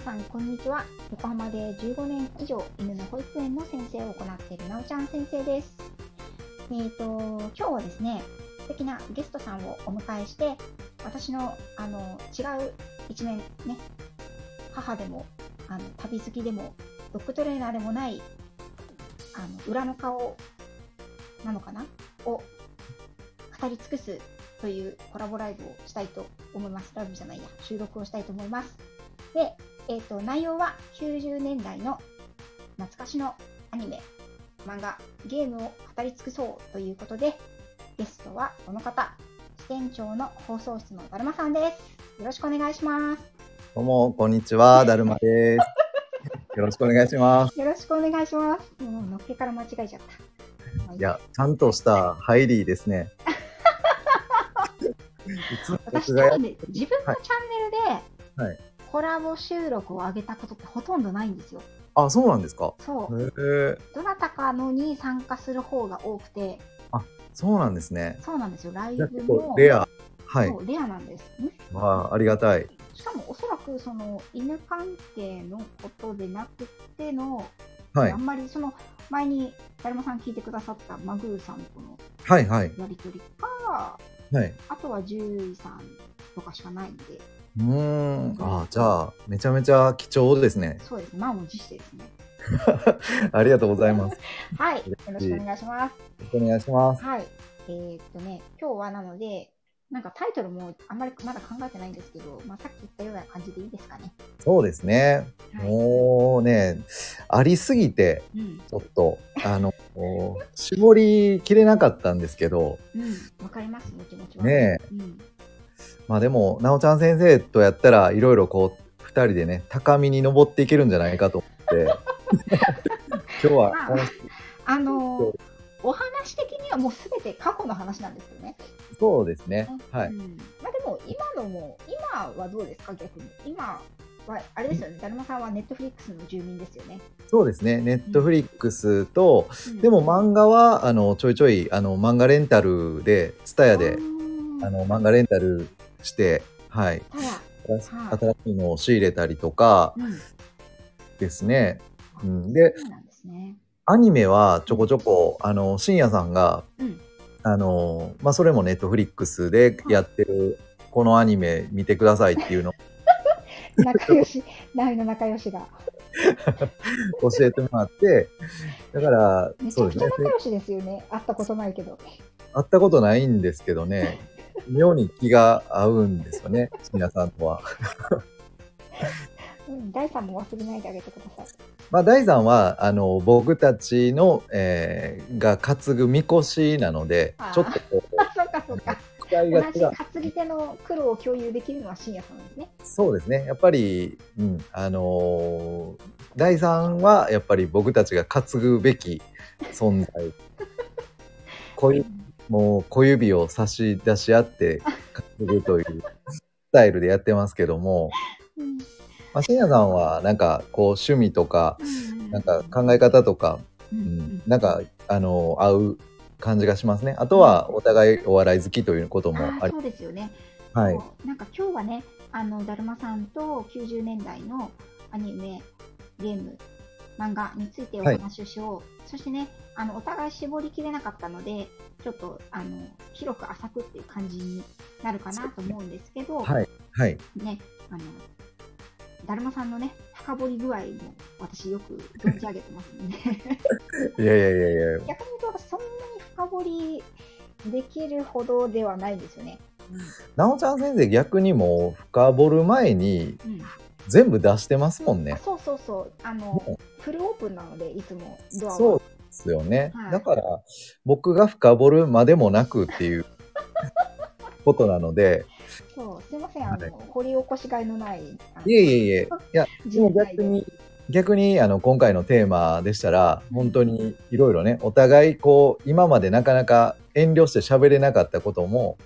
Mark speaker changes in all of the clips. Speaker 1: さんこんにちは横浜で15年以上犬の保育園の先生を行っているなおちゃん先生ですえー、と今日はですね素敵なゲストさんをお迎えして私のあの違う一面ね母でもあの旅好きでもドッグトレーナーでもないあの裏の顔なのかなを語り尽くすというコラボライブをしたいと思います。ライブじゃないや、収録をしたいと思います。で、えっ、と、内容は90年代の懐かしのアニメ、漫画、ゲームを語り尽くそうということで、ゲストはこの方、支店長の放送室のだるまさんです。よろしくお願いします。
Speaker 2: どうも、こんにちは、だるま です。よろしくお願いします。
Speaker 1: よろしくお願いします。もうのっけから間違えちゃった。まあいい
Speaker 2: いや、ちゃんとした入りです ね。いつも
Speaker 1: 私
Speaker 2: 僕
Speaker 1: 多
Speaker 2: がや
Speaker 1: 分ね、自分のチャンネ
Speaker 2: は
Speaker 1: ル
Speaker 2: いは
Speaker 1: でコラボ収録を上げたことってほとんどないんですよ。
Speaker 2: あ、そうなんですか。
Speaker 1: そう、
Speaker 2: へえ、
Speaker 1: どなたかのに参加する方が多くて、
Speaker 2: そうなんですね。
Speaker 1: そうなんですよ、ライ
Speaker 2: じゃあ
Speaker 1: ブ
Speaker 2: 結
Speaker 1: も
Speaker 2: 構レア。はい
Speaker 1: そ。うレアなんです。ん
Speaker 2: まあ、ありがたい。
Speaker 1: しかもおそらくその犬関係のことでなくての、
Speaker 2: はい
Speaker 1: あ。んまりその前にだるまさん聞いてくださったマグーさんとの
Speaker 2: はい、はい。
Speaker 1: やりとりか、
Speaker 2: はい。
Speaker 1: あとは獣医さんとかしかないんで、
Speaker 2: うーん。あ、じゃあ、めちゃめちゃ貴重ですね。
Speaker 1: そうですね、満を持してですね。
Speaker 2: ありがとうございます。
Speaker 1: はい、よろしくお願いします。
Speaker 2: お願いします。
Speaker 1: はい。えーっとね、今日はなので、なんかタイトルもあんまりまだ考えてないんですけど、まあ、さっき言ったような感じでいいですかね。
Speaker 2: そうですね。
Speaker 1: はい。
Speaker 2: もうね、ありすぎて、
Speaker 1: うん、
Speaker 2: ちょっと、あの、絞りきれなかったんですけど、
Speaker 1: うん、わかります、もちもちは。
Speaker 2: ね
Speaker 1: え。うん、
Speaker 2: まあでも、なおちゃん先生とやったらいろいろこう、二人でね、高みに登っていけるんじゃないかと思って、 今日は、
Speaker 1: まあ
Speaker 2: この
Speaker 1: あのーお話的にはもうすべて過去の話なんですよね。
Speaker 2: そうですね。はい。
Speaker 1: うんまあでも今のも、今はどうですか、逆に。今は、あれですよね、だるまさんはネットフリックスの住民ですよね。
Speaker 2: そうですね。ネットフリックスと、
Speaker 1: うん
Speaker 2: でも漫画は、あの、ちょいちょい、あの、漫画レンタルで、ツタヤ
Speaker 1: あ
Speaker 2: で、
Speaker 1: ー
Speaker 2: あの、漫画レンタルして、はい。
Speaker 1: ただ、
Speaker 2: 新し
Speaker 1: はい
Speaker 2: いのを仕入れたりとか
Speaker 1: うん、
Speaker 2: ですね。うんで
Speaker 1: そうなんですね。
Speaker 2: アニメはちょこちょこ、あの、深夜さんが、
Speaker 1: うん
Speaker 2: あの、まあ、それもネットフリックスでやってる、このアニメ見てくださいっていうの
Speaker 1: 仲良し、 ナウの仲良しが。
Speaker 2: を教えても らって、だから、
Speaker 1: めち
Speaker 2: そ
Speaker 1: ゃ
Speaker 2: う
Speaker 1: くち
Speaker 2: です
Speaker 1: ゃ
Speaker 2: ね。
Speaker 1: 仲良しですよね。会ったことないけど。
Speaker 2: 会ったことないんですけどね、 妙に気が合うんですよね、深夜さんとは。
Speaker 1: うん、第三も忘れないであげてく ださい。
Speaker 2: まあ、第3は、あの、僕たちの、えーが担ぐみこしなので
Speaker 1: あー、
Speaker 2: ちょっとこう、
Speaker 1: あ、そうかそうか。
Speaker 2: 期待
Speaker 1: 同
Speaker 2: が違
Speaker 1: じ
Speaker 2: う。
Speaker 1: 担ぎ手の苦労を共有できるのは深夜さんですね。
Speaker 2: そうですね。やっぱり、うん、あのー第3はやっぱり僕たちが担ぐべき 存在。小指もう小指を差し出し合って担ぐというスタイルでやってますけども、
Speaker 1: うん。
Speaker 2: まあ、深夜さんはなんかこう趣味とか、なんか考え方とか、
Speaker 1: う
Speaker 2: うんん、なんか、あのー合う感じがしますね。あとはお互いお笑い好きということも
Speaker 1: あ
Speaker 2: あ
Speaker 1: ー
Speaker 2: り、
Speaker 1: そうですよね。
Speaker 2: はい。
Speaker 1: もうなんか今日はね、あのだるまさんと90年代のアニメ、ゲーム、漫画についてお話をしよう。そしてね、あのお互い絞りきれなかったので、ちょっとあの広く浅くっていう感じになるかなと思うんですけど、
Speaker 2: はい。はい。
Speaker 1: ね、あの、だるまさんのね、深掘り具合も私よく存じ上げてます ので、
Speaker 2: いやいやいやいや。
Speaker 1: 逆に言うとそんなに深掘りできるほどではないんですよね。
Speaker 2: なおちゃん先生逆にもう深掘る前に
Speaker 1: うんうん
Speaker 2: 全部出してますもん
Speaker 1: あ
Speaker 2: ね。
Speaker 1: そうそうそう、あの、フルオープンなので、いつもドアは。
Speaker 2: そうですよね。
Speaker 1: はい
Speaker 2: だから僕が深掘るまでもなくっ ていうことなので、
Speaker 1: そうすいません、あの、
Speaker 2: はい
Speaker 1: 掘り起こしがいのない。あの
Speaker 2: いえいえいえ、いや、でも
Speaker 1: 人材
Speaker 2: 逆に、逆にあの今回のテーマでしたら、本当にいろいろね、お互いこう、今までなかなか遠慮して喋れなかったことも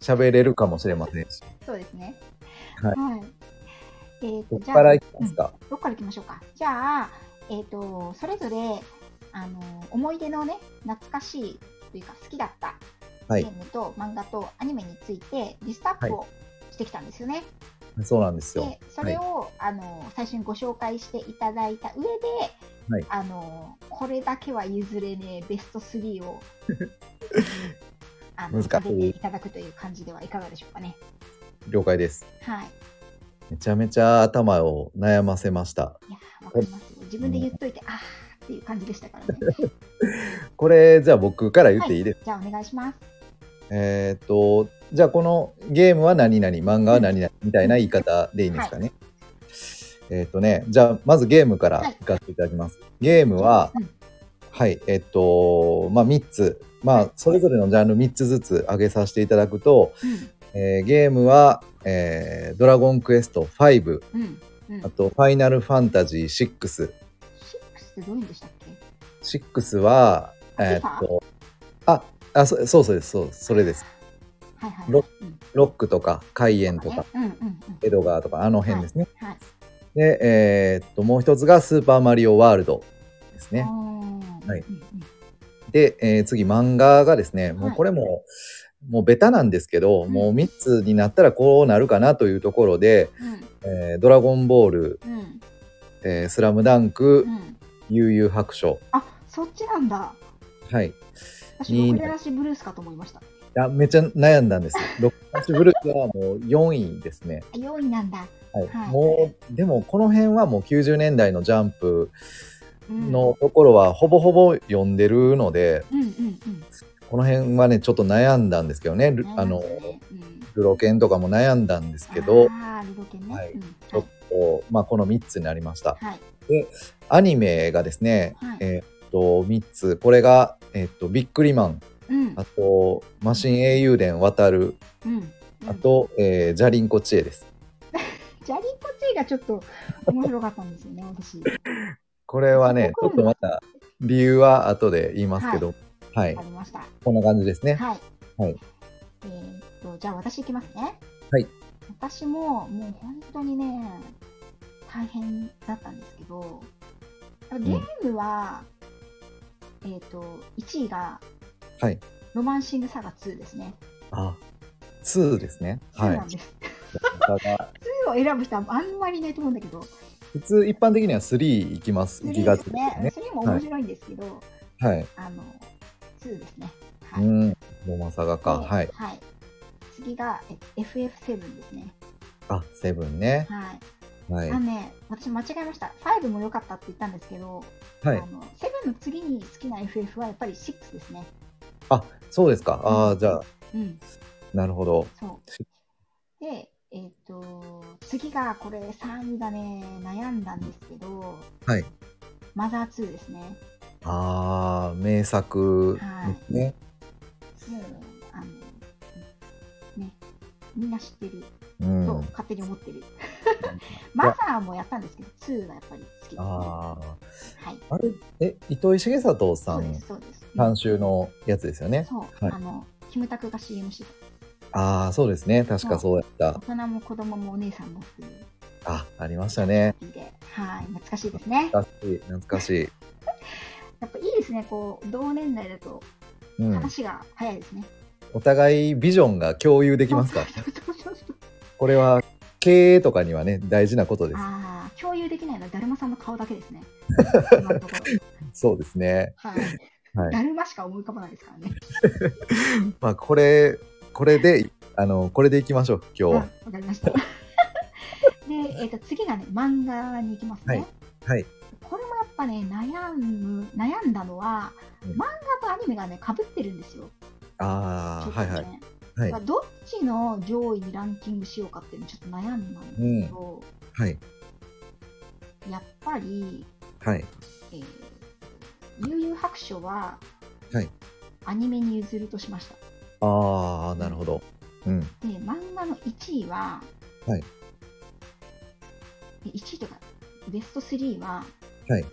Speaker 2: 喋れるかもしれませんし、
Speaker 1: そうですね。
Speaker 2: はい
Speaker 1: えー、
Speaker 2: ことっ
Speaker 1: じゃあ
Speaker 2: からいきますか。
Speaker 1: どっから行きましょうか。じゃあ、えっ、と、それぞれ、あの、思い出のね、懐かしいというか、好きだった
Speaker 2: は
Speaker 1: ゲ
Speaker 2: い
Speaker 1: ームと漫画とアニメについて、リストアップをしてきたんですよね。
Speaker 2: そうなんですよ
Speaker 1: で。それを、あの最初にご紹介していただいた上で、
Speaker 2: はい
Speaker 1: あのこれだけは譲れねえベスト3を あの
Speaker 2: 難しい
Speaker 1: 挙げていただくという感じではいかがでしょうかね。
Speaker 2: 了解です。
Speaker 1: はい、
Speaker 2: めちゃめちゃ頭を悩ませました。
Speaker 1: いやーわかりますよ。自分で言っといて、あーっていう感じでしたからね。
Speaker 2: これ、じゃあ僕から言っていいですか、
Speaker 1: じゃあお願いします。
Speaker 2: えーっと、じゃあこのゲームは何々、漫画は何々みたいな言い方でいいんですかね。えーっとね、じゃあまずゲームから
Speaker 1: はい
Speaker 2: いかせていただきます。ゲーム は、
Speaker 1: うん
Speaker 2: はい、えっと、まあ3つ、まあそれぞれのジャンル3つずつ挙げさせていただくと、えーゲームは、えードラゴンクエスト5、
Speaker 1: うんうんうん。
Speaker 2: あとファイナルファンタジー6、
Speaker 1: シックスってどういうんでしたっけ？
Speaker 2: 6は、えーっと、あ、あそそうそうです、そうそれです。
Speaker 1: はいはい、はい。
Speaker 2: ロ
Speaker 1: うん
Speaker 2: ロックとか、カイエンと
Speaker 1: ね
Speaker 2: か、
Speaker 1: うんうんうん。
Speaker 2: エドガーとか、あの辺ですね。
Speaker 1: はい。
Speaker 2: で、えーっと、もう一つがスーパーマリオワールドですね。は
Speaker 1: はいうんうん
Speaker 2: で、えー次、漫画がですね、もう
Speaker 1: はい
Speaker 2: これも、もうベタなんですけど、
Speaker 1: ん
Speaker 2: もう3つになったらこうなるかなというところで、えードラゴンボール、
Speaker 1: うんうん
Speaker 2: えースラムダンク
Speaker 1: う、ん。
Speaker 2: 悠々白書。
Speaker 1: あ、そっちなんだ。
Speaker 2: はい。
Speaker 1: 私
Speaker 2: いい
Speaker 1: も
Speaker 2: ね
Speaker 1: クレラシブルースかと思いました。
Speaker 2: あめっちゃ悩んだんです。 ロックアッシュブルースはもう4位ですね。
Speaker 1: 4位なんだ。
Speaker 2: はい
Speaker 1: はい
Speaker 2: もう、でもこの辺はもう90年代のジャンプ
Speaker 1: うん、
Speaker 2: のところはほぼほぼ読んでるので、
Speaker 1: うんうんうん。
Speaker 2: この辺はね、ちょっと悩んだんですけどね、ルあ
Speaker 1: なるほ
Speaker 2: の
Speaker 1: ど、ねうん、
Speaker 2: ルロケンとかも悩んだんですけど、
Speaker 1: あールロケンね。
Speaker 2: はい
Speaker 1: うん
Speaker 2: ちょっと、まあ、この3つになりました。
Speaker 1: はい。
Speaker 2: アニメがですね、
Speaker 1: はい。
Speaker 2: えーっと、3つ、これが、えーっと、ビックリマン、
Speaker 1: うん
Speaker 2: あと、マシン英雄伝渡る、
Speaker 1: うん。
Speaker 2: あと、えージャリンコ知恵です。
Speaker 1: うん、ジャリンコチェがちょっと面白かったんですよね、私。
Speaker 2: これはね、ち
Speaker 1: こ
Speaker 2: ょ
Speaker 1: こ
Speaker 2: っとまた、理由は後で言いますけど、はい、
Speaker 1: ありました。
Speaker 2: こんな感じですね。
Speaker 1: はい。
Speaker 2: はい
Speaker 1: えーっと、じゃあ私いきますね。
Speaker 2: はい。
Speaker 1: 私も、もう本当にね、大変だったんですけど、ゲームは、えーっと、1位が、
Speaker 2: はい。
Speaker 1: ロマンシングサガ2ですね。
Speaker 2: あ、2ですね。
Speaker 1: そう
Speaker 2: はい
Speaker 1: なん。です。
Speaker 2: だから
Speaker 1: 2を選ぶ人はあんまりいないと思うんだけど、
Speaker 2: 普通、一般的には3いきます。行きが
Speaker 1: 3
Speaker 2: ち
Speaker 1: で
Speaker 2: ですす
Speaker 1: ね。
Speaker 2: ね。
Speaker 1: 3も面白いんですけど、
Speaker 2: はい。
Speaker 1: あの、2ですね。
Speaker 2: う
Speaker 1: はい。
Speaker 2: ん。ロマサガか。
Speaker 1: で
Speaker 2: はい。
Speaker 1: はい。次が、えっと FF7 ですね。
Speaker 2: あ、セブンね。
Speaker 1: はい。
Speaker 2: はい
Speaker 1: あ。のね、私間違えました。5も良かったって言ったんですけど、
Speaker 2: は
Speaker 1: あ
Speaker 2: い。
Speaker 1: の7の次に好きな FF はやっぱり6ですね。
Speaker 2: あ、そうですか。ああ、じゃあ、
Speaker 1: うん、
Speaker 2: なるほど。
Speaker 1: そう。で、えっ、と、次がこれ3位がね、悩んだんですけど、
Speaker 2: はい。
Speaker 1: マザー2ですね。
Speaker 2: ああ、名作ですね。
Speaker 1: もう、あの、ね、みんな知ってる
Speaker 2: うん。
Speaker 1: と勝手に思ってる。マザーもやったんですけど、2がやっぱり好きです、ね。は
Speaker 2: ああ。
Speaker 1: い。
Speaker 2: あれ、え、糸井重里さ
Speaker 1: そうで
Speaker 2: ん
Speaker 1: す、そうです。うん
Speaker 2: 監修のやつですよね。
Speaker 1: そう、
Speaker 2: はい
Speaker 1: あの、キムタクが CM してた。
Speaker 2: ああ、そうですね。確かそうやった。
Speaker 1: 大人も子供もお姉さんもっていう
Speaker 2: あ、ありましたね。
Speaker 1: 意味で、はい、懐かしいですね。
Speaker 2: 懐かしい。懐かしい。
Speaker 1: やっぱいいですね、こう同年代だと
Speaker 2: うん。
Speaker 1: 話が早いですね。
Speaker 2: お互いビジョンが共有できますから ね。
Speaker 1: そうそうそう
Speaker 2: これは経営とかにはね大事なことです。
Speaker 1: ああ、共有できないのはだるまさんの顔だけです ね。今のところ
Speaker 2: そうですね。
Speaker 1: はい、
Speaker 2: はい。
Speaker 1: だるましか思い浮かばないですからね。
Speaker 2: まあこれこれであのこれでいきましょう今
Speaker 1: うんわ
Speaker 2: 日は。
Speaker 1: かりました。で、 えっ、と次がね漫画に行きますね。
Speaker 2: はいはい。
Speaker 1: これもやっぱね悩む悩んだのは
Speaker 2: うん
Speaker 1: 漫画とアニメがね被ってるんですよ。
Speaker 2: あ
Speaker 1: ち
Speaker 2: あ
Speaker 1: ょ
Speaker 2: は
Speaker 1: っ
Speaker 2: い
Speaker 1: と
Speaker 2: は
Speaker 1: ね
Speaker 2: いはい
Speaker 1: まあ。どっちの上位にランキングしようかっていうのちょっと悩んだんです
Speaker 2: うん
Speaker 1: けど、
Speaker 2: はい
Speaker 1: やっぱり、
Speaker 2: はい。
Speaker 1: えー、悠々白書は、
Speaker 2: はい
Speaker 1: アニメに譲るとしました。
Speaker 2: ああなるほど。うん
Speaker 1: で、漫画の1位は、
Speaker 2: はい
Speaker 1: で1位とか、ベスト3は、
Speaker 2: はい。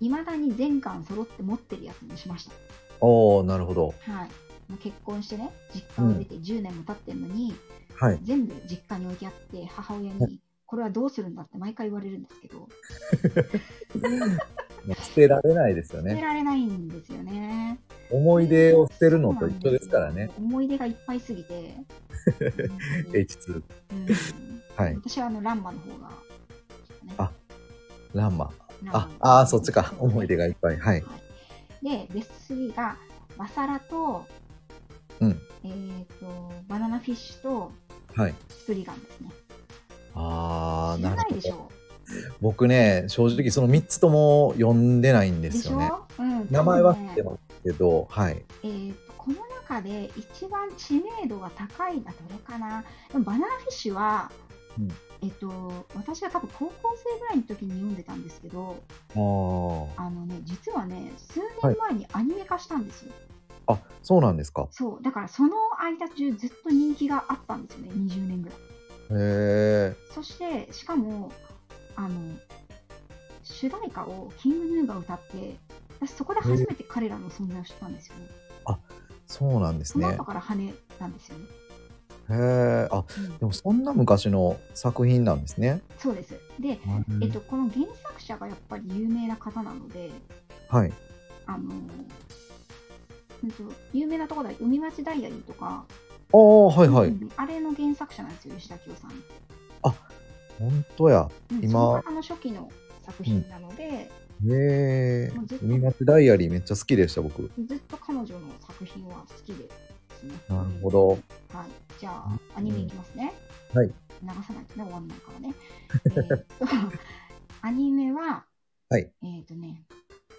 Speaker 1: 未だに全巻揃って持ってるやつにしました。
Speaker 2: おおなるほど。
Speaker 1: はい。もう結婚してね、実家を出て10年も経ってるのに、
Speaker 2: はい。
Speaker 1: 全部実家に置いてあって母親に「これはどうするんだ?」って毎回言われるんですけど
Speaker 2: もう捨てられないですよ
Speaker 1: 捨て
Speaker 2: ね。
Speaker 1: られないんですよね
Speaker 2: 思い出を捨てるのと一緒ですからね。
Speaker 1: 思い出がいっぱいすぎて本当に
Speaker 2: H2
Speaker 1: うん
Speaker 2: はい
Speaker 1: 私はあの、ランマの方が、ね
Speaker 2: あランマ。
Speaker 1: ランマ
Speaker 2: あ、あーそっちか。思い出がいっぱい。はい。
Speaker 1: で、ベスト3が、マサラと、
Speaker 2: うん。
Speaker 1: えー、と、バナナフィッシュと、
Speaker 2: はい。
Speaker 1: スリガンですね。
Speaker 2: あー
Speaker 1: 知
Speaker 2: な
Speaker 1: らない
Speaker 2: る
Speaker 1: で
Speaker 2: ほ
Speaker 1: し
Speaker 2: ど。
Speaker 1: ょ
Speaker 2: 僕ね、正直その3つとも読んでないんで
Speaker 1: ですし
Speaker 2: よね。
Speaker 1: ょ、うん、
Speaker 2: 名前は
Speaker 1: 多
Speaker 2: 知
Speaker 1: 分ね
Speaker 2: ってますけど、はい。
Speaker 1: えー、とこの中で一番知名度が高いのはどれかなでもバナナフィッシュは、
Speaker 2: うん
Speaker 1: えっと私は多分高校生ぐらいの時に読んでたんですけど
Speaker 2: あー
Speaker 1: あのね実はね数年前にアニメ化したんですよ、
Speaker 2: あ、そうなんですか。
Speaker 1: そうだからその間中ずっと人気があったんですよね20年ぐらい
Speaker 2: へえ。
Speaker 1: そしてしかもあの主題歌をキングヌーが歌って私そこで初めて彼らの存在を知ったんですよね、
Speaker 2: そうなんです
Speaker 1: その
Speaker 2: ね
Speaker 1: 後。から羽なんですよね、
Speaker 2: へえ。あ、
Speaker 1: うん
Speaker 2: でもそんな昔の作品なんですね。
Speaker 1: そうですでえっと、この原作者がやっぱり有名な方なので、
Speaker 2: はい。
Speaker 1: あのーうんと有名なところだ海町ダイアリーとか、
Speaker 2: ああ、はいは
Speaker 1: う
Speaker 2: い。
Speaker 1: んあれの原作者なんですよ、吉田清さん。
Speaker 2: 本当や。
Speaker 1: うん、
Speaker 2: 今
Speaker 1: その方の初期の作品なので、
Speaker 2: へえ
Speaker 1: もうずっ。と
Speaker 2: 海町ダイアリーめっちゃ好きでした、僕。
Speaker 1: ずっと彼女の作品は好きですね。
Speaker 2: なるほど。
Speaker 1: はい、じゃあ、アニメいきますね。
Speaker 2: はい
Speaker 1: 流さないとね、終わんないから ね。えーっとアニメは、
Speaker 2: はい
Speaker 1: えーっとね、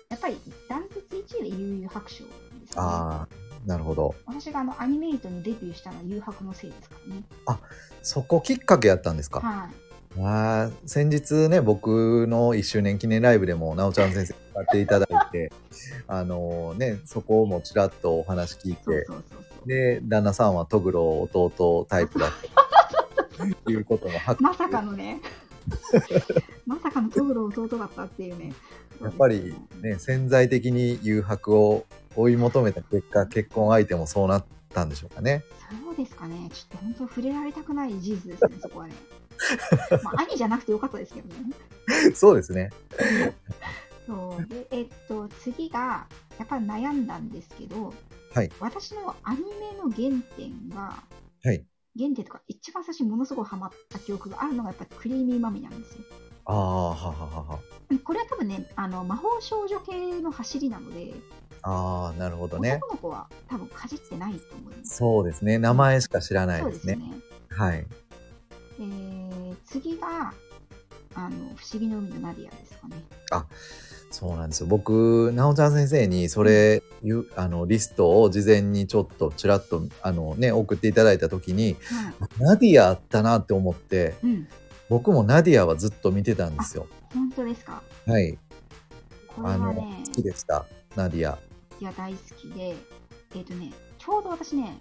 Speaker 1: やっぱりダントツ1位で悠々白書ですね。
Speaker 2: ああ、なるほど。
Speaker 1: 私があのアニメイトにデビューしたのは誘白のせいですからね。
Speaker 2: そこきっかけやったんですか。
Speaker 1: はい。
Speaker 2: ああ、先日ね、僕の1周年記念ライブでも、なおちゃん先生に使っていただいて、 あのね、そこもちらっとお話聞い
Speaker 1: そう
Speaker 2: て、
Speaker 1: そうそうそう。
Speaker 2: で、旦那さんはトグロ弟タイプ だったということも発
Speaker 1: まさかの ね。まさかのトグロ弟だったっていうね。
Speaker 2: やっぱりね、潜在的に誘白を追い求めた結果、結婚相手もそうなったんでしょうかね。
Speaker 1: そうですかね。ちょっと本当触れられたくない事実ですね、そこ はね。まあ、兄じゃなくてよかったですけどね。
Speaker 2: そうですね。
Speaker 1: そうでえっと次がやっぱり悩んだんですけど、
Speaker 2: はい
Speaker 1: 私のアニメの原点が、
Speaker 2: はい
Speaker 1: 原点とか一番最初にものすごいハマった記憶があるのがやっぱりクリーミーマミなんですよ。
Speaker 2: ああ、はははは。
Speaker 1: これは多分ねあの魔法少女系の走りなので、
Speaker 2: ああ、なるほどね。
Speaker 1: 男の子は多分かじってないと思います。
Speaker 2: そうですね。名前しか知らない
Speaker 1: そう
Speaker 2: で
Speaker 1: ですすね
Speaker 2: ね。はい。
Speaker 1: えー次があの「不思議の海のナディア」ですかね。
Speaker 2: そうなんですよ。僕、なおちゃん先生に、それ、ゆあの、リストを事前にちょっと、ちらっと、あのね、送っていただいたときに、
Speaker 1: はい
Speaker 2: ナディアあったなって思って、
Speaker 1: うん、
Speaker 2: 僕もナディアはずっと見てたんですよ。
Speaker 1: 本当ですか。
Speaker 2: はい。
Speaker 1: これはね
Speaker 2: 好きでした。ナディア。
Speaker 1: いや大好きで、えっ、とね、ちょうど私ね、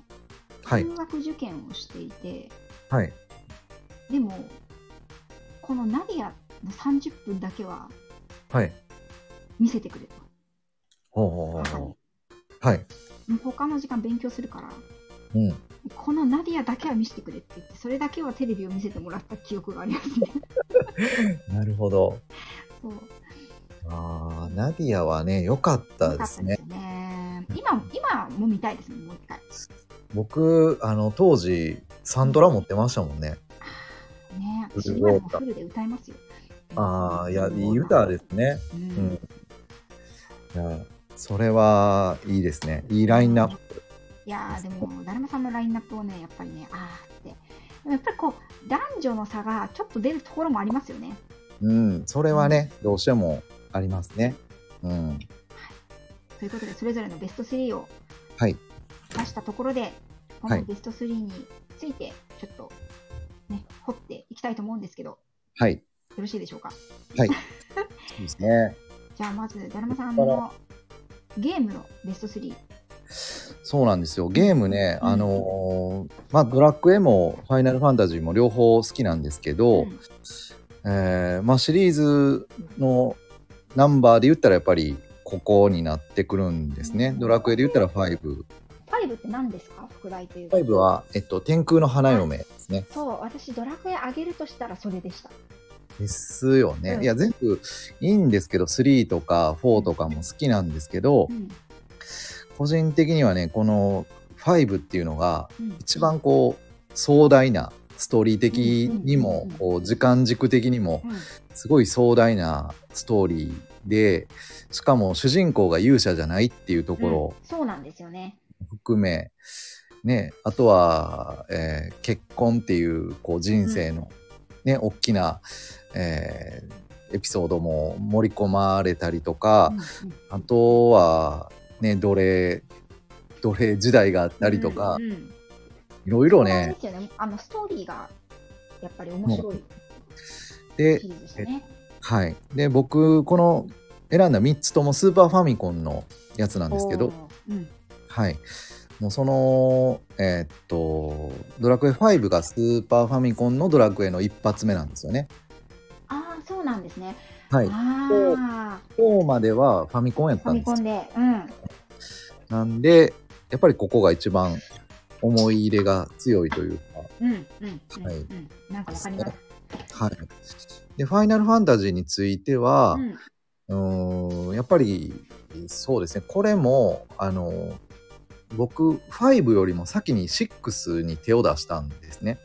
Speaker 2: はい
Speaker 1: 中。学受験をしていて、
Speaker 2: はい。
Speaker 1: でも、このナディアの30分だけは
Speaker 2: はい。
Speaker 1: 見せてくれと、
Speaker 2: ほうほうほう
Speaker 1: 母に。
Speaker 2: ほ
Speaker 1: も
Speaker 2: う。はい。
Speaker 1: う他の時間勉強するから、
Speaker 2: うん。
Speaker 1: このナディアだけは見せてくれって言って、それだけはテレビを見せてもらった記憶があります ね。
Speaker 2: なるほど。
Speaker 1: そう
Speaker 2: ああ、ナディアはね、良かった
Speaker 1: よか
Speaker 2: で
Speaker 1: っ
Speaker 2: す
Speaker 1: たで
Speaker 2: ね。
Speaker 1: すね。今、今も見たいですね、もう一回。
Speaker 2: 僕、あの、当時、サンドラ持ってましたもんね。
Speaker 1: ね、
Speaker 2: フ
Speaker 1: 私
Speaker 2: ル
Speaker 1: 今で
Speaker 2: ロータ
Speaker 1: もフルで歌いますよ。。
Speaker 2: ああ、いや、いい歌ですすね。
Speaker 1: うん
Speaker 2: んいや、それはいいですね。いいラインナップ。
Speaker 1: いやーでも、だるまさんのラインナップをね、やっぱりね、あーって。でもやっぱりこう、男女の差がちょっと出るところもありますよね。
Speaker 2: うん、それはね、どうしてもありますね。うん。
Speaker 1: ということで、それぞれのベスト3を
Speaker 2: はい。
Speaker 1: 出したところで、こ
Speaker 2: は
Speaker 1: の
Speaker 2: い
Speaker 1: ベスト3について、ちょっと、ね、掘っていきたいと思うんですけど、よ
Speaker 2: はい。
Speaker 1: ろしいでしょうか。
Speaker 2: そうですね。
Speaker 1: じゃあ、まず、だるまさんのゲームのベスト3。
Speaker 2: そうなんですよ。ゲームね、
Speaker 1: うん
Speaker 2: あのーまあ、ドラッグエもファイナルファンタジーも両方好きなんですけど、
Speaker 1: うん
Speaker 2: えーまあ、シリーズのナンバーで言ったらやっぱりここになってくるんですね。ドラクエで言ったら5。
Speaker 1: 5って何ですか副題というか。
Speaker 2: 5は、えっと、天空の花嫁ですね。
Speaker 1: そう、私、ドラクエ上げるとしたらそれでした。
Speaker 2: ですよね。
Speaker 1: うん
Speaker 2: いや、全部いいんですけど、3とか4とかも好きなんですけど
Speaker 1: う、ん。
Speaker 2: 個人的にはね、この5っていうのが
Speaker 1: うん
Speaker 2: 一番こう、壮大なストーリー的にも
Speaker 1: うんうんうんうん
Speaker 2: こう時間軸的にも
Speaker 1: うん
Speaker 2: すごい壮大なストーリーでしかも主人公が勇者じゃないっていうところを
Speaker 1: そうなんですよね。
Speaker 2: 含め、ね、あとは、えー結婚っていうこう人生の、ね大きな、えーエピソードも盛り込まれたりとか、
Speaker 1: うんうん
Speaker 2: あとはね奴隷奴隷時代があったりとか、
Speaker 1: うんうん
Speaker 2: いろいろ
Speaker 1: そうなん
Speaker 2: ね
Speaker 1: ですよね。あのストーリーがやっぱり面白い
Speaker 2: で
Speaker 1: シリーズでしたね。
Speaker 2: はいで僕この選んだ3つともスーパーファミコンのやつなんですけど
Speaker 1: おー、うん
Speaker 2: はいもうそのえーっとドラクエ5がスーパーファミコンのドラクエの一発目なんですよね
Speaker 1: ああ、そうなんですね。
Speaker 2: はい
Speaker 1: ああ、
Speaker 2: 今日まではファミコンやっ
Speaker 1: フ
Speaker 2: た
Speaker 1: ァ
Speaker 2: ん
Speaker 1: ミ
Speaker 2: で
Speaker 1: コン
Speaker 2: す
Speaker 1: で、うん、
Speaker 2: なんでやっぱりここが一番思い入れが強いというか
Speaker 1: うん、うん、うん
Speaker 2: はい
Speaker 1: うん、なんかわかります。
Speaker 2: はいでファイナルファンタジーについては、
Speaker 1: うん、
Speaker 2: うーんやっぱりそうですねこれもあの僕5よりも先に6に手を出したんですね。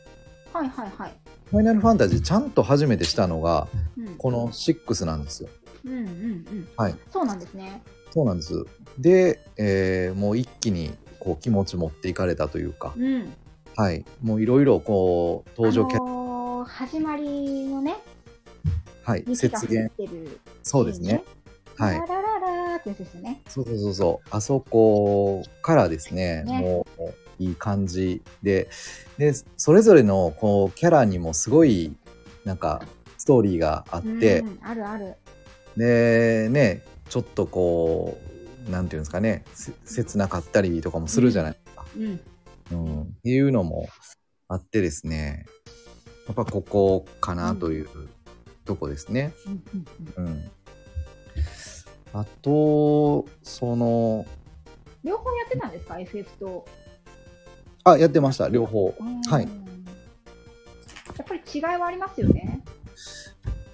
Speaker 1: はいはいはい。
Speaker 2: ファイナルファンタジーちゃんと初めてしたのが
Speaker 1: うん、
Speaker 2: この6なんですよ。
Speaker 1: うん、うん、うん、
Speaker 2: はい。
Speaker 1: そうなんですね。
Speaker 2: そうなんです。で、えーもう一気にこう気持ち持っていかれたというか、
Speaker 1: うん。
Speaker 2: はい。もういろいろこう登場キャ
Speaker 1: あのー始まりのね、
Speaker 2: はい
Speaker 1: 雪が降
Speaker 2: 節
Speaker 1: っ
Speaker 2: 言
Speaker 1: てる。
Speaker 2: そうですね。。は
Speaker 1: はい。
Speaker 2: い
Speaker 1: ラ。ラララーってやつですよね。
Speaker 2: そうそうそうそうあそこからですね
Speaker 1: ね
Speaker 2: もういい感じででそれぞれのこうキャラにもすごいなんかストーリーがあって、
Speaker 1: うん、あるある。
Speaker 2: でねちょっとこうなんていうんですかねせ切なかったりとかもするじゃないですか、
Speaker 1: うん。
Speaker 2: うんっていうのもあってですねやっぱここかなというとこですね。
Speaker 1: うんうんうん
Speaker 2: うん、あとその
Speaker 1: 両方やってたんですか ?FF と。
Speaker 2: あ、やってました、両方。は
Speaker 1: う
Speaker 2: い。
Speaker 1: んやっぱり違いはありますよね。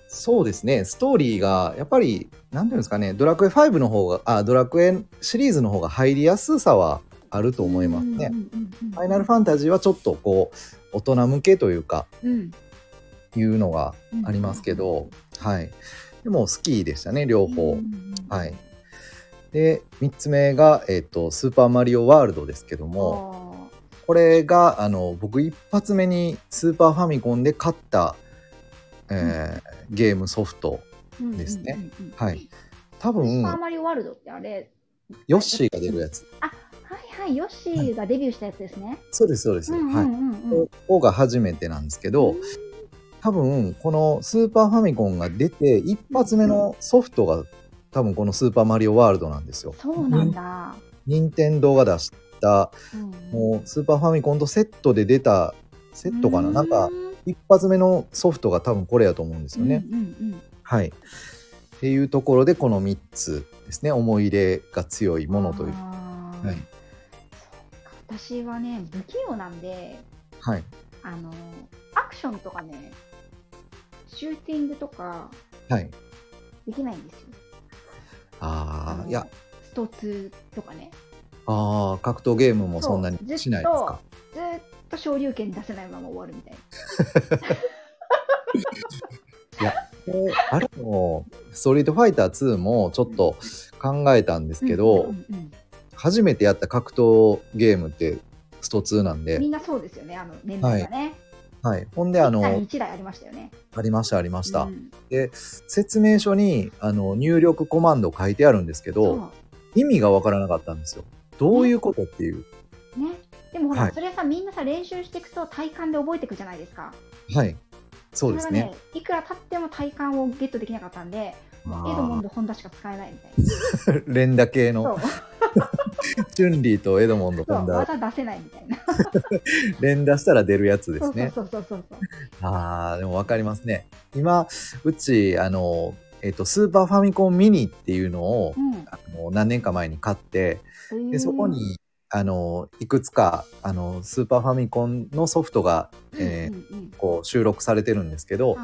Speaker 2: そうですね、ストーリーが、やっぱり、なんていうんですかね、ドラクエ5の方が、あ、ドラクエシリーズの方が入りやすさはあると思いますね
Speaker 1: う。んうんうんうん。
Speaker 2: ファイナルファンタジーはちょっとこう、大人向けというか、
Speaker 1: うん
Speaker 2: いうのがありますけど、はい。でも、好きでしたね、両方。はい。で、3つ目が、えっ、と、スーパーマリオワールドですけども、
Speaker 1: も
Speaker 2: これが、あの、僕一発目にスーパーファミコンで買った、えーゲームソフト
Speaker 1: うん
Speaker 2: ですね
Speaker 1: うんうんうん
Speaker 2: はい。多
Speaker 1: スー
Speaker 2: 分
Speaker 1: パーマリオワールドってあれ、
Speaker 2: ヨッシーが出るやつ
Speaker 1: はいはい、ヨッシーがデビューしたやつですね。
Speaker 2: そうですそうです、
Speaker 1: うんうんう
Speaker 2: はい
Speaker 1: んうん
Speaker 2: ここが初めてなんですけど多分このスーパーファミコンが出て一発目のソフトが多分この「スーパーマリオワールド」なんですよ。
Speaker 1: そうなんだ。
Speaker 2: 任天堂が出したもうスーパーファミコンとセットで出たセットかななんか一発目のソフトが多分これやと思うんですよね。
Speaker 1: うんうん
Speaker 2: はいっていうところでこの3つですね思い入れが強い
Speaker 1: うん
Speaker 2: ものという。
Speaker 1: あー
Speaker 2: はい
Speaker 1: 私はね、不器用なんで、
Speaker 2: はい
Speaker 1: あの、アクションとかね、シューティングとか
Speaker 2: はい、
Speaker 1: できないんですよ。
Speaker 2: あ
Speaker 1: の
Speaker 2: あいや
Speaker 1: スト2とかね。
Speaker 2: ああ、格闘ゲームもそんなに
Speaker 1: そう
Speaker 2: しないですか。
Speaker 1: ずっと昇竜拳出せないまま終わるみたいな。
Speaker 2: であれも、ストリートファイター2もちょっと考えたんですけど、
Speaker 1: うんうんうん
Speaker 2: 初めてやった格闘ゲームってスト2なんで
Speaker 1: み、んなそうですよね、あの年代がね。
Speaker 2: はい。ほんで、
Speaker 1: あ
Speaker 2: あ
Speaker 1: の
Speaker 2: の、
Speaker 1: 1台ありましたよね。
Speaker 2: ありました、ありました。
Speaker 1: うん
Speaker 2: 説明書に、あの、入力コマンド書いてあるんですけど、
Speaker 1: そ
Speaker 2: 意味がわからなかったんですよ。どういうことっていう。
Speaker 1: うね、でもほら、
Speaker 2: はい
Speaker 1: それさ、みんなさ、練習していくと体感で覚えていくじゃないですか。
Speaker 2: はい。そうです
Speaker 1: れが
Speaker 2: ね。
Speaker 1: いくら経っても体感をゲットできなかったんで、エドモン
Speaker 2: ま
Speaker 1: ド・ホンダしか使えないみたいな。
Speaker 2: あ、連打系
Speaker 1: そう
Speaker 2: の、チュンリーとエドモンド・
Speaker 1: そ
Speaker 2: ホン
Speaker 1: う、
Speaker 2: ダ、
Speaker 1: 技出せないみたいな。
Speaker 2: 連打したら出るやつで
Speaker 1: そ
Speaker 2: す
Speaker 1: う
Speaker 2: ね。
Speaker 1: そうそうそうそう。
Speaker 2: ああ、でも分かりますね。今、うち、あの、えっと、スーパーファミコンミニっていうのを
Speaker 1: う、ん
Speaker 2: あの何年か前に買って、
Speaker 1: へー
Speaker 2: で、そこに、あの、いくつか、あの、スーパーファミコンのソフトが、えー
Speaker 1: うんうんうん
Speaker 2: こう、収録されてるんですけ
Speaker 1: は
Speaker 2: ど、
Speaker 1: い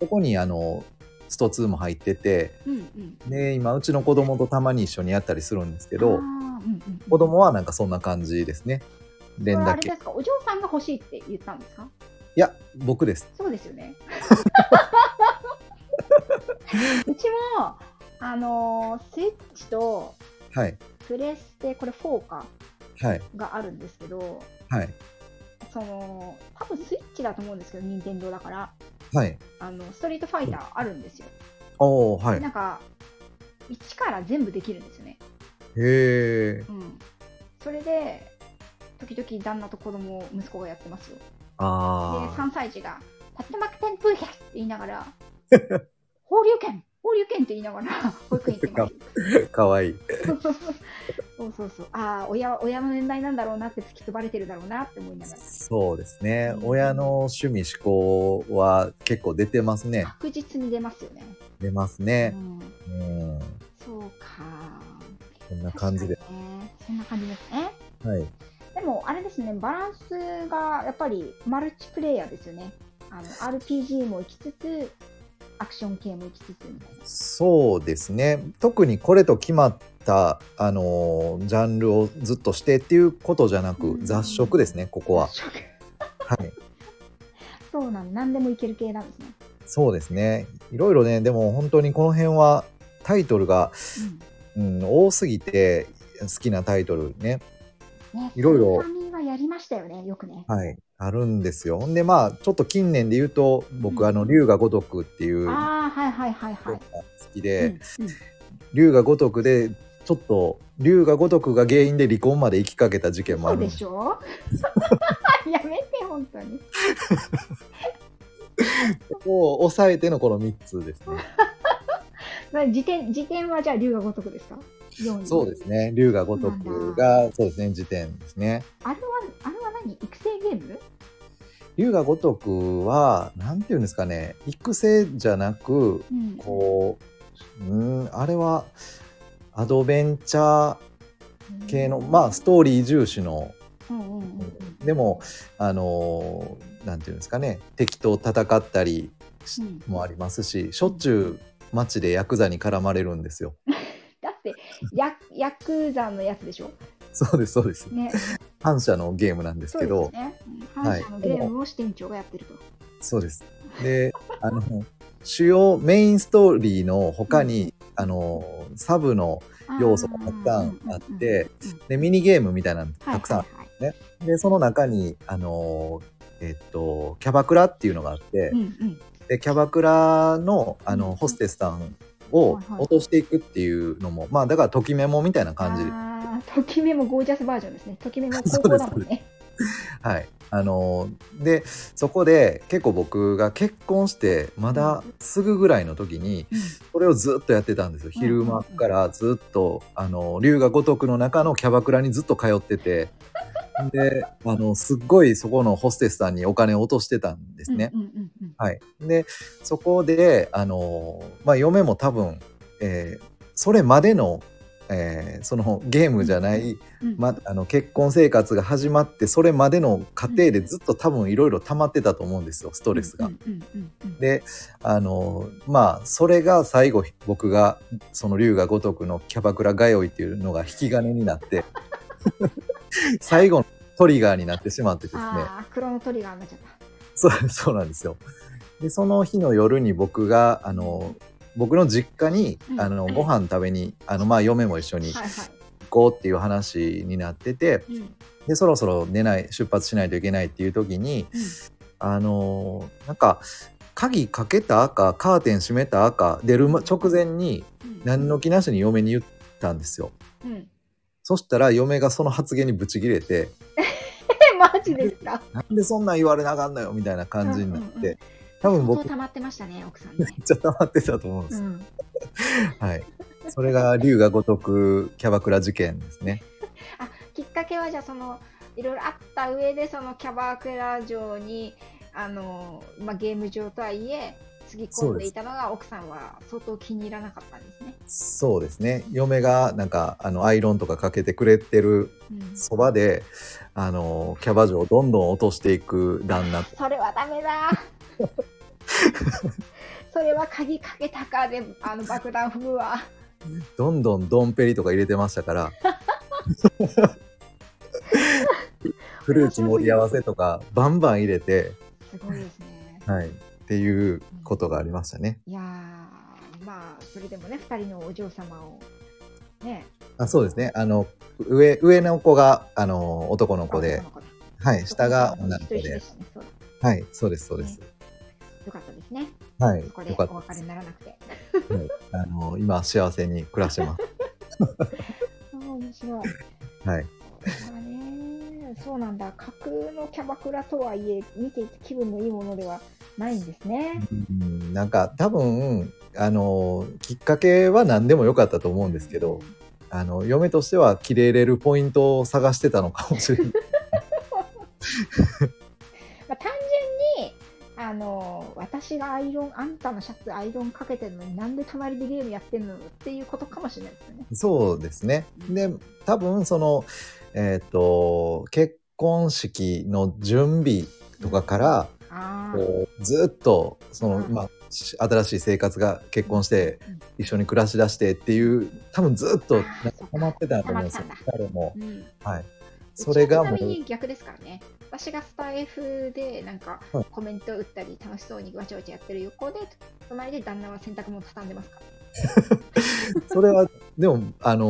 Speaker 2: そこに、あの、スト2も入ってて、
Speaker 1: うんうん
Speaker 2: で、今、うちの子供とたまに一緒にやったりするんですけ
Speaker 1: あーうんう
Speaker 2: ど、
Speaker 1: んうん
Speaker 2: 子供はなんかそんな感じですね。連
Speaker 1: これあ
Speaker 2: 打
Speaker 1: れ
Speaker 2: 系。い
Speaker 1: ですかお嬢さんが欲しいって言ったんですか
Speaker 2: やや、僕です。
Speaker 1: そうですよ ね。うちも、あのースイッチと
Speaker 2: はい。
Speaker 1: プレステ、これ4か
Speaker 2: はい。
Speaker 1: があるんですけど、
Speaker 2: はい。
Speaker 1: その、多分スイッチだと思うんですけど、任天堂だから、
Speaker 2: はい。
Speaker 1: あの、ストリートファイターあるんですよ。
Speaker 2: おおはい。へ
Speaker 1: なんか、1から全部できるんですよね。
Speaker 2: え。
Speaker 1: うん。それで、時々旦那と子供、息子がやってますよ。で
Speaker 2: ああ。
Speaker 1: 3歳児が「竜巻旋風百!」って言いながら「放流拳放流拳!」って言いな がら保育園行ってます
Speaker 2: かわいい。
Speaker 1: そうそうそうああ親は親の年代なんだろうなって突き飛ばれてるだろうなって思いながら
Speaker 2: そうですね。親の趣味嗜好は結構出てますね。
Speaker 1: 確実に出ますよね、
Speaker 2: 出ます
Speaker 1: う
Speaker 2: ね。
Speaker 1: ん、
Speaker 2: うん。
Speaker 1: そうか
Speaker 2: こんな感じで。
Speaker 1: 確かにねそんな感じですね
Speaker 2: はい。
Speaker 1: でもあれですねバランスがやっぱりマルチプレイヤーですよねあの RPG も行きつつアクション系も行きつつみたいな
Speaker 2: そうですね。特にこれと決まった、あのージャンルをずっとしてっていうことじゃなく
Speaker 1: う、ん
Speaker 2: 雑食ですね、ここは。はい。
Speaker 1: そうなん何でもいける系なんですね、
Speaker 2: そうですね。いろいろね、でも本当にこの辺はタイトルが、
Speaker 1: うん
Speaker 2: うん、多すぎて好きなタイトルね。
Speaker 1: ね、
Speaker 2: いろいろ
Speaker 1: スーファミはやりましたよね、よくね。
Speaker 2: はい。あるんですよ。ほんで、まあ、ちょっと近年で言うと、僕、
Speaker 1: うん
Speaker 2: あの、龍が如くっていうのが
Speaker 1: ああ、はいはいはいはい
Speaker 2: 好。きで、
Speaker 1: うんうん
Speaker 2: 龍が如くで、ちょっと、龍が如くが原因で離婚まで行きかけた事件もあ
Speaker 1: そうで
Speaker 2: るんです
Speaker 1: しょ やめて、本当に。
Speaker 2: を抑えてのこの3つですね。
Speaker 1: まあ辞典辞典はじゃあ、龍が如くですか4位
Speaker 2: そうですね。龍が如くが、そうですね、時点ですね。
Speaker 1: あれは、あれは何育成ゲーム
Speaker 2: 龍が如くは、なんていうんですかね、育成じゃなく、
Speaker 1: うん。
Speaker 2: こう、うーん、あれは、アドベンチャー系の、まあ、ストーリー重視の、
Speaker 1: うんうんうんうん
Speaker 2: でも、あのーなんていうんですかね、敵と戦ったり
Speaker 1: うん
Speaker 2: もありますし、しょっちゅう街でヤクザに絡まれるんですよ。
Speaker 1: だってヤ、ヤクザのやつでしょ
Speaker 2: そうです、そうです。
Speaker 1: ね。
Speaker 2: 反社のゲームなんです
Speaker 1: そう
Speaker 2: け
Speaker 1: で
Speaker 2: ど、
Speaker 1: すね。うん反社のゲームを支店長がやってると。
Speaker 2: そうです。で、あの、主要メインストーリーの他に、あの、サブの、要素がたくさん
Speaker 1: あー、うんうんう
Speaker 2: あって
Speaker 1: んうん
Speaker 2: で、ミニゲームみたいなのたくさんあ
Speaker 1: は
Speaker 2: る。
Speaker 1: いはいはい
Speaker 2: で、その中に、あの、えっと、キャバクラっていうのがあって
Speaker 1: う、んうん
Speaker 2: で、キャバクラの、あ
Speaker 1: うん
Speaker 2: の、ホステスさんを
Speaker 1: はいはい
Speaker 2: 落としていくっていうのも、まあ、だから、ときメモみたいな感じで、
Speaker 1: あーときめもゴージャスバージョンですね。ときめ も高校だもんね。
Speaker 2: はい。あの、で、そこで、結構僕が結婚して、まだすぐぐらいの時に、それをずっとやってたんですよ。
Speaker 1: うんうんう
Speaker 2: 昼
Speaker 1: ん
Speaker 2: 間からずっと、あの、龍が如くの中のキャバクラにずっと通ってて、で、あの、すっごいそこのホステスさんにお金を落としてたんです
Speaker 1: うん
Speaker 2: ね。
Speaker 1: うんうんうん
Speaker 2: はい。で、そこで、あの、まあ、嫁も多分、えーそれまでの、えーそのゲームじゃない、
Speaker 1: うん
Speaker 2: ま、あの結婚生活が始まってそれまでの過程でずっと多分いろいろ溜まってたと思うんですよストレスが
Speaker 1: う。んうんうんうん
Speaker 2: であのまあそれが最後僕がその龍が如くのキャバクラ通いっていうのが引き金になって 最後のトリガーになってしまってですね
Speaker 1: ああ、クロノトリガーになっちゃっ
Speaker 2: そうそうなんですよでその日の夜に僕があの僕の実家に、
Speaker 1: うん
Speaker 2: あのご飯食べにあの、まあ、嫁も一緒に
Speaker 1: た。
Speaker 2: 行
Speaker 1: はいは
Speaker 2: こうっていう話になってて
Speaker 1: い。うん
Speaker 2: でそろそろ寝ない出発しないといけないっていう時にあのーなんか鍵かけたかカーテン閉めたか出るま直前に
Speaker 1: うん
Speaker 2: 何の気なしに嫁に言ったんですよ
Speaker 1: うんうん
Speaker 2: そしたら嫁がその発言にブチ切れて
Speaker 1: え、マジですか
Speaker 2: 「なんでそんなん言われなあかんのよ」みたいな感じになって、
Speaker 1: うんうんうん
Speaker 2: 多分
Speaker 1: 相当
Speaker 2: 僕めっ
Speaker 1: 溜まってましたね、奥 さんね。
Speaker 2: ちゃ溜まってたと思うんで
Speaker 1: う
Speaker 2: す、
Speaker 1: ん
Speaker 2: はいそれが龍が如くキャバクラ事件ですね
Speaker 1: あ、きっかけはじゃあその、いろいろあった上で、そのキャバクラ城に、あの、まあ、ゲーム上とはいえ、つぎ込んでいたのが奥さんは相当気に入らなかったんですね。
Speaker 2: そうですね嫁がなんかあのアイロンとかかけてくれてる
Speaker 1: うん
Speaker 2: そばであのーキャバ嬢をどんどん落としていく旦那と
Speaker 1: それはダメ だそれは鍵かけたかであの爆弾踏むわ
Speaker 2: どんどんドンペリとか入れてましたから フルーツ盛り合わせとかバンバン入れて
Speaker 1: すごいですね。
Speaker 2: はい、っていうことがありましたね。
Speaker 1: いやー、まあ、それでもね、二人のお嬢様を、ね、
Speaker 2: あそうですねあの上上の子があの男の子で
Speaker 1: 男、の子だ
Speaker 2: はい、下が女の
Speaker 1: 一
Speaker 2: 子
Speaker 1: 緒一緒
Speaker 2: で
Speaker 1: で、したね。そうだ
Speaker 2: はい、そうですそうです。
Speaker 1: よかったですね。
Speaker 2: はい、
Speaker 1: ここ
Speaker 2: よ
Speaker 1: で
Speaker 2: か
Speaker 1: お
Speaker 2: っ
Speaker 1: 別れにならなくて。
Speaker 2: た。あの今幸せに暮らし てます。
Speaker 1: あー面白い。
Speaker 2: は
Speaker 1: まあ
Speaker 2: い、
Speaker 1: ね、そうなんだ。架空のキャバクラとはいえ、見ていて気分のいいものではないんですね。
Speaker 2: うんなんか多分あのきっかけは何でもよかったと思うんですけど、あの嫁としては切れ入れるポイントを探してたのかもし れない。
Speaker 1: まあ、単純にあの私がアイロンあんたのシャツアイロンかけてるのになんで隣でゲームやってんのっていうことかもしれないですよね。
Speaker 2: そうですね。で、多分その、えっ、と、結婚式の準備とかから、
Speaker 1: あー
Speaker 2: こうずっと、その、
Speaker 1: うん
Speaker 2: まあ、し新しい生活が結婚して、一緒に暮らしだしてっていう、多分ずっと、なんか溜まってたと思うんですよ
Speaker 1: 溜まって。
Speaker 2: 彼も。
Speaker 1: うんうん
Speaker 2: はい。それが
Speaker 1: うち
Speaker 2: も
Speaker 1: はちなみ
Speaker 2: う、
Speaker 1: に逆ですからね私がスタイフでなんか
Speaker 2: はい
Speaker 1: コメント打ったり楽しそうにわちゃわちゃやってる横で隣で旦那は洗濯物畳んでますから
Speaker 2: それは、でも、あの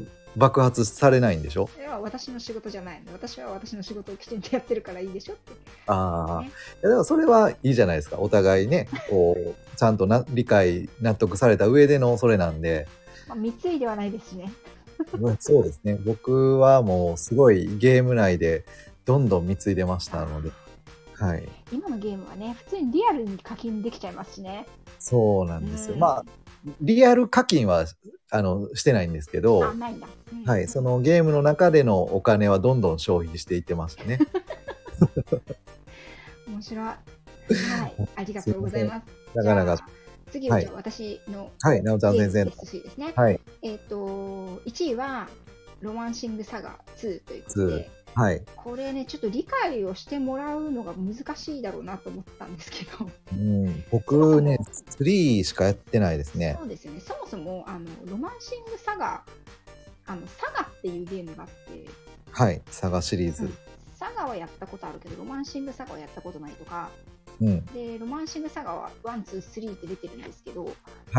Speaker 2: ー爆発されないんでしょ
Speaker 1: それは私の仕事じゃないの私は私の仕事をきちんとやってるからいいでしょって
Speaker 2: ああ、
Speaker 1: ね
Speaker 2: いやだからそれはいいじゃないですかお互いねこうちゃんとな理解納得された上でのそれなんで
Speaker 1: まあ、貢いではないですしね
Speaker 2: うんそうですね僕はもうすごいゲーム内でどんどん貢いでましたのではい
Speaker 1: 今のゲームはね普通にリアルに課金できちゃいますしね
Speaker 2: そうなんですよ、
Speaker 1: うん
Speaker 2: まあリアル課金はあのしてないんですけ
Speaker 1: あ
Speaker 2: ど
Speaker 1: ないんだ、うん
Speaker 2: はいそのゲームの中でのお金はどんどん消費していってましたね
Speaker 1: 面 白い。はい、ありがとうございます。
Speaker 2: なかな
Speaker 1: じ
Speaker 2: か
Speaker 1: ゃあ次はじゃあ私の
Speaker 2: はいなおちゃん先生の
Speaker 1: SC ですね。
Speaker 2: はい
Speaker 1: えっ、と1位はロマンシングサガ2ということで、
Speaker 2: はい
Speaker 1: これねちょっと理解をしてもらうのが難しいだろうなと思ったんですけど、
Speaker 2: うん僕ね3しかやってないですね
Speaker 1: そうですよね。そもそもあのロマンシングサガあのサガっていうゲームがあって、
Speaker 2: はいサガシリーズ、
Speaker 1: サガはやったことあるけどロマンシングサガはやったことないとか、
Speaker 2: うん、
Speaker 1: でロマンシングサガはワンツースリーって出てるんですけど、
Speaker 2: は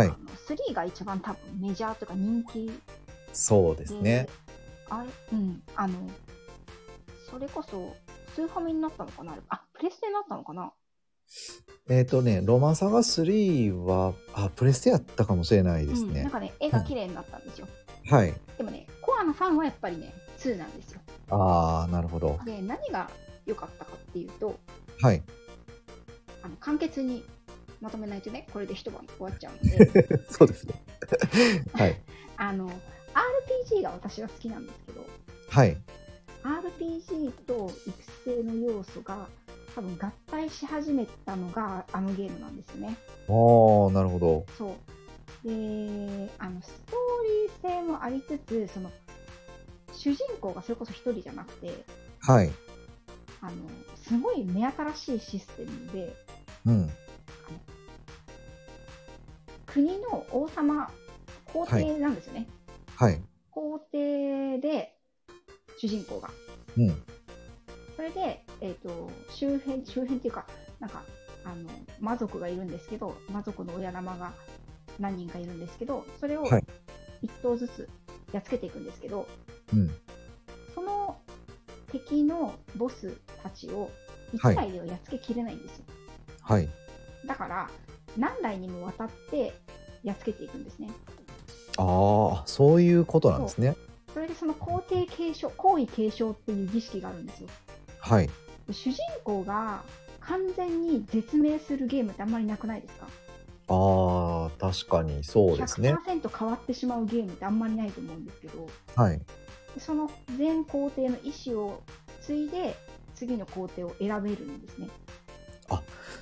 Speaker 2: い
Speaker 1: あの3が一番多分メジャーとか人気
Speaker 2: そうですね。
Speaker 1: あれうんあのそれこそスーファミになったのかなあれあプレステになったのかな
Speaker 2: えっ、とね、ロマサガ3は、あ、プレステやったかもしれないです
Speaker 1: うん、な
Speaker 2: ね
Speaker 1: ん。かね絵が綺麗になったんですよ、
Speaker 2: はい。
Speaker 1: でもねコアのファンはやっぱりね2なんですよ
Speaker 2: ああ、なるほど。
Speaker 1: で何が良かったかっていうと
Speaker 2: はい。
Speaker 1: あの簡潔にまとめないとねこれで一晩終わっちゃうの で
Speaker 2: そうですね。はい。
Speaker 1: あの RPG が私は好きなんですけど
Speaker 2: はい。
Speaker 1: RPG と育成の要素が多分合体し始めたのがあのゲームなんですよね。
Speaker 2: ああ、なるほど。
Speaker 1: そうであのストーリー性もありつつその主人公がそれこそ一人じゃなくて
Speaker 2: はい。
Speaker 1: あのすごい目新しいシステムで
Speaker 2: うん。
Speaker 1: 国の王様皇帝なんですよね、
Speaker 2: はい。
Speaker 1: 皇帝で主人公が
Speaker 2: うん。
Speaker 1: それで、えー、と周辺周辺っていうかなんかあの魔族がいるんですけど魔族の親玉が何人かいるんですけどそれを
Speaker 2: はい
Speaker 1: 一頭ずつやっつけていくんですけど、
Speaker 2: うん。
Speaker 1: その敵のボスたちを
Speaker 2: は
Speaker 1: 1
Speaker 2: い
Speaker 1: 台ではやっつけきれないんですよ、
Speaker 2: はい。
Speaker 1: だから何台にもわたってやっつけていくんですね
Speaker 2: ああ、そういうことなんですね。
Speaker 1: それでその皇帝継承皇位継承っていう儀式があるんですよ
Speaker 2: はい。
Speaker 1: 主人公が完全に絶命するゲームってあんまりなくないですか
Speaker 2: ああ、確かにそうですね。
Speaker 1: 100%変わってしまうゲームってあんまりないと思うんですけど
Speaker 2: はい。
Speaker 1: その全皇帝の意思を継いで次の皇帝を選べるんですね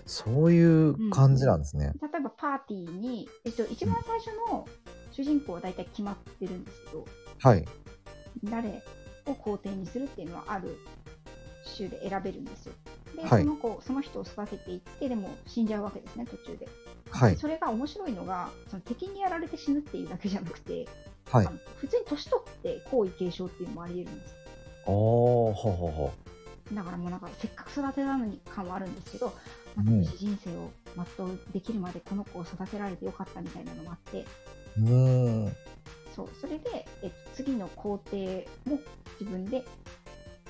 Speaker 2: そういう感じなんですね。
Speaker 1: 例えばパーティーに、えっと、一番最初の主人公は大体決まってるんですけど
Speaker 2: はい。
Speaker 1: 誰を皇帝にするっていうのはある州で選べるんですよで、
Speaker 2: はい
Speaker 1: その子その人を育てていってでも死んじゃうわけですね途中で
Speaker 2: はい。
Speaker 1: それが面白いのがその敵にやられて死ぬっていうだけじゃなくて、
Speaker 2: はい。
Speaker 1: あ
Speaker 2: あ
Speaker 1: の普通に年取って皇位継承っていうのもありえるんです
Speaker 2: あ、ほうほうほう。
Speaker 1: だからもうなんかせっかく育てたのに感はあるんですけど、な
Speaker 2: う
Speaker 1: ん
Speaker 2: ん
Speaker 1: か私人生を全うできるまでこの子を育てられてよかったみたいなのもあって、
Speaker 2: うん。
Speaker 1: そう、それで、えっと、次の工程も自分で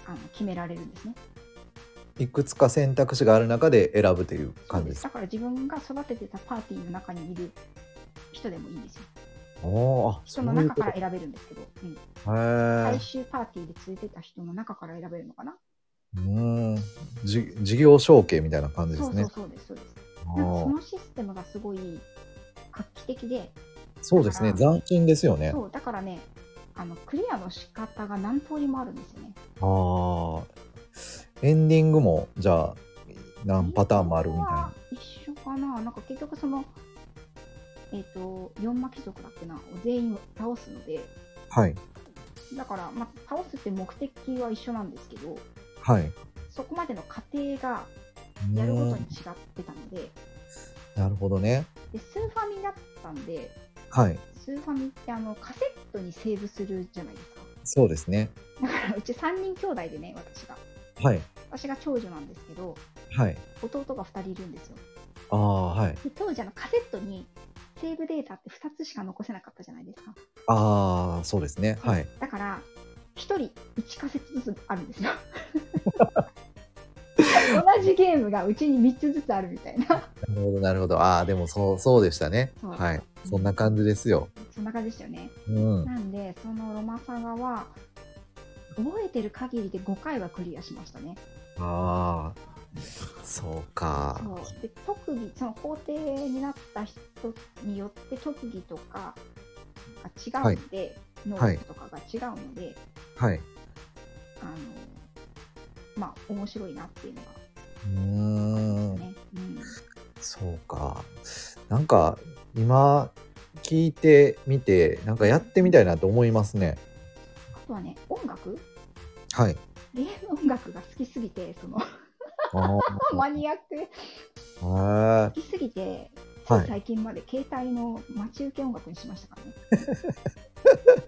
Speaker 1: あの決められるんですね。
Speaker 2: いくつか選択肢がある中で選ぶという感じです
Speaker 1: だ
Speaker 2: か。
Speaker 1: から自分が育ててたパーティーの中にいる人でもいいんですよ。
Speaker 2: あーあ、そ
Speaker 1: 人
Speaker 2: う
Speaker 1: の
Speaker 2: いう
Speaker 1: 中
Speaker 2: こ
Speaker 1: か
Speaker 2: と。
Speaker 1: ら
Speaker 2: へ
Speaker 1: 選べるんですけど、うん、最
Speaker 2: え。
Speaker 1: 終パーティーでついてた人の中から選べるのかな。
Speaker 2: うん。じ事業承継みたいな感じで
Speaker 1: そ
Speaker 2: す
Speaker 1: うそ
Speaker 2: ね
Speaker 1: う。そうです、そうです。
Speaker 2: あ
Speaker 1: なんかそ
Speaker 2: ー
Speaker 1: のシステムがすごい画期的で、
Speaker 2: そうですね。斬新ですよね。
Speaker 1: そうだからねあのクリアの仕方が何通りもあるんですよね
Speaker 2: ああ。エンディングも、じゃあ、何パターンもあるみたい
Speaker 1: ここは
Speaker 2: な。
Speaker 1: 一緒かななんか結局そのえっ、と四魔貴族だっけなを全員倒すので
Speaker 2: はい。
Speaker 1: だから、まあ、倒すって目的は一緒なんですけど
Speaker 2: はい。
Speaker 1: そこまでの過程が
Speaker 2: うん
Speaker 1: やることに違ってたので
Speaker 2: なるほどね。
Speaker 1: でスーファミだったんで
Speaker 2: はい。
Speaker 1: スーファミってあのカセットにセーブするじゃないですか
Speaker 2: そうですね。
Speaker 1: だ からうち3人兄弟でね私が
Speaker 2: はい。
Speaker 1: 私が長女なんですけど
Speaker 2: はい。
Speaker 1: 弟が2人いるんですよ
Speaker 2: ああ、はい。
Speaker 1: で当時あのカセットにセーブデータって2つしか残せなかったじゃないですか
Speaker 2: ああ、そうですね。はい。
Speaker 1: だから1人1カセットずつあるんですよ同じゲームがうちに3つずつあるみたいな
Speaker 2: なるほど、なるほど。ああ、でもそう、そうでしたね。
Speaker 1: そう
Speaker 2: はい。そんな感じですよ。
Speaker 1: そんな感じでしたよね
Speaker 2: うん。
Speaker 1: なんでそのロマサガは覚えてる限りで5回はクリアしましたね
Speaker 2: ああ、そうか。
Speaker 1: そうで特技その皇帝になった人によって特技とかが違うので、能力とかが違うので、
Speaker 2: はい。
Speaker 1: あのまあ面白いなっていうのが
Speaker 2: うーん。
Speaker 1: ね、うん、
Speaker 2: そうか。なんか、今、聞いてみて、なんかやってみたいなと思いますね。
Speaker 1: あとはね音楽
Speaker 2: はい。
Speaker 1: ゲーム音楽が好きすぎてその
Speaker 2: あ
Speaker 1: マニアック好
Speaker 2: あ。へ
Speaker 1: きすぎてつ
Speaker 2: はい
Speaker 1: い最近まで携帯の待ち受け音楽にしましたからね、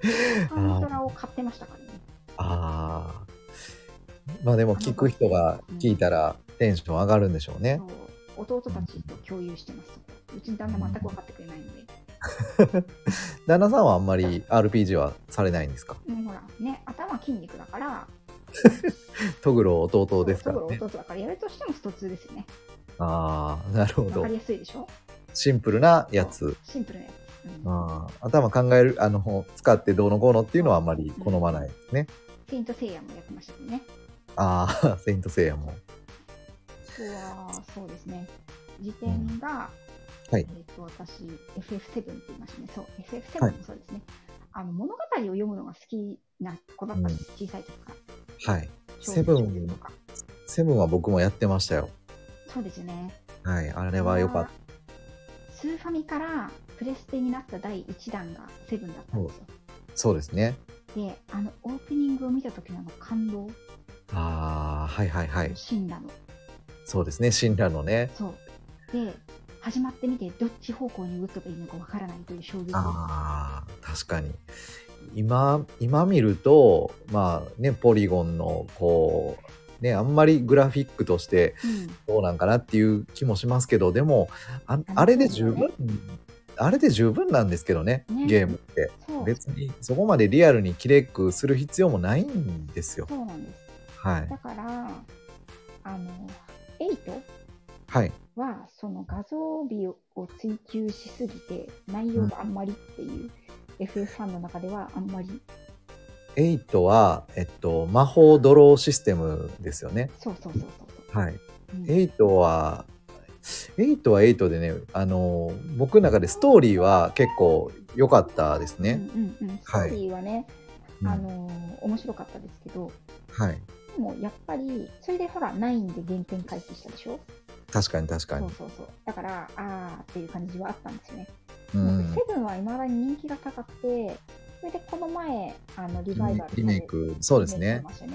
Speaker 2: え
Speaker 1: サントラを買ってましたからね
Speaker 2: ああ。まあでも聞く人が聞いたらテンション上がるんでしょうね。
Speaker 1: そう弟たちと共有してますうちの旦那全く分かってくれないんで、
Speaker 2: 旦那さんはあんまり RPG はされないんですか
Speaker 1: もうほらね頭筋肉だから
Speaker 2: トグロ弟ですか
Speaker 1: だ
Speaker 2: ら
Speaker 1: から
Speaker 2: ね。
Speaker 1: 弟だからやるとしてもスト2ですよね
Speaker 2: ああ、なるほ
Speaker 1: 分
Speaker 2: ど
Speaker 1: か。りやすいでしょ
Speaker 2: シンプルなやつ。
Speaker 1: シンプルなやつ、うん
Speaker 2: あー頭考える、あの、使ってどうのこうのっていうのはあんまり好まないですね。
Speaker 1: セイントセイヤもやってましたけどね。
Speaker 2: ああ、 セイントセイヤも。
Speaker 1: あとは、そうですね。時点が、
Speaker 2: うんはい
Speaker 1: えっ、と、私、FF7 って言いましたね。そう、FF7 もそうですね。あの、物語を読むのが好きな子だったんです、小さい時から。
Speaker 2: はい。
Speaker 1: 少
Speaker 2: セブン
Speaker 1: 女少女とか。
Speaker 2: セブンは僕もやってましたよ。
Speaker 1: そうですよね。
Speaker 2: はい。あ
Speaker 1: あ。
Speaker 2: れは良かった
Speaker 1: スーファミからプレステになった第1弾がセブンだったんですよ。
Speaker 2: た。そうですね。
Speaker 1: で、あの、オープニングを見た時のあの感動、
Speaker 2: ああ、はいはいはい。
Speaker 1: 死んだの。
Speaker 2: そうですね。神羅のね。
Speaker 1: そう。で、始まってみて、どっち方向に動けばいいのかわからないという衝撃。
Speaker 2: ああ確かに今今見るとまあねポリゴンのこうねあんまりグラフィックとして
Speaker 1: うん
Speaker 2: どうなんかなっていう気もしますけどでもああれで十分あれで十分なんですけどね
Speaker 1: ね
Speaker 2: ゲームって
Speaker 1: そう
Speaker 2: 別にそこまでリアルにきれいくする必要もないんですよ
Speaker 1: そうなんです。
Speaker 2: はい
Speaker 1: だから、あの、8
Speaker 2: はい
Speaker 1: は、その画像美を追求しすぎて、内容があんまりっていう、FF ファンの中ではあんまり、
Speaker 2: 8はえっと魔法ドローシステムですよね
Speaker 1: そうそうそうそうそう。
Speaker 2: はい
Speaker 1: うん
Speaker 2: エイトは、エイトはエイトでね、あの、僕の中でストーリーは結構良かったです
Speaker 1: う
Speaker 2: ね。
Speaker 1: んうんうん。ストーリーはね、
Speaker 2: うん
Speaker 1: あのー面白かったですけど、
Speaker 2: はい。
Speaker 1: でもやっぱり、それでほら、9で原点回帰したでしょ
Speaker 2: 確かに確か
Speaker 1: そ
Speaker 2: に
Speaker 1: う。そうそう。だから、あーっていう感じはあったんですよね。
Speaker 2: う
Speaker 1: なん
Speaker 2: ん
Speaker 1: か。セブンは未だに人気が高くて、それでこの前、あのリバイバル
Speaker 2: リメイク、そうですね。は
Speaker 1: はいい、それ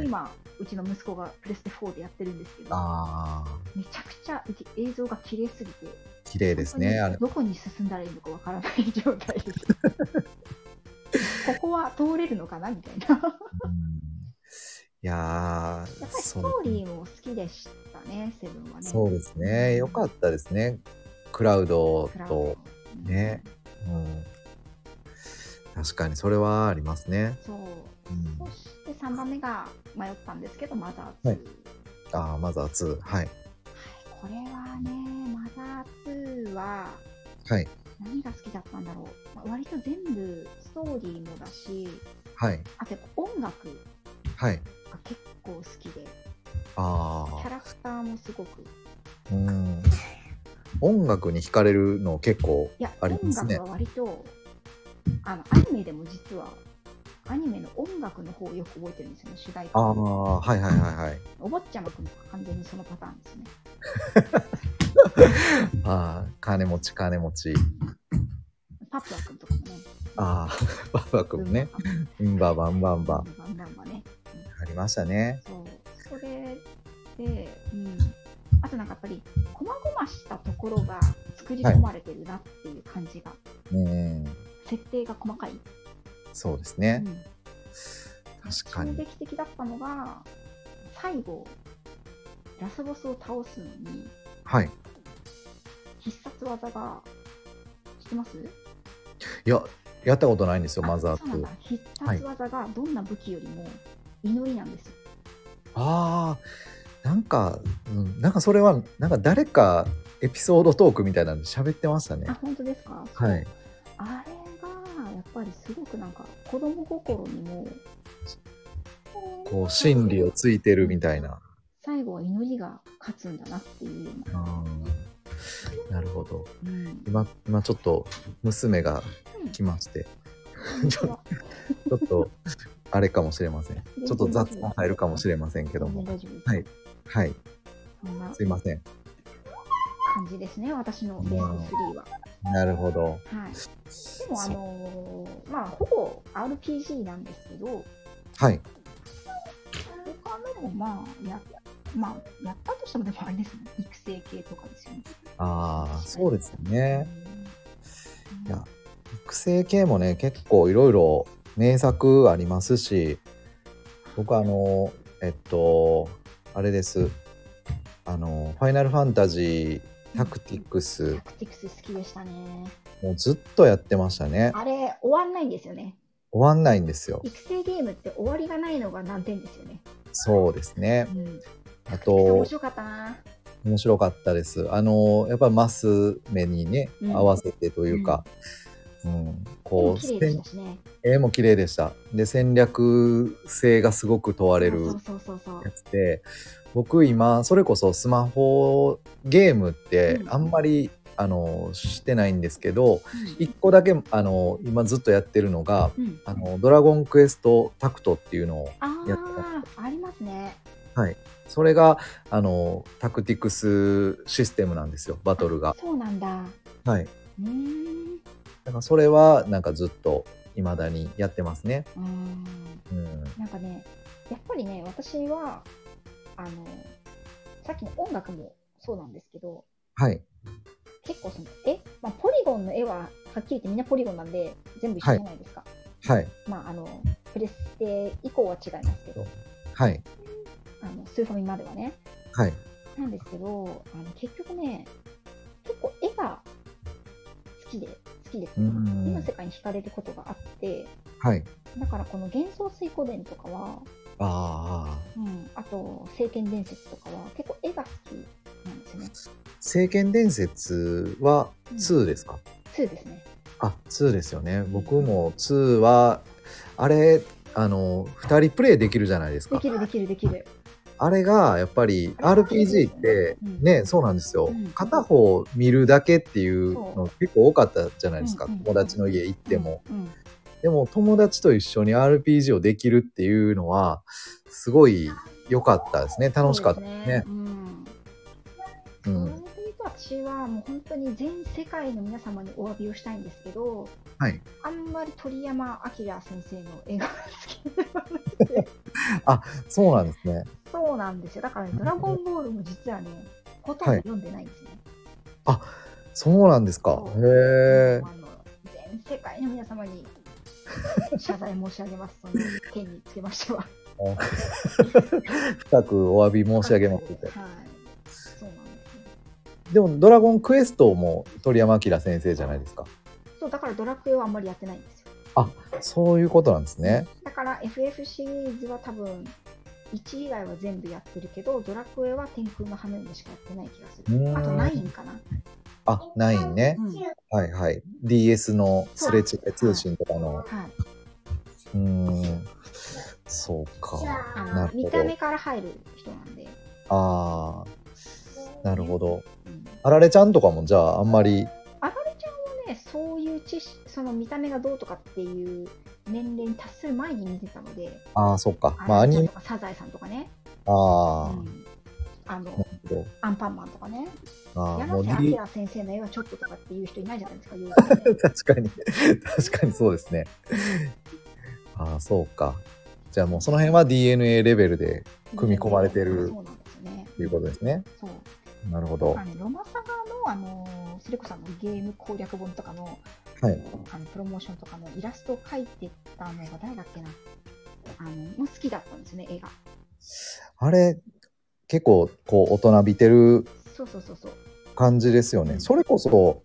Speaker 1: を今、うちの息子がプレステ4でやってるんですけど、
Speaker 2: ああ、
Speaker 1: めちゃくちゃうち映像が綺麗すぎて、
Speaker 2: 綺麗ですね、あ
Speaker 1: 本当に
Speaker 2: れ。
Speaker 1: どこに進んだらいいのかわからない状態です。 ここは通れるのかなみたいな。
Speaker 2: うんやー
Speaker 1: やっぱりス
Speaker 2: そ
Speaker 1: ト
Speaker 2: う
Speaker 1: ーリーも好きでしたね、セブンはね。
Speaker 2: そうですねよかったですねクラウド
Speaker 1: クラウ
Speaker 2: と
Speaker 1: ド、うん
Speaker 2: ね。うん、確かにそれはありますね、
Speaker 1: そう。
Speaker 2: うん
Speaker 1: そして3番目が迷ったんですけど、マザー2。
Speaker 2: はいああマザー2はい
Speaker 1: これはね、マザー2は
Speaker 2: はい
Speaker 1: 何が好きだったんだろう。まあ割と全部ストーリーもだし、
Speaker 2: はい
Speaker 1: あとやっぱ音楽が
Speaker 2: はい
Speaker 1: 結構好きで、
Speaker 2: あ
Speaker 1: キャ
Speaker 2: あ
Speaker 1: ラクターもすごく。い
Speaker 2: うん音楽に惹かれるの結構
Speaker 1: や、
Speaker 2: あり
Speaker 1: 音
Speaker 2: ます
Speaker 1: 楽
Speaker 2: ね
Speaker 1: は割と、あの、アニメでも実は、アニメの音楽の方をよく覚えてるんですよね、主題歌。
Speaker 2: ああはいはいはいはい
Speaker 1: お坊ちゃまくんとか完全にそのパターンですね。
Speaker 2: ああ金持ち金持ち
Speaker 1: パプアくんとかもね。
Speaker 2: ああ バンバン君もね
Speaker 1: ブンバン
Speaker 2: うんババンバン
Speaker 1: バ
Speaker 2: バ
Speaker 1: ン
Speaker 2: ン
Speaker 1: バンバンバンね。
Speaker 2: ありましたね
Speaker 1: そう。それで、うん。あとなんかやっぱり、こまごましたところが作り込まれてるなっていう感じが、
Speaker 2: うん
Speaker 1: 設定が細かい。
Speaker 2: そうですね、
Speaker 1: うん
Speaker 2: 確か
Speaker 1: 衝
Speaker 2: に
Speaker 1: 撃的だったのが、最後、ラスボスを倒すのに、
Speaker 2: はい
Speaker 1: 必殺技が、知ってます
Speaker 2: いややったことないんですよ
Speaker 1: あ
Speaker 2: マザー
Speaker 1: そうなん
Speaker 2: 2
Speaker 1: だ。必殺技がどんな武器よりも祈りなんですよ。
Speaker 2: ああなんか、うん、なんかそれはなんか誰かエピソードトークみたいなんで喋ってましたね
Speaker 1: あ、本当ですか
Speaker 2: はい。
Speaker 1: あれが、やっぱりすごくなんか、子供心にも、
Speaker 2: こう真理をついてるみたいな
Speaker 1: 最後は祈りが勝つんだなっていうような。
Speaker 2: うんなるほど
Speaker 1: うん。
Speaker 2: 今今ちょっと娘が来ましてちょちょっとあれかもしれ ませんちょっと雑音入るかもしれませんけども
Speaker 1: 全然大丈夫です
Speaker 2: はい。はい
Speaker 1: そんな
Speaker 2: すいません
Speaker 1: 感じですね、私のベスト3は。
Speaker 2: なるほど
Speaker 1: はい。でも、あのーまあ、ほぼ RPG なんですけど、
Speaker 2: はい
Speaker 1: 他のもまあや、まあ、やったとしても、でもあれですね、育成系とかですよね。
Speaker 2: ああそうですよね
Speaker 1: うん
Speaker 2: いや育成系もね結構いろいろ名作ありますし僕あのえっとあれですあの「ファイナルファンタジータクティックス
Speaker 1: タクティクス好きでしたね。」
Speaker 2: もうずっとやってましたね
Speaker 1: あれ、終わんないんですよね。
Speaker 2: 終わんないんですよ
Speaker 1: 育成ゲームって終わりがないのが難点ですよね。
Speaker 2: そうですね
Speaker 1: うん、
Speaker 2: あ
Speaker 1: 面
Speaker 2: と
Speaker 1: 白かったな。
Speaker 2: 面白かったですあのやっぱりマス目にね
Speaker 1: うん
Speaker 2: 合わせてというか、う
Speaker 1: で
Speaker 2: ん
Speaker 1: も
Speaker 2: こう
Speaker 1: 綺麗でしたしね。
Speaker 2: 絵も綺麗でしたで戦略性がすごく問われる
Speaker 1: そうそうそうそう
Speaker 2: や。つで僕今それこそスマホゲームって
Speaker 1: うん
Speaker 2: あんまり、あのしてないんですけど
Speaker 1: うん
Speaker 2: 一個だけあの今ずっとやってるのが
Speaker 1: うん
Speaker 2: 「あのドラゴンクエストタクト」っていうのを
Speaker 1: あ
Speaker 2: やっ
Speaker 1: あ、ありますね。
Speaker 2: それがあのタクティクスシステムなんですよバトルが。
Speaker 1: そうなんだ。
Speaker 2: はい、
Speaker 1: うーん。
Speaker 2: だからそれはなんかずっと未だにやってますね。
Speaker 1: うーん
Speaker 2: うん、
Speaker 1: なんかね、やっぱりね、私は、あの、さっきの音楽もそうなんですけど、
Speaker 2: はい
Speaker 1: 結構その、え、まあ、ポリゴンの絵は、はっきり言ってみんなポリゴンなんで、全部一緒じゃないですか。
Speaker 2: はい
Speaker 1: まあ、あの、プレステ以降は違いますけど、
Speaker 2: はい
Speaker 1: あの、スーファミまではね。
Speaker 2: はい。
Speaker 1: なんですけど、あの、結局ね、結構絵が好きで、好きです、
Speaker 2: う
Speaker 1: ね。
Speaker 2: ん
Speaker 1: 絵の世界に惹かれることがあって、
Speaker 2: はい、
Speaker 1: だからこの幻想水湖伝とかは、
Speaker 2: あ
Speaker 1: う
Speaker 2: あ
Speaker 1: ん、あと、聖剣伝説とかは、結構絵が好きなんですよね。
Speaker 2: 「聖剣伝説」は2ですか、
Speaker 1: 2ですね。
Speaker 2: あ、2ですよね。僕も2は、あれ、あの、2人プレイできるじゃないです
Speaker 1: で
Speaker 2: か
Speaker 1: き。るできるできる。
Speaker 2: あれが、やっぱり RPG って、ね、そうなんですよ
Speaker 1: うん。
Speaker 2: 片方見るだけっていうの結構多かったじゃないですか。
Speaker 1: うんうんうん
Speaker 2: 友達の家行っても。
Speaker 1: うん。
Speaker 2: でも、友達と一緒に RPG をできるっていうのは、すごい良かったですね。楽しかったですね。
Speaker 1: うん。
Speaker 2: う
Speaker 1: それで言
Speaker 2: ん。
Speaker 1: うと私はもう本当に全世界の皆様にお詫びをしたいんですけど、
Speaker 2: はい
Speaker 1: あんまり鳥山明先生の映画が好きではない
Speaker 2: そうなんですね。
Speaker 1: そうなんですよだからね「ドラゴンボール」も実はねほとんど読んでないんですね、
Speaker 2: そうなんですか。
Speaker 1: そう
Speaker 2: へえ
Speaker 1: も。うあの 全世界の皆様に謝罪申し上げますその件につきましては
Speaker 2: 深くお詫び申し上げますって
Speaker 1: はい。そうなんです、ね。
Speaker 2: でも「ドラゴンクエスト」も鳥山明先生じゃないですか
Speaker 1: そう、だからドラクエはあんまりやってないんですよ。
Speaker 2: そういうことなんですね
Speaker 1: だから FF シリーズは多分、1以外は全部やってるけど、ドラクエは天空の花嫁しかやってない気がす
Speaker 2: うーん
Speaker 1: る。あと9かな。
Speaker 2: あないね
Speaker 1: うん。
Speaker 2: はいはい DS のすれ違い通信とかの
Speaker 1: はい。
Speaker 2: うーんそうか
Speaker 1: あ
Speaker 2: な
Speaker 1: の、
Speaker 2: るほど
Speaker 1: 見た目から入る人なんで。
Speaker 2: あーなるほど
Speaker 1: うん
Speaker 2: あられちゃんとかもじゃああんまり
Speaker 1: あられちゃんはね、そういう知識、その見た目がどうとかっていう年齢に達する前に見てたので、
Speaker 2: ああそっかまあア
Speaker 1: られちゃん
Speaker 2: ニメ
Speaker 1: とかサザエさんとかね、
Speaker 2: あ
Speaker 1: う
Speaker 2: あ
Speaker 1: んあ
Speaker 2: なる
Speaker 1: の、
Speaker 2: ほど
Speaker 1: アンパンマンとかね、
Speaker 2: ああもう
Speaker 1: 柳瀬
Speaker 2: D-
Speaker 1: 明先生の絵はちょっととかっていう人いないじゃないですか、言う
Speaker 2: 確かに 確かにそうですねああそうかじゃあもうその辺は DNA レベルで組み込まれてる
Speaker 1: そうなんですよね。
Speaker 2: ということですね
Speaker 1: そう。
Speaker 2: なるほど
Speaker 1: あのねロマサガの、あのー、スレコさんのゲーム攻略本とかの、
Speaker 2: はい
Speaker 1: あのプロモーションとかのイラストを描いてたのが誰だっけな。あの、もう好きだったんですね、絵が。
Speaker 2: あれ結構こう大人びてる
Speaker 1: そうそうそうそう。
Speaker 2: 感じですよねそれこそ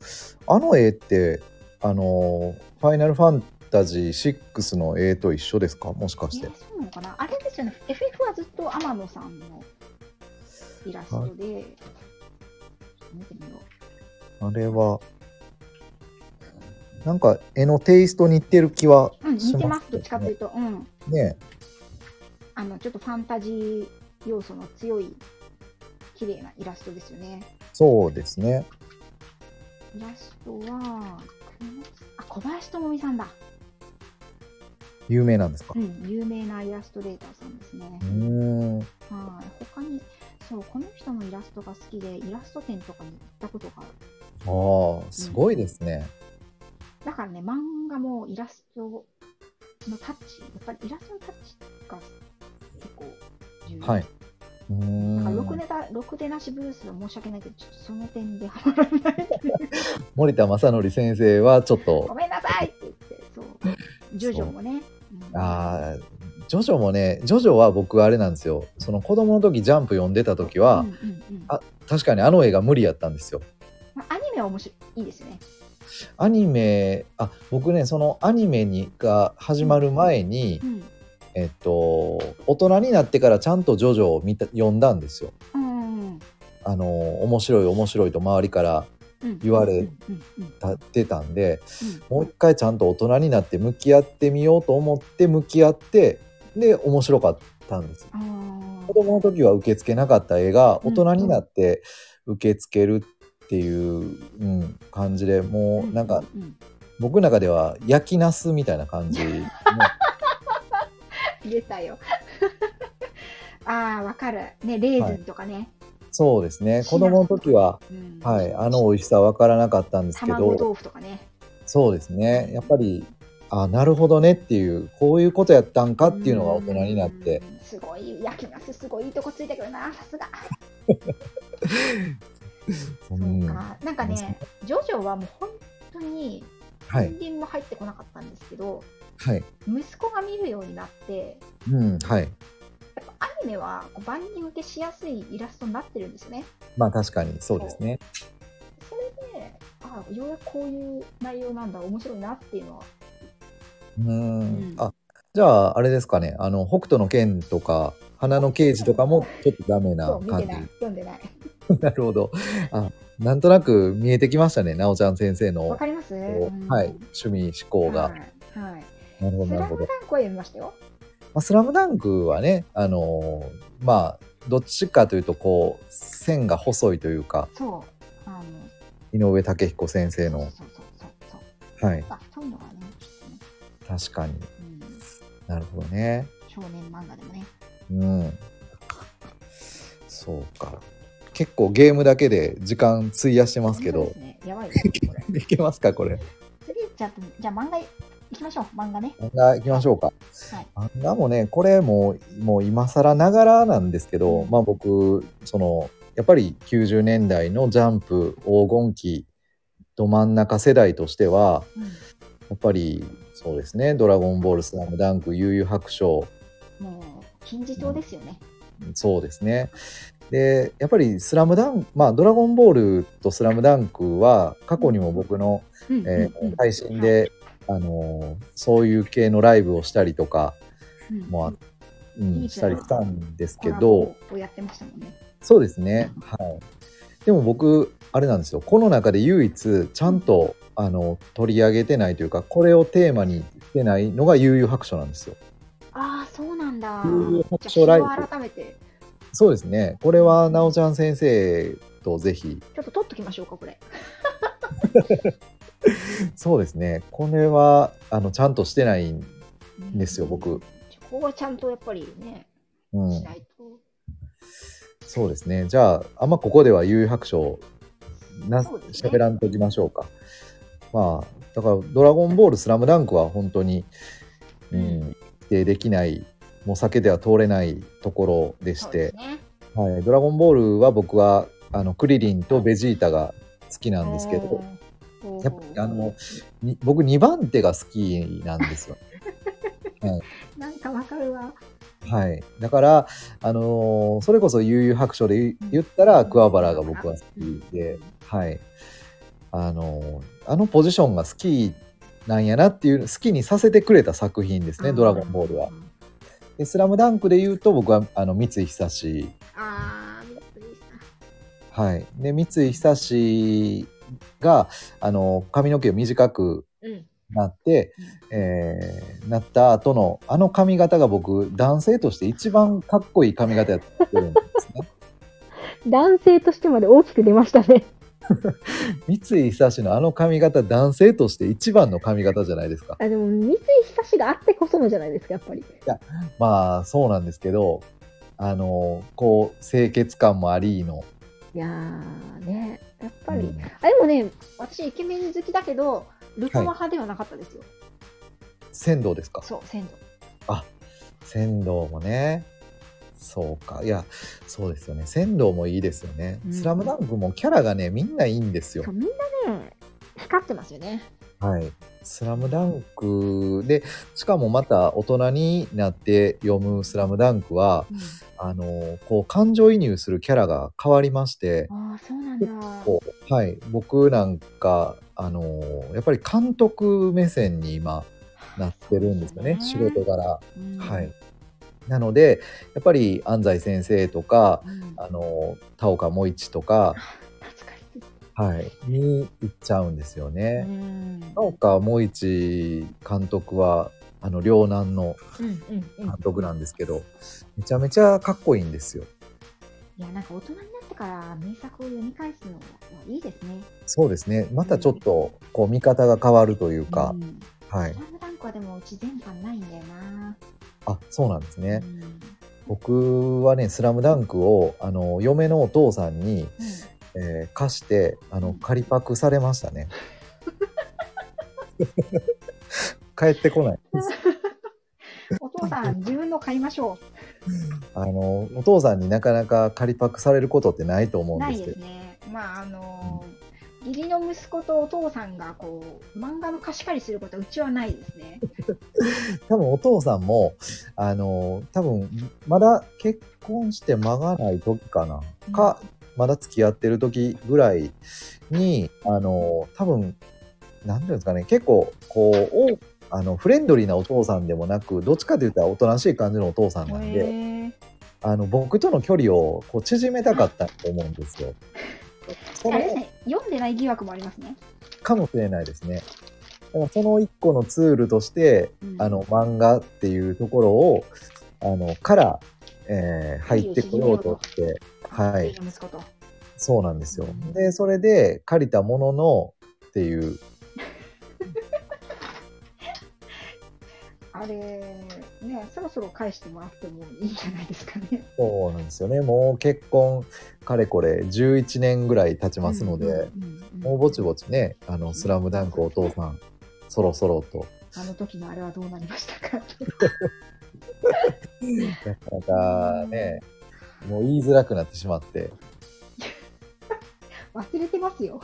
Speaker 2: あの絵ってあのファイナルファンタジー6の絵と一緒ですかもしかし
Speaker 1: え
Speaker 2: て
Speaker 1: ー、そうなのかなあれですよね、FF はずっと天野さんのイラストで、ちょっと見てみよう。
Speaker 2: あれはなんか絵のテイスト似てる気は
Speaker 1: うん、似
Speaker 2: してま
Speaker 1: ます、
Speaker 2: す
Speaker 1: どっちかというと。うん。
Speaker 2: ね
Speaker 1: あの、ちょっとファンタジー要素の強い、綺麗なイラストですよね。
Speaker 2: そうですね
Speaker 1: イラストは、あ、小林智美さんだ。
Speaker 2: 有名なんですか
Speaker 1: うん、有名なイラストレーターさんですね
Speaker 2: う。ーん
Speaker 1: はい。他に、そう、この人のイラストが好きで、イラスト展とかに行ったことがある。
Speaker 2: ああすごいですね、
Speaker 1: だからね、漫画もイラストのタッチ、やっぱりイラストのタッチが結構重要。
Speaker 2: はい。うー
Speaker 1: なんか
Speaker 2: ん
Speaker 1: 6ネタ、6でなしブルースは申し訳ないけど、ちょっとその点でハマらない。
Speaker 2: 森田正則先生はちょっ
Speaker 1: ご
Speaker 2: と
Speaker 1: めんなさいって言って、そう。ジョジョもね。うん
Speaker 2: ああジョジョもねジョジョは僕あれなんですよその子供の時ジャンプ読んでた時は、
Speaker 1: うんうんうん
Speaker 2: あ確かにあの絵が無理やったんですよ
Speaker 1: まあアニメは面白いいいですよね。
Speaker 2: アニメあ僕ねそのアニメにが始まる前に、
Speaker 1: うん。
Speaker 2: えっと大人になってからちゃんとジョジョを見た読んだんですよ
Speaker 1: うん
Speaker 2: あの面白い面白いと周りから
Speaker 1: うん
Speaker 2: 言われ
Speaker 1: うんうんうん
Speaker 2: 立ってたんで
Speaker 1: う
Speaker 2: もう一回ちゃんと大人になって向き合ってみようと思って向き合ってで面白かったんです
Speaker 1: ん。あ
Speaker 2: 子供の時は受け付けなかった絵が
Speaker 1: う
Speaker 2: 大
Speaker 1: ん
Speaker 2: 人になって受け付けるっていう、うん、感じでもうなんか
Speaker 1: ううん
Speaker 2: 僕の中では焼きナスみたいな感じね
Speaker 1: 出たよ。 ああ、わかる。ね、レーズンとかね。
Speaker 2: そうですね子供の時は、
Speaker 1: うん
Speaker 2: はい、あの美味しさわからなかったんですけ
Speaker 1: 卵
Speaker 2: ど
Speaker 1: 豆腐とかね。
Speaker 2: そうですねやっぱりあなるほどねっていうこういうことやったんかっていうのが大人になって
Speaker 1: うん。すごい、焼きナスすごいいいとこついたけどな、さすが。
Speaker 2: う
Speaker 1: そうんか。なんかね、ジョジョはもう本当に、
Speaker 2: は
Speaker 1: エ
Speaker 2: い
Speaker 1: ンディングも入ってこなかったんですけど、
Speaker 2: はい
Speaker 1: 息子が見るようになって、
Speaker 2: うんはい
Speaker 1: やっぱアニメはこう万人受けしやすいイラストになってるんですよね。
Speaker 2: まあ確かにそうですね
Speaker 1: それで、あようやくこういう内容なんだ、面白いなっていうのは。
Speaker 2: うーん
Speaker 1: うん
Speaker 2: あじゃああれですかねあの北斗の拳とか花の刑事とかもちょっとダメな
Speaker 1: そう、見
Speaker 2: 感
Speaker 1: て
Speaker 2: じ
Speaker 1: ない、読んでない。
Speaker 2: なるほどあなんとなく見えてきましたねなおちゃん先生
Speaker 1: わ
Speaker 2: の、
Speaker 1: かります、うん
Speaker 2: はい、趣味思考が、
Speaker 1: はい。はい
Speaker 2: なるほど
Speaker 1: ス
Speaker 2: なる
Speaker 1: ラ
Speaker 2: ほ
Speaker 1: ム
Speaker 2: ど
Speaker 1: ダンクは読みましたよ。
Speaker 2: まあ、スラムダンクはね、あのーまあ、どっちかというと、こう、線が細いというか、
Speaker 1: そう。あの、
Speaker 2: 井上武彦先生の、
Speaker 1: そうそうそうそう。
Speaker 2: はい、
Speaker 1: あ、そういうのがね、ちょっとね、
Speaker 2: 確かに
Speaker 1: うん、
Speaker 2: なるほどね。
Speaker 1: 少年漫画でもね。
Speaker 2: うん。そうか。結構ゲームだけで時間費やしてますけ
Speaker 1: 本当で、
Speaker 2: ど。
Speaker 1: すね、やばい ですね、これ
Speaker 2: いけますか、これ。
Speaker 1: 次、じゃあ、じゃあ漫画いきましょう、漫画ね。
Speaker 2: 漫画行きましょうか。
Speaker 1: はい
Speaker 2: 漫画もね、これもう、もう今更ながらなんですけど、
Speaker 1: うん
Speaker 2: まあ僕、その、やっぱり90年代のジャンプ黄金期ど真ん中世代としては、やっぱりそうですね、ドラゴンボール、スラムダンク、悠々白書、
Speaker 1: も金字塔ですよね。
Speaker 2: そうですね。で、やっぱりスラムダンク、まあ、ドラゴンボールとスラムダンクは、過去にも僕の、
Speaker 1: うんうん
Speaker 2: えー
Speaker 1: うん
Speaker 2: 配信で、あのーそういう系のライブをしたりとかもあ、うん
Speaker 1: いいじ
Speaker 2: し
Speaker 1: ゃ
Speaker 2: た
Speaker 1: ん
Speaker 2: りしたんです
Speaker 1: コ
Speaker 2: け
Speaker 1: ラ
Speaker 2: ど
Speaker 1: ボ、をやってましたもんね。
Speaker 2: そうですね。はい。でも僕、あれなんですよ。この中で唯一、ちゃんと、あの、取り上げてないというか、これをテーマにしてないのが悠々白書なんですよ。
Speaker 1: ああ、そうなんだ。
Speaker 2: うん
Speaker 1: じゃあ、日は改めて、
Speaker 2: そうですね。これは、なおちゃん先生とぜひ、
Speaker 1: ちょっと取っときましょうか、これ。
Speaker 2: そうですね。これは、あの、ちゃんとしてないんですよ、僕。
Speaker 1: じゃあここはちゃんとやっぱりね、
Speaker 2: う
Speaker 1: し
Speaker 2: ん
Speaker 1: な。いと。
Speaker 2: そうですね。じゃあ、あんまここでは悠々白書、な、
Speaker 1: そうですね
Speaker 2: 喋らんときましょうか。まあ、だから、ドラゴンボール、スラムダンクは本当に、うん、否定できない、もう避けては通れないところでし
Speaker 1: そう
Speaker 2: て
Speaker 1: で、すね。
Speaker 2: はい、ドラゴンボールは僕は、あの、クリリンとベジータが好きなんですけど、
Speaker 1: おー、
Speaker 2: やっぱりあの、に僕2番手が好きなんですよ。
Speaker 1: なんかわかるわ。
Speaker 2: はい。だから、あのーそれこそ悠々白書で言言ったら、桑原が僕は好きで、はい。あのーあのポジションが好きなんやなっていう、好きにさせてくれた作品ですね、ドラゴンボールは。。で、スラムダンクで言うと、僕は、あの、三井久志
Speaker 1: ああ、びっくりし
Speaker 2: はい。で、三井久志が、あの、髪の毛を短く
Speaker 1: た。うん。
Speaker 2: なって、えーなった後の、あの髪型が僕、男性として一番かっこいい髪型やってるんですね。
Speaker 3: 男性としてまで大きく出ました ね。
Speaker 2: 三井久志のあの髪型、男性として一番の髪型じゃないですか。
Speaker 3: あでも三井久志があってこそのじゃないですかやっぱり。
Speaker 2: まあ、そうなんですけど、あの、こう、清潔感もありの。
Speaker 3: いやーねやっぱり、
Speaker 2: うん
Speaker 3: あでもね
Speaker 1: 私、イケメン好きだけど、ルトワ派ではなかったですよ。
Speaker 2: 仙道ですか
Speaker 1: そう、鮮度。
Speaker 2: 仙道もねそうかいやそうですよね仙道もいいですよね、
Speaker 1: うん
Speaker 2: スラムダンクもキャラがねみんないいんですよ
Speaker 3: そうみんなね
Speaker 1: 光ってますよね。
Speaker 2: はいスラムダンクでしかもまた大人になって読むスラムダンクはあのこう感情移入するキャラが変わりまして
Speaker 1: ああ、そうなんだ。
Speaker 2: こうはい僕なんかあのやっぱり監督目線に今なってるんですよね仕
Speaker 1: そうですね
Speaker 2: 事柄、
Speaker 1: うん
Speaker 2: はい。なのでやっぱり安西先生とか
Speaker 1: うん
Speaker 2: あの田岡萌一とか、
Speaker 1: 懐かしい。
Speaker 2: はい、に行っちゃうんですよね。
Speaker 1: うん
Speaker 2: 田岡萌一監督はあの両南の
Speaker 1: うんうんうん
Speaker 2: 監督なんですけど、めちゃめちゃかっこいいんですよ。
Speaker 1: いや、なんか大人になってから名作を読み返すのもいいですね。
Speaker 2: そうですね。またちょっとこう見方が変わるというか
Speaker 1: う、ん
Speaker 2: はい
Speaker 1: スラ。ムダンクはでもうち全巻ないんだよな。
Speaker 2: あ、そうなんですね
Speaker 1: う。んうん
Speaker 2: 僕はね、スラムダンクをあの嫁のお父さんに、えー貸してあの借りパクされま したね。帰ってこない。
Speaker 1: お父さん、自分の買いましょ
Speaker 2: あのお父さんになかなか借りパクされることってないと思
Speaker 1: う。
Speaker 2: うん
Speaker 1: な
Speaker 2: で
Speaker 1: い
Speaker 2: すけ
Speaker 1: で
Speaker 2: ど
Speaker 1: すね。まあ、あのー義理の息子とお父さんがこう漫画の貸し借りすることはうちはないですね。
Speaker 2: 多分お父さんもあの多分まだ結婚して間がない時かなか、まだ付き合ってる時ぐらいにあの多分何ていうんですかね結構こうおあのフレンドリーなお父さんでもなくどっちかというとおとなしい感じのお父さんなんで。
Speaker 1: へー
Speaker 2: あの僕との距離をこう縮めたかったと思うんですよ。そ
Speaker 1: あれです
Speaker 2: の
Speaker 1: ね、読んでない疑惑もありますね。
Speaker 2: かもしれないですね。だからその一個のツールとして、
Speaker 1: うん
Speaker 2: あの漫画っていうところをあのから、えー入ってこようとして、は
Speaker 1: 義
Speaker 2: い、
Speaker 1: 理の息子と。
Speaker 2: そうなんですよ。でそれで借りたもののっていう
Speaker 1: あれ、ね、そろそろ返してもらってもいいんじゃないですかね。
Speaker 2: そうなんですよね。もう結婚かれこれ11年ぐらい経ちますので、
Speaker 1: うんうんうんうん
Speaker 2: もうぼちぼちね「あのスラムダンクお父さんそろそろと。
Speaker 1: あの時のあれはどうなりましたか。
Speaker 2: なかなかね、もう言いづらくなってしまって、
Speaker 1: 忘れてます よ。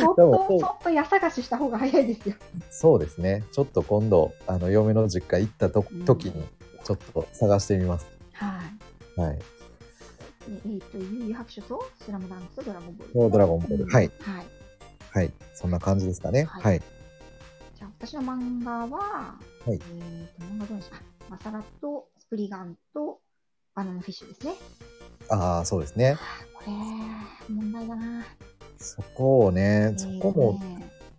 Speaker 1: そっ
Speaker 2: でもそ
Speaker 1: と、
Speaker 2: う
Speaker 1: そっと家探しした方が早いですよ。
Speaker 2: そうですね、ちょっと今度、あの嫁の実家行ったと
Speaker 1: うん
Speaker 2: 時に、ちちょっと探してみます。
Speaker 1: はい。
Speaker 2: はい。
Speaker 1: ねえっ、と、悠々白書と、スラムダンクとドラゴンボール。
Speaker 2: そうドラゴンボール。はい。
Speaker 1: はい。
Speaker 2: はい。そんな感じですかね。
Speaker 1: はい
Speaker 2: はい。
Speaker 1: じゃあ、私の漫画は、
Speaker 2: い
Speaker 1: えっ、と、漫画どうでしたあマサラと、スプリガンと、バナナフィッシュですね。
Speaker 2: ああ、そうですね。
Speaker 1: これ、問題だな。
Speaker 2: そこをね、そこも、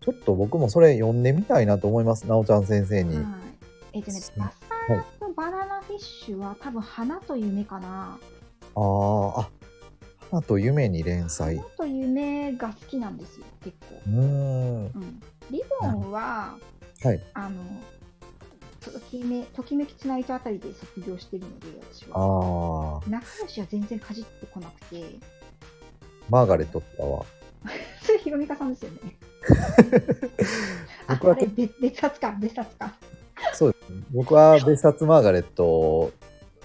Speaker 2: ちょっと僕もそれ読んでみたいなと思います。なおちゃん先生
Speaker 1: えーと
Speaker 2: に。
Speaker 1: ねはい。えっ、とね、マサラとバナナフィッシュは、多分、花と夢かな。
Speaker 2: あーあ、花と夢に連載。
Speaker 1: 花
Speaker 2: う
Speaker 1: と夢が好きなんですよ、結構。
Speaker 2: ーん。
Speaker 1: うん。リボンは、
Speaker 2: はい。
Speaker 1: あの、ときめ、ときめきつないとあたりで卒業してるので、私は。
Speaker 2: ああ、
Speaker 1: 仲良しは全然かじってこなくて、
Speaker 2: マーガレットとかは。
Speaker 1: それひろみかさんですよね。あ
Speaker 2: 僕は
Speaker 1: あれ別別冊か、別冊か。
Speaker 2: そうですね。僕は別冊マーガレット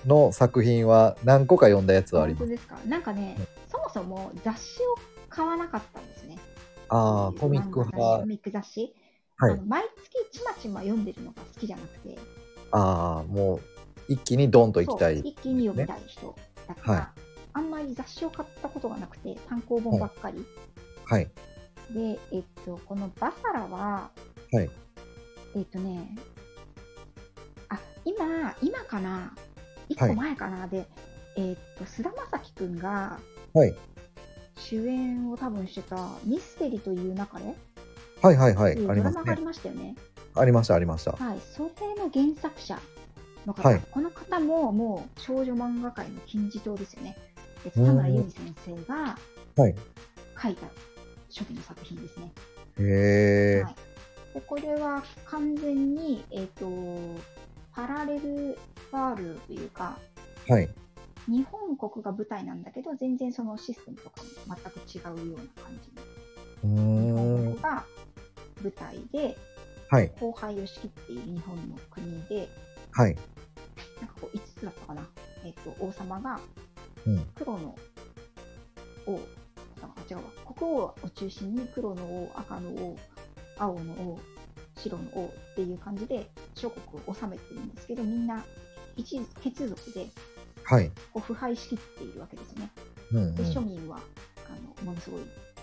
Speaker 2: の作品は何個か読んだやつはあり
Speaker 1: 本
Speaker 2: ま
Speaker 1: 当
Speaker 2: す。
Speaker 1: ですか。なんかね、そもそも雑誌を買わなかったんですね。
Speaker 2: ああ、コミック
Speaker 1: 漫画雑誌コ
Speaker 2: 派。
Speaker 1: ミック雑誌。
Speaker 2: はい
Speaker 1: あの毎月ちまちま読んでるのが好きじゃなくて、
Speaker 2: ああ、もう一気にドンと行きた
Speaker 1: そう
Speaker 2: い。
Speaker 1: 一気に読みたい人だから、
Speaker 2: は
Speaker 1: あんまり雑誌を買ったことがなくて、単行本ばっかり。
Speaker 2: はい。
Speaker 1: で、えっと、このバサラは、
Speaker 2: はい
Speaker 1: えっとね、あ、今、今かな、一個前かな、で、えっと、菅田将暉くんが
Speaker 2: はい。
Speaker 1: 主演を多分してた、ミステリという中で、
Speaker 2: はいはいはい
Speaker 1: ってい。うド
Speaker 2: あり
Speaker 1: ラ
Speaker 2: ます
Speaker 1: マがあ
Speaker 2: ね
Speaker 1: り。ましたよね。
Speaker 2: ありましたありました。
Speaker 1: はい、それの原作者の方、
Speaker 2: はい
Speaker 1: この方ももう少女漫画界の金字塔ですよね。えっと田村由美先生が
Speaker 2: はい。
Speaker 1: 書いた初期の作品ですね。
Speaker 2: へえ
Speaker 1: は。い、でこれは完全に、えっとパラレルワールドというか
Speaker 2: はい。
Speaker 1: 日本国が舞台なんだけど全然そのシステムとかも全く違うような感じ
Speaker 2: うー
Speaker 1: の日本
Speaker 2: ん。
Speaker 1: 国が舞台で
Speaker 2: はい。
Speaker 1: 荒廃を仕切っている日本の国で
Speaker 2: はい。
Speaker 1: なんかこう5つだったかな、えっと王様が
Speaker 2: うん。
Speaker 1: 黒の王あ違うわ国王を中心に黒の王赤の王青の王白の王っていう感じで諸国を治めてるんですけどみんな一血族で
Speaker 2: はい。
Speaker 1: こう腐敗しきっているわけですね。
Speaker 2: うん、う
Speaker 1: で庶
Speaker 2: ん。
Speaker 1: 民はあのものすごい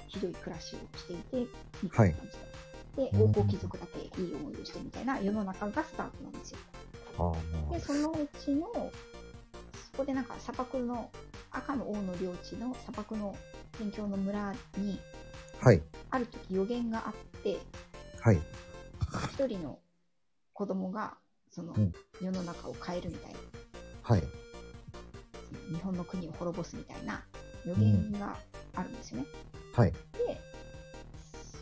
Speaker 1: ひどい暮らしをしていてみた
Speaker 2: はいい
Speaker 1: な感じで、
Speaker 2: う
Speaker 1: で
Speaker 2: ん
Speaker 1: 王侯貴族だけいい思いをしてみたいな世の中がスタートなんですよ。
Speaker 2: ああ。
Speaker 1: でそのうちのそこでなんか砂漠の赤の王の領地の砂漠の辺境の村に
Speaker 2: はい。
Speaker 1: ある時予言があって
Speaker 2: はい。
Speaker 1: 一人の子供がその
Speaker 2: うん
Speaker 1: 世の中を変えるみたいな、
Speaker 2: はい。
Speaker 1: その日本の国を滅ぼすみたいな予言があるんですよね。
Speaker 2: はい。
Speaker 1: で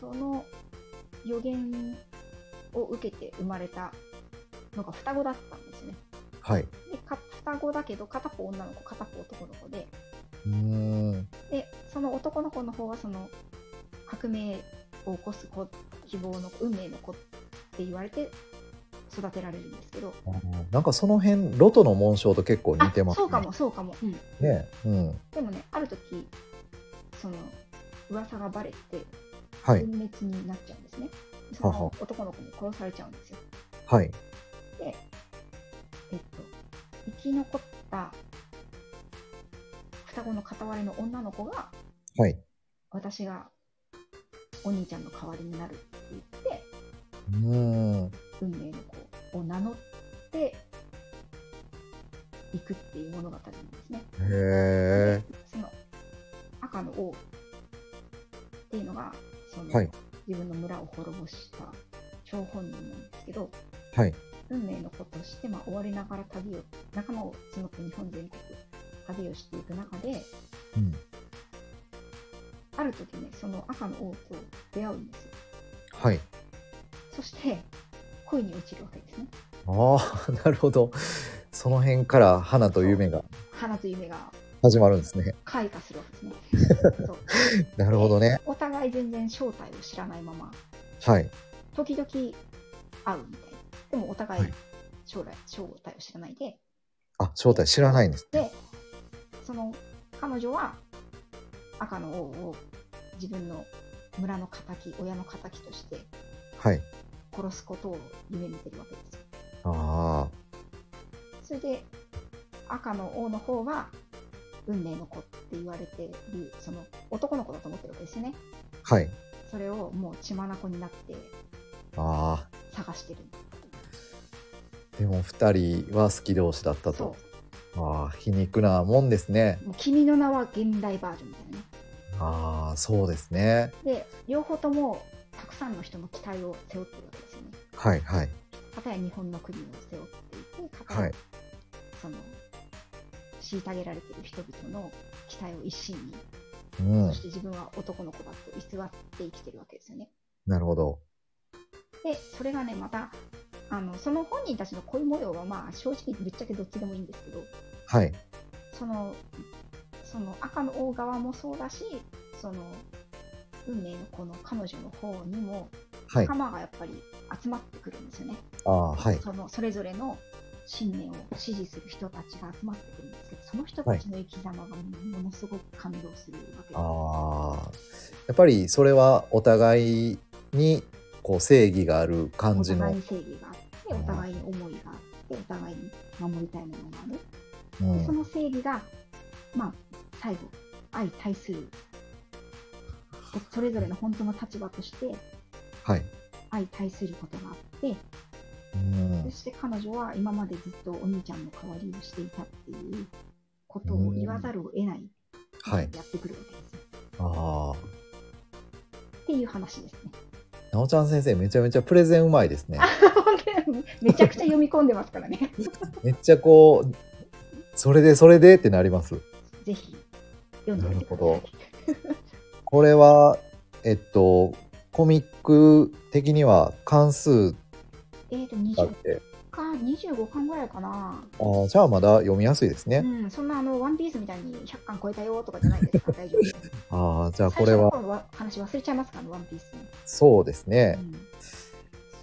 Speaker 1: その予言を受けて生まれたのが双子だったんですよね。
Speaker 2: はい。
Speaker 1: でか双子だけど片方女の子片方男の子で
Speaker 2: うーん。
Speaker 1: でその男の子の方はその革命を起こす子希望の運命の子って言われて育てられるんですけど
Speaker 2: あのなんかその辺、ロトの紋章と結構似
Speaker 1: あ
Speaker 2: てますね。
Speaker 1: そうかもそうかも、うん
Speaker 2: ね。うん。
Speaker 1: でもねある時その噂がバレて
Speaker 2: はい。
Speaker 1: 全滅になっちゃうんですね、そ
Speaker 2: はは
Speaker 1: の男の子に殺されちゃうんですよ
Speaker 2: はい。
Speaker 1: えっと生き残った双子の片割れの女の子が
Speaker 2: はい。
Speaker 1: 私がお兄ちゃんの代わりになるって言って
Speaker 2: うーん。
Speaker 1: 運命の子を名乗っていくっていう物語なんですね。
Speaker 2: へえ。
Speaker 1: その赤の王っていうのがその、
Speaker 2: はい
Speaker 1: 自分の村を滅ぼした張本人なんですけど
Speaker 2: はい。
Speaker 1: 運命の子として、まあ、追われながら旅を仲間を募って日本全国旅をしていく中で
Speaker 2: うん。
Speaker 1: ある時ねその赤の王と出会うんですよ。
Speaker 2: はい。
Speaker 1: そして恋に落ちるわけですね。
Speaker 2: ああ、 なるほど。その辺から花と夢が
Speaker 1: 花と夢が
Speaker 2: 始まるんですね。
Speaker 1: 開花するわけですね。 そう
Speaker 2: なるほどね。
Speaker 1: お互い全然正体を知らないまま、
Speaker 2: はい。
Speaker 1: 時々会うみたいな。でもお互
Speaker 2: はいい
Speaker 1: 将来、正体を知らないで、
Speaker 2: あ、正体知らないんです。
Speaker 1: で、その彼女は赤の王を自分の村の敵、親の敵として
Speaker 2: はい。
Speaker 1: 殺すことを夢見てるわけですよ。
Speaker 2: ああ。
Speaker 1: それで赤の王の方は運命の子って言われてるその男の子だと思ってるわけですよね
Speaker 2: はい。
Speaker 1: それをもう血眼になって
Speaker 2: あ
Speaker 1: 探してる
Speaker 2: あ、でも二人は好き同士だった
Speaker 1: そ
Speaker 2: と。ああ、皮肉なもんですね。
Speaker 1: うもう君の名は現代バージョンみたいなね
Speaker 2: ああ、そうですね。
Speaker 1: で両方ともたくさんの人の期待を背負ってるわけですよね
Speaker 2: はいはい。
Speaker 1: 片や日本の国を背負っていて片や、
Speaker 2: はい。
Speaker 1: その虐げられている人々の期待を一身に、
Speaker 2: うん
Speaker 1: そし。て自分は男の子だと偽って生きてるわけですよね
Speaker 2: なるほど。
Speaker 1: でそれがねまたあのその本人たちの恋模様はまあ正直ぶっちゃけどっちでもいいんですけど
Speaker 2: はい。
Speaker 1: そのその赤の王側もそうだしその運命のこの彼女の方にも
Speaker 2: はい。
Speaker 1: 仲間がやっぱり集まってくるんですよね、
Speaker 2: ああ、はい。
Speaker 1: そのそれぞれの信念を支持する人たちが集まってくるんですけどその人たちの生き様がものすごく感動するわけです、
Speaker 2: ああ、やっぱりそれはお互いにこう正義がある感
Speaker 1: お
Speaker 2: じ
Speaker 1: 互い
Speaker 2: の
Speaker 1: に。正義があってお互いに思いがあってお互いに守りたいものがある
Speaker 2: う
Speaker 1: でそ
Speaker 2: ん。
Speaker 1: の正義が、まあ、最後、相対する、それぞれの本当の立場として
Speaker 2: はい。
Speaker 1: 相対することがあって、
Speaker 2: うん
Speaker 1: そ。して彼女は今までずっとお兄ちゃんの代わりをしていたっていうことを言わざるを得ない、
Speaker 2: はい
Speaker 1: やってくるわけですよ。
Speaker 2: ああ。
Speaker 1: っていう話ですね。
Speaker 2: なおちゃん先生めちゃめちゃプレゼンうまいですね。
Speaker 1: めちゃくちゃ読み込んでますからね。
Speaker 2: めっちゃこう、それでそれでってなります。
Speaker 1: ぜひ読んでみてくだ
Speaker 2: な
Speaker 1: さ
Speaker 2: る
Speaker 1: い
Speaker 2: ほ。これは、えっと、コミック的には関数
Speaker 1: えっ、と、
Speaker 2: があっ
Speaker 1: 20
Speaker 2: て、
Speaker 1: 巻、25巻ぐらいかな。
Speaker 2: あーじゃあまだ読みやすいですね。
Speaker 1: うん、そんなあの、ワンピースみたいに100巻超えたよとかじゃないですから、大丈夫です。
Speaker 2: ああ、じゃ
Speaker 1: 最
Speaker 2: あこ
Speaker 1: 初
Speaker 2: れ
Speaker 1: の
Speaker 2: は、
Speaker 1: 頃の話忘れちゃいますからね、ワンピース。
Speaker 2: そうです
Speaker 1: う
Speaker 2: ね。
Speaker 1: ん
Speaker 2: じ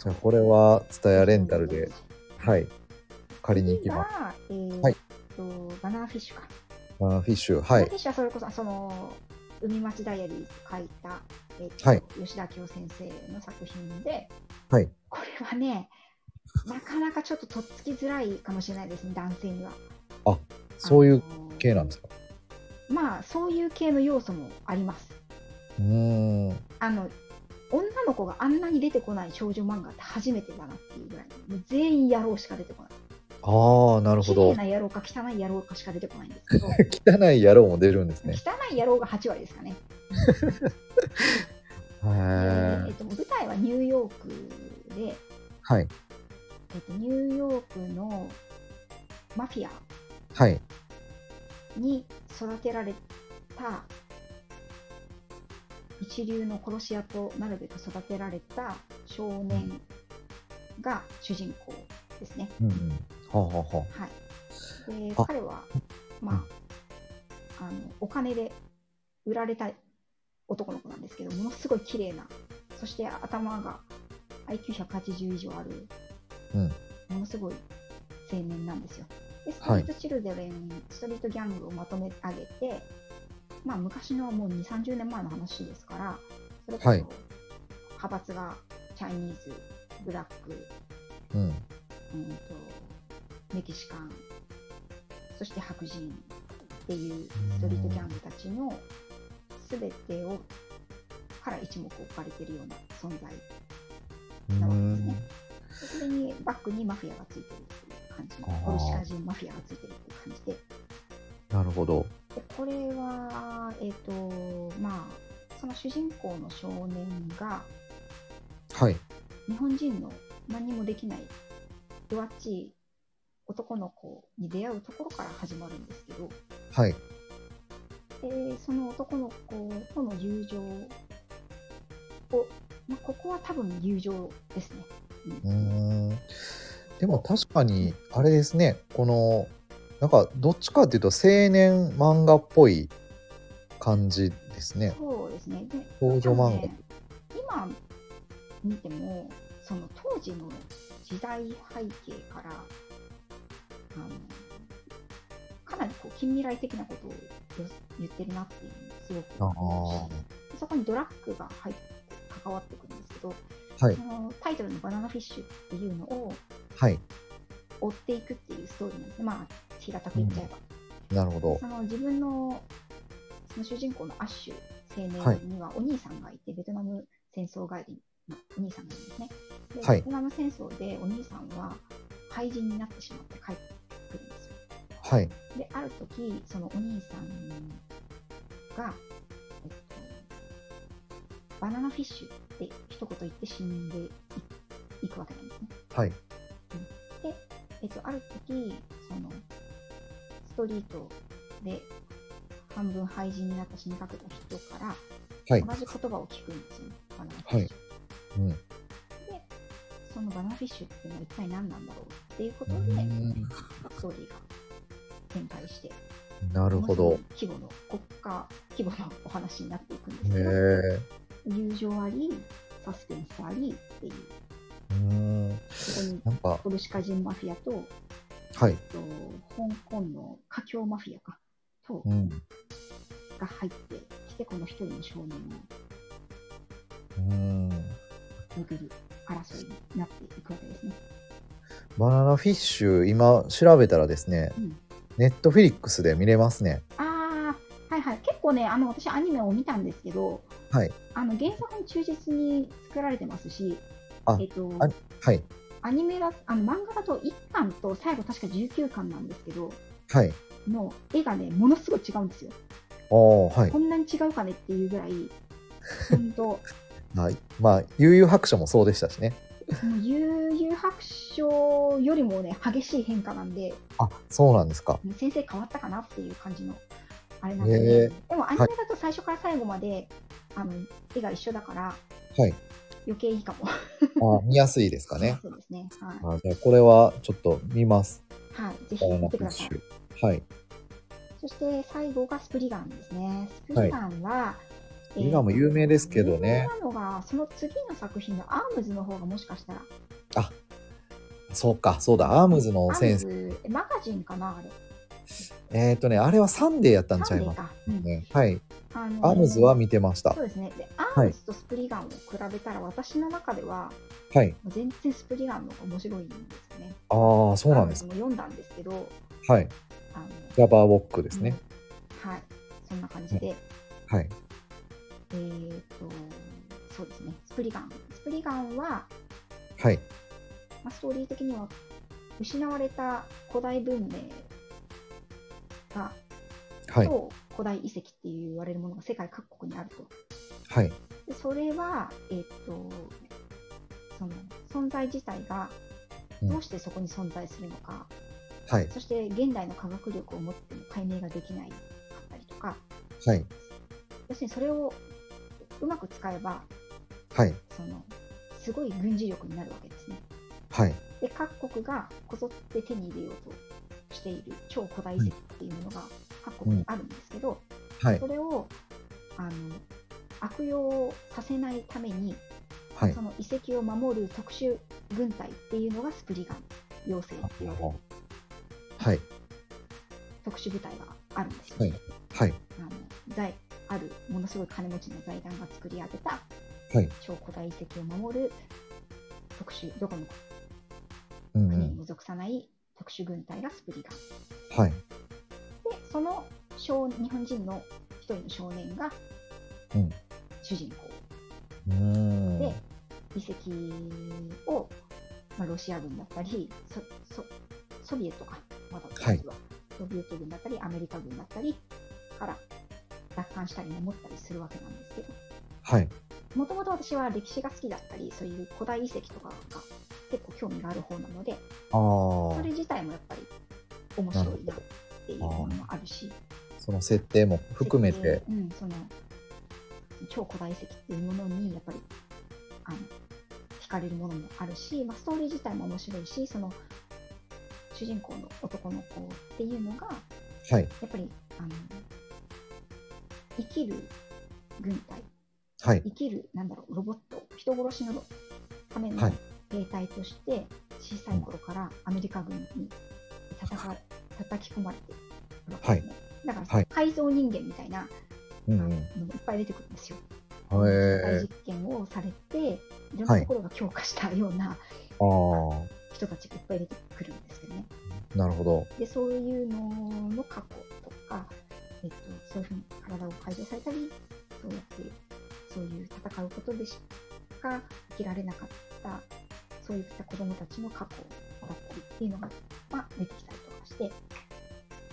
Speaker 2: ゃあこれは、ツタヤレンタルで、。はい、借りに行き
Speaker 1: 次
Speaker 2: ます。
Speaker 1: は、えー
Speaker 2: はい
Speaker 1: っと、バナナフィッシュか。
Speaker 2: バナナフィッシュ、
Speaker 1: バ
Speaker 2: は
Speaker 1: ナナ
Speaker 2: い
Speaker 1: フィ、ッシュはそれこそ、その、海町ダイアリーズ書いた、えーっと
Speaker 2: はい
Speaker 1: 吉田京先生の作品で、
Speaker 2: はい
Speaker 1: これはね、なかなかちょっととっつきづらいかもしれないですね、男性には。
Speaker 2: そういう
Speaker 1: あのー
Speaker 2: 系なんですか。
Speaker 1: まあ、そういう系の要素もあります。
Speaker 2: うーん、
Speaker 1: あの女の子があんなに出てこない少女漫画って初めてだなっていうぐらいもう全員野郎しか出てこない
Speaker 2: ああ、なるほ
Speaker 1: 綺
Speaker 2: ど
Speaker 1: 麗。な野郎か汚い野郎かしか出てこないんです けど
Speaker 2: 汚い野郎も出るんですね。
Speaker 1: 汚い野郎が8割ですかね、
Speaker 2: へ
Speaker 1: えっ
Speaker 2: え、
Speaker 1: と、舞台はニューヨークで、
Speaker 2: はい、
Speaker 1: えっと、ニューヨークのマフィア
Speaker 2: はい、
Speaker 1: に育てられた一流の殺し屋となるべく育てられた少年が主人公ですね
Speaker 2: うんうん、はあ、はあは
Speaker 1: はい、で
Speaker 2: あ
Speaker 1: 彼は、まあ、あのお金で売られた男の子なんですけどものすごい綺麗なそして頭が IQ180 以上ある、
Speaker 2: うん
Speaker 1: ものすごい青年なんですよでスト
Speaker 2: は
Speaker 1: リ
Speaker 2: い
Speaker 1: ートチルドレン、ストリートギャングをまとめ上げて、まあ、昔のもう2 3 0年前の話ですからそれこそ
Speaker 2: はい
Speaker 1: 派閥がチャイニーズブラック
Speaker 2: あ、うん、
Speaker 1: うんとメキシカンそして白人っていうストリートギャングたちの全てをから一目置かれてるような存在
Speaker 2: う
Speaker 1: なわけです
Speaker 2: ん
Speaker 1: ね。それにバックにマフィアがついてるっていう感じ
Speaker 2: あー
Speaker 1: コルシカ人マフィアがついてるっていう感じで
Speaker 2: なるほど。
Speaker 1: でこれはえっ、とまあその主人公の少年が
Speaker 2: はい。
Speaker 1: 日本人の何もできない弱っちい男の子に出会うところから始まるんですけど、
Speaker 2: はい。
Speaker 1: でその男の子との友情を、まあ、ここは多分友情ですね。
Speaker 2: うーん。でも確かに、あれですね、この、なんか、どっちかっていうと、青年漫画っぽい感じですね。
Speaker 1: そうですね。で
Speaker 2: 少
Speaker 1: で
Speaker 2: 女漫
Speaker 1: もね今見てもその当時の時代背景からあのかなりこう近未来的なことを言ってるなっていうのをすごく
Speaker 2: 画。あ
Speaker 1: 思うし
Speaker 2: あ。
Speaker 1: そこにドラッグが入って関わってくるんですけど、
Speaker 2: はい
Speaker 1: そのタイトルの「バナナフィッシュ」っていうのを
Speaker 2: はい。
Speaker 1: 追っていくっていうストーリーなんですね。まあ、平たく言っちゃえば。
Speaker 2: なるほど。
Speaker 1: その自分のその主人公のアッシュ
Speaker 2: は
Speaker 1: 青
Speaker 2: い
Speaker 1: 年にはお兄さんがいて、ベトナム戦争帰りのお兄さんなんですね。で
Speaker 2: はい
Speaker 1: ベトナム戦争でお兄さんは廃人になってしまって帰ってくるんですよ。
Speaker 2: はい。
Speaker 1: で、ある時、そのお兄さんが、えっと、バナナフィッシュって一言言って死んでいいくわけなんですね。
Speaker 2: はい。
Speaker 1: えっと、ある時、その、ストリートで半分廃人になった死にかけた人から、
Speaker 2: はい
Speaker 1: 同じ言葉を聞くんですよね、バナナフィ
Speaker 2: は
Speaker 1: ッシュ。
Speaker 2: いうん。
Speaker 1: そのバナナフィッシュっていうのは一体何なんだろうっていうことで、
Speaker 2: うん
Speaker 1: ストーリーが展開して、
Speaker 2: なるほど。
Speaker 1: 面白い規模の、国家規模のお話になっていくんです
Speaker 2: ね
Speaker 1: けど、
Speaker 2: え。
Speaker 1: 友情あり、サスペンスありっていう、
Speaker 2: うん。
Speaker 1: そこに
Speaker 2: なんか、
Speaker 1: コルシカ人マフィアと、
Speaker 2: はい。
Speaker 1: えっと香港の華僑マフィアか、と、
Speaker 2: うん。
Speaker 1: が入ってきて、この一人の少年を
Speaker 2: うん。
Speaker 1: 巡る争いになっていくわけですね。
Speaker 2: バナナフィッシュ、今調べたらですね、
Speaker 1: うん
Speaker 2: ネットフィリックスで見れますね。
Speaker 1: ああ、はいはい。結構ね、あの、私アニメを見たんですけど、
Speaker 2: はい。
Speaker 1: あの、原作に忠実に作られてますし、
Speaker 2: あ
Speaker 1: えっと、
Speaker 2: あはい。
Speaker 1: アニメだ、あの、漫画だと1巻と最後確か19巻なんですけど、
Speaker 2: はい。
Speaker 1: の絵がね、ものすごい違うんですよ。
Speaker 2: ああ、はい
Speaker 1: こ。んなに違うかねっていうぐらい、本当
Speaker 2: はい。まあ、悠々白書もそうでしたしね。
Speaker 1: もう悠々白書よりもね、激しい変化なんで、
Speaker 2: あ、そうなんですか。
Speaker 1: 先生変わったかなっていう感じのあれなんで、
Speaker 2: へえ
Speaker 1: でもアニメだと最初から最後まで、あの絵が一緒だから
Speaker 2: はい。
Speaker 1: 余計いいかも。。
Speaker 2: あ見やすいですかね
Speaker 1: そうですね。はい。
Speaker 2: あじゃあ、これはちょっと見ます。
Speaker 1: はい、ぜひ
Speaker 2: バナナ
Speaker 1: 見て
Speaker 2: フィ
Speaker 1: く
Speaker 2: ッ
Speaker 1: ださ
Speaker 2: シ
Speaker 1: い。
Speaker 2: ュ。はい。
Speaker 1: そして最後がスプリガンですね。スプリガンは、えー
Speaker 2: 今も有名ですけどね
Speaker 1: 有。名なのが、その次の作品のアームズの方がもしかしたら、
Speaker 2: そうか、そうだ、アームズ
Speaker 1: ア
Speaker 2: の
Speaker 1: ーム
Speaker 2: 先生。
Speaker 1: ズ、えマガジンかな、あれ。
Speaker 2: えっ、とね、あれはサンデーやったんち
Speaker 1: サ
Speaker 2: ゃ
Speaker 1: ン
Speaker 2: い
Speaker 1: デ
Speaker 2: ま
Speaker 1: ー
Speaker 2: す
Speaker 1: か。うん
Speaker 2: ね。はい。
Speaker 1: あの
Speaker 2: アームズは見てました
Speaker 1: そ。うですね。で、アームズとスプリガンを比べたら、私の中では、
Speaker 2: はい。
Speaker 1: 全然スプリガンの方が面白いんですよね。
Speaker 2: ああ、そうなんです
Speaker 1: あの読んだんですけど、
Speaker 2: か。はい。
Speaker 1: あの、
Speaker 2: ラバーウォックですね。
Speaker 1: うんはい、そんな感じで、
Speaker 2: はい。
Speaker 1: えーっと、そうですね、スプリガン。スプリガンは、
Speaker 2: はい。
Speaker 1: まあ、ストーリー的には、失われた古代文明が、
Speaker 2: はい。
Speaker 1: と古代遺跡って言われるものが世界各国にあると。
Speaker 2: はい。
Speaker 1: でそれは、えーっと、その存在自体が
Speaker 2: うん
Speaker 1: どうしてそこに存在するのか、
Speaker 2: はい。
Speaker 1: そして現代の科学力を持っても解明ができないかったりとか
Speaker 2: はい。
Speaker 1: 要するにそれをうまく使えば
Speaker 2: はい。
Speaker 1: そのすごい軍事力になるわけですね
Speaker 2: はい。
Speaker 1: で各国がこぞって手に入れようとしている超古代遺跡っていうものが各国にあるんですけど、
Speaker 2: はい。
Speaker 1: それをあの悪用させないために
Speaker 2: はい
Speaker 1: そ。の遺跡を守る特殊軍隊っていうのがスプリガン妖精っていう
Speaker 2: はい。
Speaker 1: 特殊部隊があるんですよ、
Speaker 2: はいはい。
Speaker 1: あの財あるものすごい金持ちの財団が作り上げた
Speaker 2: はい
Speaker 1: 超古代遺跡を守る特殊どこの
Speaker 2: うんう
Speaker 1: 国に
Speaker 2: ん。
Speaker 1: も属さない特殊軍隊がスプリガン、
Speaker 2: はい。
Speaker 1: でその少日本人の一人の少年が
Speaker 2: うん
Speaker 1: 主人
Speaker 2: うーん。
Speaker 1: 公で
Speaker 2: は、
Speaker 1: 遺跡を、まあ、ロシア軍だったりソソソビエトかまだ
Speaker 2: はい
Speaker 1: ソビエト軍だったりアメリカ軍だったりから奪還したり守ったりするわけなんですけど
Speaker 2: い。
Speaker 1: もともと私は歴史が好きだったり、そういう古代遺跡とかが結構興味がある方なので、
Speaker 2: ああ。
Speaker 1: それ自体もやっぱり面白いなっていうものもあるし、
Speaker 2: その設定も含め
Speaker 1: 設
Speaker 2: て。
Speaker 1: 計、うん、その超古代遺跡っていうものにやっぱりあの惹かれるものもあるし、まあ、ストーリー自体も面白いし、その主人公の男の子っていうのが、
Speaker 2: はい。
Speaker 1: やっぱりあの生きる軍隊
Speaker 2: はい。
Speaker 1: 生きるなんだろうロボット人殺しのための
Speaker 2: はい
Speaker 1: 兵隊として小さい頃からアメリカ軍に戦わ叩き込まれてるわけですね、だからその
Speaker 2: はい
Speaker 1: 改造人間みたいな
Speaker 2: うん
Speaker 1: あの
Speaker 2: う
Speaker 1: の
Speaker 2: ん。
Speaker 1: もいっぱい出てくるんですよ。
Speaker 2: へ
Speaker 1: 大
Speaker 2: え。
Speaker 1: 実験をされていろんなところが強化したような
Speaker 2: ああ。
Speaker 1: 人たちがいっぱい出てくるんですけどね。
Speaker 2: なるほど。
Speaker 1: で、そういうのの過去とか、えっと、そういうふうに体を改善されたり、そうやって、そういう戦うことでしか生きられなかった、そういった子供たちの過去だったりっていうのが、まあ、出てきたりとかして、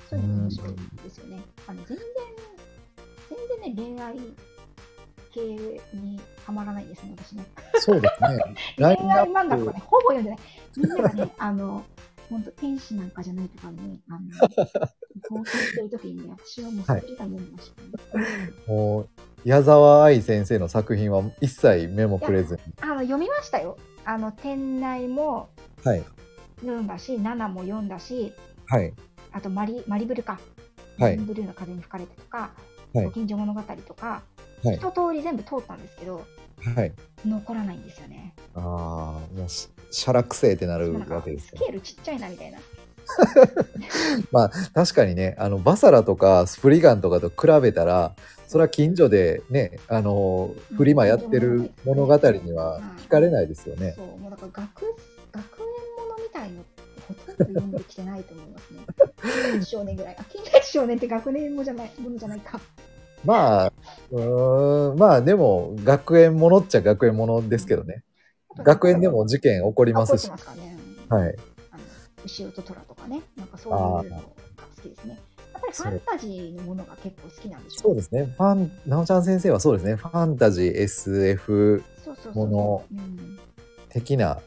Speaker 1: そういうのが面白いですよね。あの全然、全然ね、恋愛系にはまらないですね、私ね。
Speaker 2: そうですね。
Speaker 1: 恋
Speaker 2: ラインナ
Speaker 1: 愛漫画
Speaker 2: ッ
Speaker 1: とか
Speaker 2: プ
Speaker 1: ね、ほぼ読んでない。みんながね、あの、本当天使なんかじゃないとかね、あの、興奮してる時にね、私はもうそれが読みました、ね
Speaker 2: もう矢沢愛先生の作品は一切目もくれずに。
Speaker 1: あの、読みましたよ。あの、店内も
Speaker 2: はい。
Speaker 1: 読んだし、ナナも読んだし、
Speaker 2: はい。
Speaker 1: あとマリ、マリブルか。
Speaker 2: はい
Speaker 1: マリブルーの風に吹かれてとか、
Speaker 2: はい
Speaker 1: ご近所物語とか、
Speaker 2: はい
Speaker 1: 一通り全部通ったんですけど、
Speaker 2: はい。
Speaker 1: 残らないんですよね。
Speaker 2: ああ、もうし、しゃらくせえってなる
Speaker 1: なん
Speaker 2: わ
Speaker 1: か
Speaker 2: けです
Speaker 1: ス
Speaker 2: よ
Speaker 1: ケールちっちゃいなみたいな。
Speaker 2: 確かにね、あの、バサラとかスプリガンとかと比べたら、それは近所でね、あの、フリマやってる物語には聞かれないですよね。
Speaker 1: そう、もうだから学学園ものみたいのってほとんど読んできてないと思いますね。近代少年ぐらい。あ、近代少年って学年もじゃないものじゃないか。
Speaker 2: まあ、うーん、まあでも、学園ものっちゃ学園ものですけどね。学園でも事件起こり
Speaker 1: あ
Speaker 2: ま
Speaker 1: 覚え
Speaker 2: すし。
Speaker 1: て
Speaker 2: は
Speaker 1: ますからね。
Speaker 2: い。
Speaker 1: あの牛尾と虎とかね、なんかそういうのが好きですね。やっぱりファンタジーのものが結構好きなんでしょ
Speaker 2: そうですね。ファン、なおちゃん先生はそうですね。ファンタジー、SF
Speaker 1: そうそうそう。
Speaker 2: もの
Speaker 1: うん
Speaker 2: 的な、
Speaker 1: はい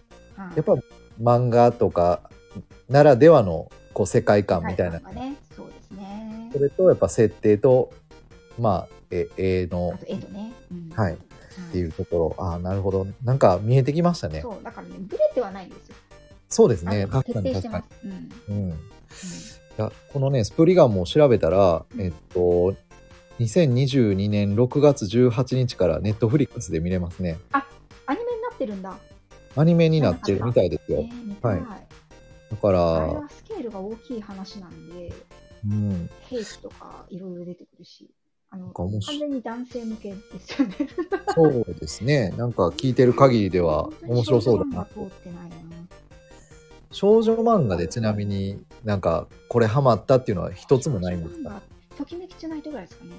Speaker 2: やっぱ漫画とかならではのこう世界観みたいな
Speaker 1: 世界観。がね、そうですね
Speaker 2: そ。れとやっぱ設定と、まあ、え、絵の
Speaker 1: あ、と絵とね。うん
Speaker 2: はいっ
Speaker 1: って
Speaker 2: いうところ。ああ、なるほど。なんか見えてきましたね。そう
Speaker 1: そう、だからね、ブレてはないんですよ。
Speaker 2: ですね。
Speaker 1: あの徹
Speaker 2: 確か
Speaker 1: 底
Speaker 2: に
Speaker 1: して
Speaker 2: 確か
Speaker 1: ま
Speaker 2: に
Speaker 1: す。。うん
Speaker 2: うん。いやこのねスプリガンも調べたら、
Speaker 1: うん
Speaker 2: えっと2022年6月18日からネットフリックスで見れますね
Speaker 1: アニメになってるんだ。
Speaker 2: アニメになってるみたいです
Speaker 1: え
Speaker 2: よ、
Speaker 1: ー、見たい。
Speaker 2: だか
Speaker 1: あれ
Speaker 2: ら
Speaker 1: はスケールが大きい話なんで、
Speaker 2: うん
Speaker 1: 兵器とかいろいろ出てくるし、あの
Speaker 2: か面
Speaker 1: 完
Speaker 2: 白い
Speaker 1: 全に男性向けですよね。
Speaker 2: そうですねなんか聞いてる限りでは面白そうだな
Speaker 1: 本当に少女漫画通ってないな。
Speaker 2: 少女漫画でちなみになんかこれハマったっていうのは一つもないんです
Speaker 1: 少女漫
Speaker 2: か
Speaker 1: 画ときめきチュナイトぐらいですかね。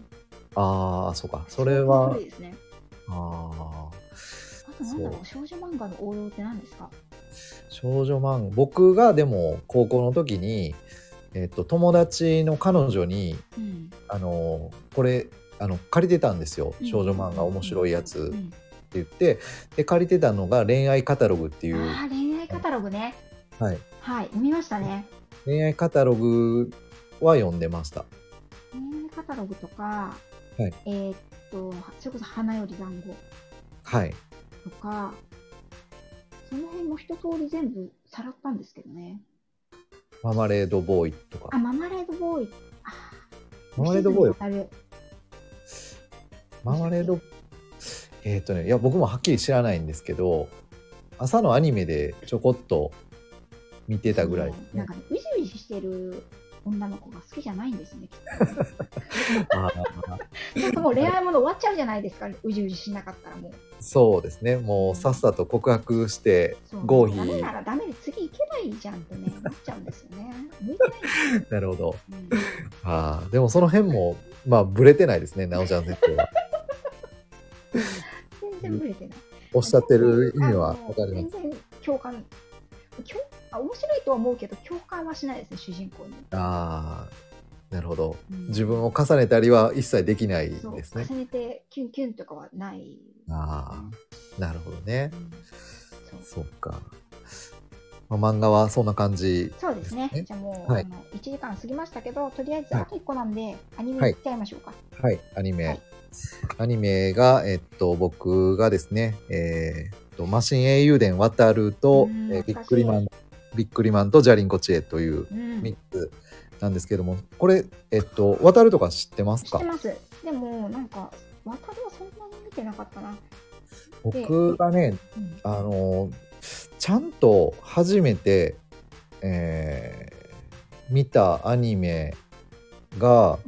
Speaker 2: ああそうかそれは
Speaker 1: そうですね。
Speaker 2: あー
Speaker 1: あとなんだろう、少女漫画の王道って何ですか。
Speaker 2: 少女漫画僕がでも高校の時に、えっと、友達の彼女に
Speaker 1: うん。
Speaker 2: あのこれあの借りてたんですよ少女漫画面白いや
Speaker 1: う
Speaker 2: つって
Speaker 1: ん
Speaker 2: 言ってで借りてたのが恋愛カタログっていう、
Speaker 1: ああ、恋愛カタログね。
Speaker 2: はい、
Speaker 1: はい、読みましたね。
Speaker 2: 恋愛カタログは読んでました
Speaker 1: 恋愛カタログとか、
Speaker 2: はい
Speaker 1: えーっと、それこそ花より団子。
Speaker 2: はい
Speaker 1: とか、その辺も一通り全部さらったんですけどね。
Speaker 2: ママレードボーイと
Speaker 1: あ、
Speaker 2: か
Speaker 1: ママレードボーイ。あ
Speaker 2: ママレードボーイ
Speaker 1: イ。あれ
Speaker 2: ママレードえっ、とねいや僕もはっきり知らないんですけど朝のアニメでちょこっと見てたぐらい、
Speaker 1: なん
Speaker 2: ね、
Speaker 1: かね、ウジウジしてる女の子が好きじゃないんですね。き
Speaker 2: あー
Speaker 1: っとなんかもう恋愛もの終わっちゃうじゃないですか、ウジウジしなかったらもう。
Speaker 2: そうですねもうさっさと告白して
Speaker 1: そう
Speaker 2: 合否
Speaker 1: ダメならダメで次行けばいいじゃんってね、なっちゃうんですよね。向いてないんですよ。
Speaker 2: なるほど
Speaker 1: うん
Speaker 2: ああ、でもその辺も、まあ、ブレてないですね、なおちゃん先生は。
Speaker 1: 全然ブレてない。
Speaker 2: おっしゃってる意味は
Speaker 1: あの
Speaker 2: わかります。
Speaker 1: 全然共感。共あ面白いとは思うけど、共感はしないですね、主人公に。
Speaker 2: ああ、なるほど。
Speaker 1: うん
Speaker 2: 自分を重ねたりは一切できない
Speaker 1: そう
Speaker 2: ですね。
Speaker 1: 重ねてキュンキュンとかはない。
Speaker 2: ああ、なるほどね
Speaker 1: う。んそう
Speaker 2: そっか。まあ、漫画はそんな感じ。
Speaker 1: そうですね。
Speaker 2: ですね
Speaker 1: じゃあもう、
Speaker 2: はい
Speaker 1: あの1時間過ぎましたけど、とりあえず
Speaker 2: はい
Speaker 1: あと1個なんで、アニメ
Speaker 2: はい
Speaker 1: 行っちゃいましょうか。
Speaker 2: はい、アニメ。
Speaker 1: はい
Speaker 2: アニメが、えっと、僕がですね、えーっと、マシン英雄伝渡ると
Speaker 1: う、ん
Speaker 2: えービ
Speaker 1: 懐かし
Speaker 2: ッ
Speaker 1: い
Speaker 2: クリマン、ビックリマンとジャリンコチエという
Speaker 1: うん
Speaker 2: 3つなんですけども、これ、えっと、渡るとか知ってます
Speaker 1: 知っ
Speaker 2: か
Speaker 1: てます。でも、なんか、渡るはそんなに見てなかったな。
Speaker 2: 僕がね、
Speaker 1: うん
Speaker 2: あのちゃんと初めて、えー見たアニメが、
Speaker 1: うん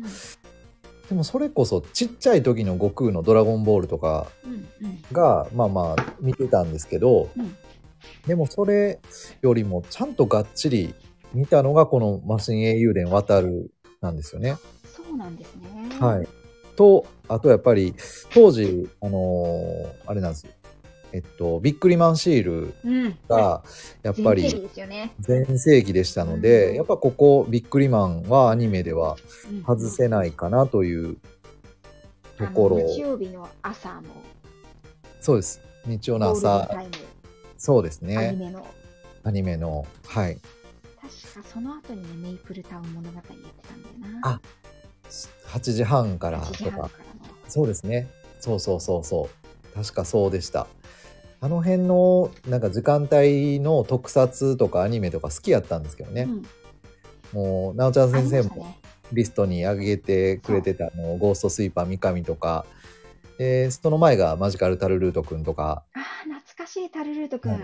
Speaker 2: でもそれこそちっちゃい時の悟空の「ドラゴンボール」とか
Speaker 1: うんうん
Speaker 2: がまあまあ見てたんですけど、
Speaker 1: うん
Speaker 2: でもそれよりもちゃんとがっちり見たのがこのマシン英雄伝渡るなんですよね。
Speaker 1: そうなんですね。
Speaker 2: はい。と、あとやっぱり当時、あのーあれなんですよ。えっと、ビックリマンシール
Speaker 1: うん。
Speaker 2: がやっぱ
Speaker 1: 全盛期
Speaker 2: り
Speaker 1: ですよね。
Speaker 2: 全盛期でしたの
Speaker 1: うん
Speaker 2: で、やっぱここビックリマンはアニメでは
Speaker 1: うん
Speaker 2: 外せないかなというとこ
Speaker 1: あ
Speaker 2: ろ
Speaker 1: の。日曜日の朝も。
Speaker 2: そうです。日曜
Speaker 1: ゴ
Speaker 2: の
Speaker 1: ールデン
Speaker 2: 朝、
Speaker 1: タイム
Speaker 2: そうです
Speaker 1: アニ
Speaker 2: ね。
Speaker 1: メの。
Speaker 2: アニメの、はい。
Speaker 1: 確かその後にね、メイプルタウン物語やってたんだよな。
Speaker 2: あ8時半から
Speaker 1: 8時
Speaker 2: と
Speaker 1: 半
Speaker 2: か
Speaker 1: か。らの。
Speaker 2: そうですね。そうそうそうそう。確かそうでした。あの辺のなんか時間帯の特撮とかアニメとか好きやったんですけどね。
Speaker 1: うん
Speaker 2: もう、なおちゃん先生
Speaker 1: ありました
Speaker 2: も
Speaker 1: ね
Speaker 2: リストに上げてくれてた、あのゴーストスイーパー三上とか、でその前がマジカルタルルートくんとか、
Speaker 1: あー懐かしいタルルートくん、
Speaker 2: はい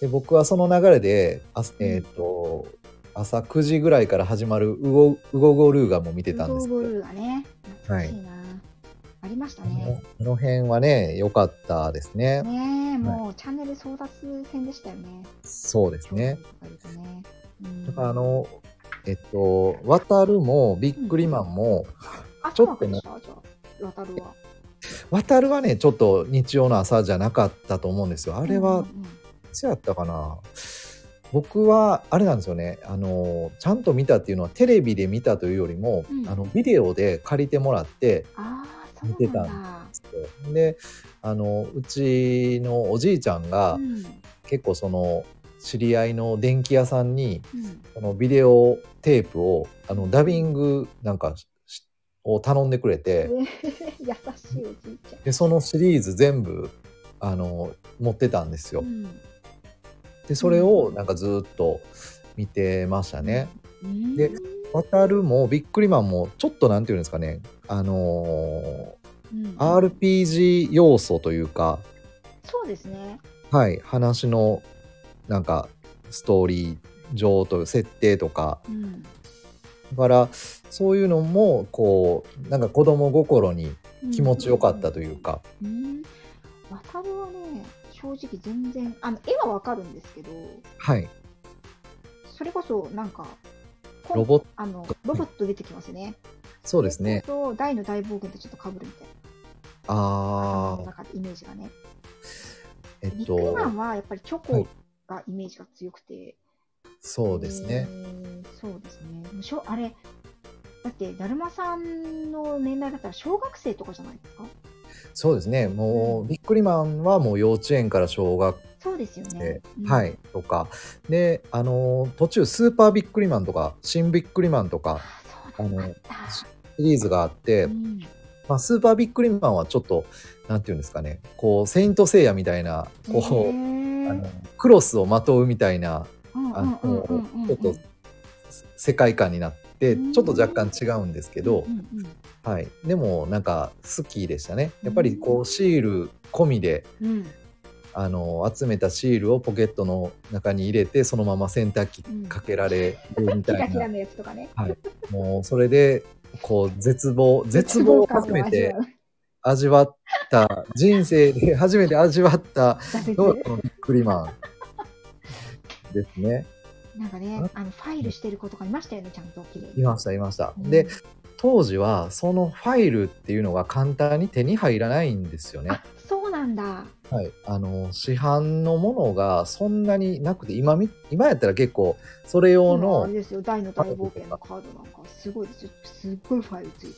Speaker 2: で僕はその流れで、あす
Speaker 1: うん
Speaker 2: えっ、と、朝9時ぐらいから始まるウゴウゴゴルーガも見てたんですけ
Speaker 1: ウ
Speaker 2: ど
Speaker 1: ゴ、ーゴルがね懐かしいな、ありましたね
Speaker 2: あの辺はね、良かったですね。
Speaker 1: ねえもう、チャンネル争奪戦でしたよね
Speaker 2: そうですね。
Speaker 1: 興味とか言うとねうん
Speaker 2: だからあの、えっと、渡るも、ビックリマンも、
Speaker 1: あ
Speaker 2: ちょっとね
Speaker 1: そうなんですかじゃあ渡るは
Speaker 2: 渡るはね、ちょっと日曜の朝じゃなかったと思うんですよ。あ
Speaker 1: あ
Speaker 2: れは、いつやったかな。僕は、あれなんですよね。あの、ちゃんと見たっていうのは、テレビで見たというよりも、
Speaker 1: うん
Speaker 2: あの、ビデオで借りてもらって、
Speaker 1: ああそう
Speaker 2: 見て
Speaker 1: なんだ
Speaker 2: で、あの、うちのおじいちゃんが、
Speaker 1: うん
Speaker 2: 結構その、知り合いの電気屋さんに、
Speaker 1: うん
Speaker 2: このビデオテープをあのダビングなんかししを頼んでくれ
Speaker 1: え
Speaker 2: て
Speaker 1: ー優しいおじいち
Speaker 2: でそのシリーズ全部あの持ってたんです
Speaker 1: ゃん、
Speaker 2: よ
Speaker 1: う。ん
Speaker 2: でそれをなんかずっと見てましたね。
Speaker 1: うん
Speaker 2: で渡るもビックリマンもちょっとなんていうんですかねあの
Speaker 1: うん
Speaker 2: ー RPG 要素というか
Speaker 1: そうですね
Speaker 2: はい話のなんかストーリー上という設定とか
Speaker 1: うん
Speaker 2: だからそういうのもこうなんか子供心に気持ちよかったというか、
Speaker 1: うん、渡るはね、正直全然、あの絵はわかるんですけど、
Speaker 2: はい
Speaker 1: それこそなんか、こん
Speaker 2: ロボット
Speaker 1: あのロボット出てきますね。
Speaker 2: そうですね
Speaker 1: ロボットと大の大冒険とちょっと被るみたいな、頭
Speaker 2: あ
Speaker 1: の
Speaker 2: あ
Speaker 1: 中でイメージがね。
Speaker 2: え
Speaker 1: ビ
Speaker 2: っ
Speaker 1: ッグ
Speaker 2: と
Speaker 1: マンはやっぱりチョ
Speaker 2: は
Speaker 1: コ
Speaker 2: い
Speaker 1: がイメージが強くて、
Speaker 2: そうですね
Speaker 1: えーそうですね。もうしょあれ、だって、だるまさんの年代だったら小学生とかじゃないですか。
Speaker 2: そうですねも
Speaker 1: う
Speaker 2: うビックリマンはもう幼稚園から小学
Speaker 1: そうですよねう
Speaker 2: 生。
Speaker 1: ん
Speaker 2: はいとかであのー途中スーパービックリマンとか新ビックリマンとか
Speaker 1: あそうなんだった。
Speaker 2: シリーズがあって、
Speaker 1: うん
Speaker 2: まあ、スーパービックリマンはちょっとなんていうんですかねこうセイントセイヤみたいなこ
Speaker 1: へ
Speaker 2: う、
Speaker 1: ー
Speaker 2: あのクロスをまとうみたいなあのちょっと世界観になって
Speaker 1: うん
Speaker 2: ちょっと若干違うんですけ
Speaker 1: け
Speaker 2: ど、はい、でもなんか好きでしたねやっぱり
Speaker 1: う
Speaker 2: こ
Speaker 1: ん
Speaker 2: うシール込みで
Speaker 1: うん
Speaker 2: あの集めたシールをポケットの中に入れてそのまま洗濯機
Speaker 1: うん
Speaker 2: かけられる
Speaker 1: キ
Speaker 2: みた
Speaker 1: ラ
Speaker 2: い
Speaker 1: キ
Speaker 2: な、
Speaker 1: ラのやつとかね
Speaker 2: もうそれでこう絶望絶望を初めて味わった人生で 初めて味わったのがこのビックリマンですね。
Speaker 1: なんかねあのファイルしてる子とかいましたよねちゃんと綺麗に
Speaker 2: いましたいました。
Speaker 1: うん
Speaker 2: で当時はそのファイルっていうのが簡単に手に入らないんですよね
Speaker 1: あ。そうなんだ
Speaker 2: はい、あの市販のものがそんなになくて今み今やったら結構それ用
Speaker 1: あれ
Speaker 2: の
Speaker 1: ですよ大の大冒険のカードなんかすごいですよすっごいファイルついて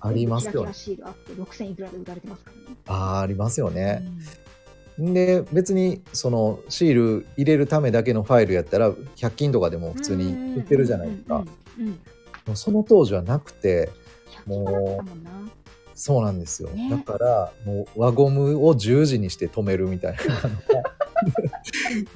Speaker 2: あります
Speaker 1: キラ
Speaker 2: よ
Speaker 1: キラ
Speaker 2: ね。
Speaker 1: シールあって6000いくらで売られてますからね
Speaker 2: あーありますよね。
Speaker 1: うん
Speaker 2: で別にそのシール入れるためだけのファイルやったら100均とかでも普通に売ってるじゃないですか。
Speaker 1: うんうんうん
Speaker 2: もうその当時はなくて
Speaker 1: うん100均だったもんな
Speaker 2: そうなんですよ、
Speaker 1: ね
Speaker 2: だからもう輪ゴムを十字にして止めるみ たい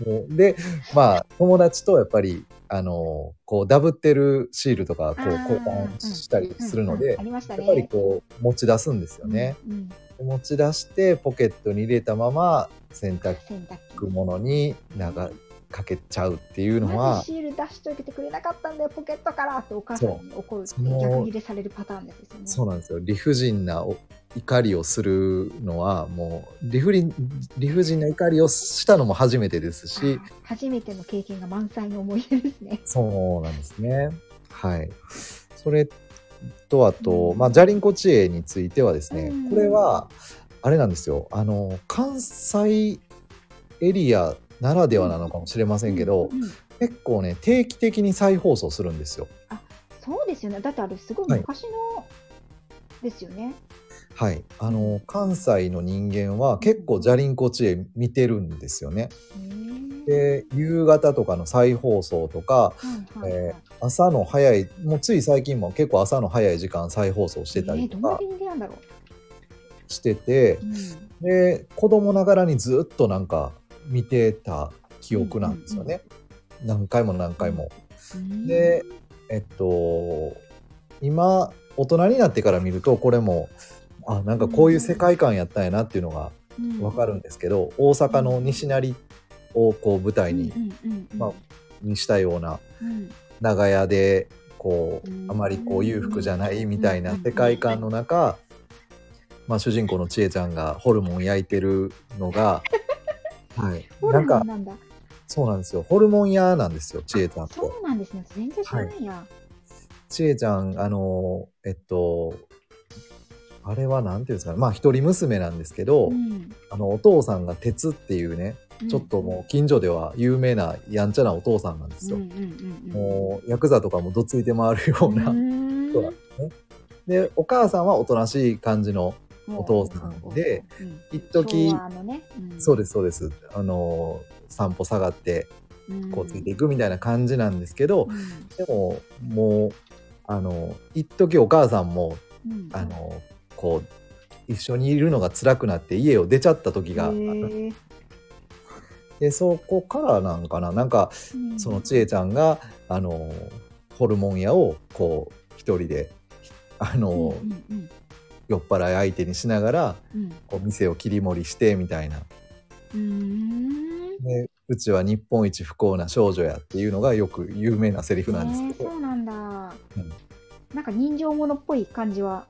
Speaker 2: なもうでまあ友達とやっぱりあのこうダブってるシールとかこう
Speaker 1: あー
Speaker 2: 交換したりするの
Speaker 1: うんうん
Speaker 2: で
Speaker 1: うんあ、りました
Speaker 2: や
Speaker 1: ね
Speaker 2: っぱりこう持ち出すんですよね、
Speaker 1: うんうん
Speaker 2: で持ち出してポケットに入れたまま洗濯
Speaker 1: 洗濯機
Speaker 2: 物に長かけちゃうっていう
Speaker 1: な
Speaker 2: の
Speaker 1: んで
Speaker 2: は
Speaker 1: シール出しといてくれなかったんだよポケットからってお母さんに怒るって
Speaker 2: そう
Speaker 1: 逆切れされるパターンのやつですよね
Speaker 2: そうなんですよ理不尽なお怒りをするのはもう理不尽理不尽な怒りをしたのも初めてですし
Speaker 1: あ初めての経験が満載の思い出ですね。
Speaker 2: そうなんですねはいそれとあと、
Speaker 1: うん
Speaker 2: まあ、ジャリンコ知恵についてはですね、
Speaker 1: うん
Speaker 2: これはあれなんですよあの関西エリアならではなのかもしれませんけど、
Speaker 1: うんうん
Speaker 2: 結構ね定期的に再放送するんですよ
Speaker 1: そうですよね。だってあれすごい
Speaker 2: はい
Speaker 1: 昔の、ですよね。
Speaker 2: はいあの関西の人間は結構じゃりンコ知恵見てるんですよね
Speaker 1: へえ
Speaker 2: で夕方とかの再放送とか
Speaker 1: はいはいはい
Speaker 2: え朝の早いもうつい最近も結構朝の早い時間再放送してたり
Speaker 1: え
Speaker 2: と
Speaker 1: ーどんな
Speaker 2: か
Speaker 1: 便利なんだろ
Speaker 2: してて
Speaker 1: う。うん
Speaker 2: で子供ながらにずっとなんか見てた記憶なんですよね何回も何回も。
Speaker 1: うん
Speaker 2: でえっと今大人になってから見るとこれもあなんかこういう世界観やったんやなっていうのが
Speaker 1: うん
Speaker 2: わかるんですけど大阪の西成をこう舞台に
Speaker 1: うんうんうん
Speaker 2: まあにしたような
Speaker 1: うん
Speaker 2: 長屋でこう
Speaker 1: うん
Speaker 2: あまりこう裕福じゃないみたいな世界観の中、まあ、主人公の千恵ちゃんがホルモン焼いてる のが、はい、
Speaker 1: ホ
Speaker 2: な
Speaker 1: ル
Speaker 2: ん
Speaker 1: モ
Speaker 2: か
Speaker 1: ンなんだ。
Speaker 2: そうなんですよホルモン屋なんですよ千恵ちゃんって
Speaker 1: そうなんですね。全然知らないや。
Speaker 2: 千恵ちゃんあのえっとあれはなんていうんですかねまあ一人娘なんですけど、
Speaker 1: うん
Speaker 2: あのお父さんが鉄っていうねちょっともう近所では有名なやんちゃなお父さんなんですよ。
Speaker 1: んうんうんん
Speaker 2: もうヤクザとかもどついて回るような、
Speaker 1: ん
Speaker 2: 人なんですね。でお母さんはおとなしい感じのお父さんで、
Speaker 1: うん
Speaker 2: 一時
Speaker 1: 昭和のねん
Speaker 2: そうですそうですあの散歩下がって
Speaker 1: うん
Speaker 2: こうついていくみたいな感じなんですけど、
Speaker 1: うん
Speaker 2: でももうあの一時お母さんも
Speaker 1: うん
Speaker 2: あのこう一緒にいるのが辛くなって家を出ちゃった時があ
Speaker 1: へ
Speaker 2: っ
Speaker 1: ー
Speaker 2: てそこからなんかななんか
Speaker 1: うん
Speaker 2: そのちえちゃんがあのホルモン屋をこう一人であの、
Speaker 1: うんうん
Speaker 2: 酔っ払い相手にしながら
Speaker 1: うん
Speaker 2: こう店を切り盛りしてみたいな
Speaker 1: うん
Speaker 2: でうちは日本一不幸な少女やっていうのがよく有名なセリフなんですけ
Speaker 1: ねえ
Speaker 2: ど、
Speaker 1: そうなんだ、
Speaker 2: うん
Speaker 1: なんか人情ものっぽい感じは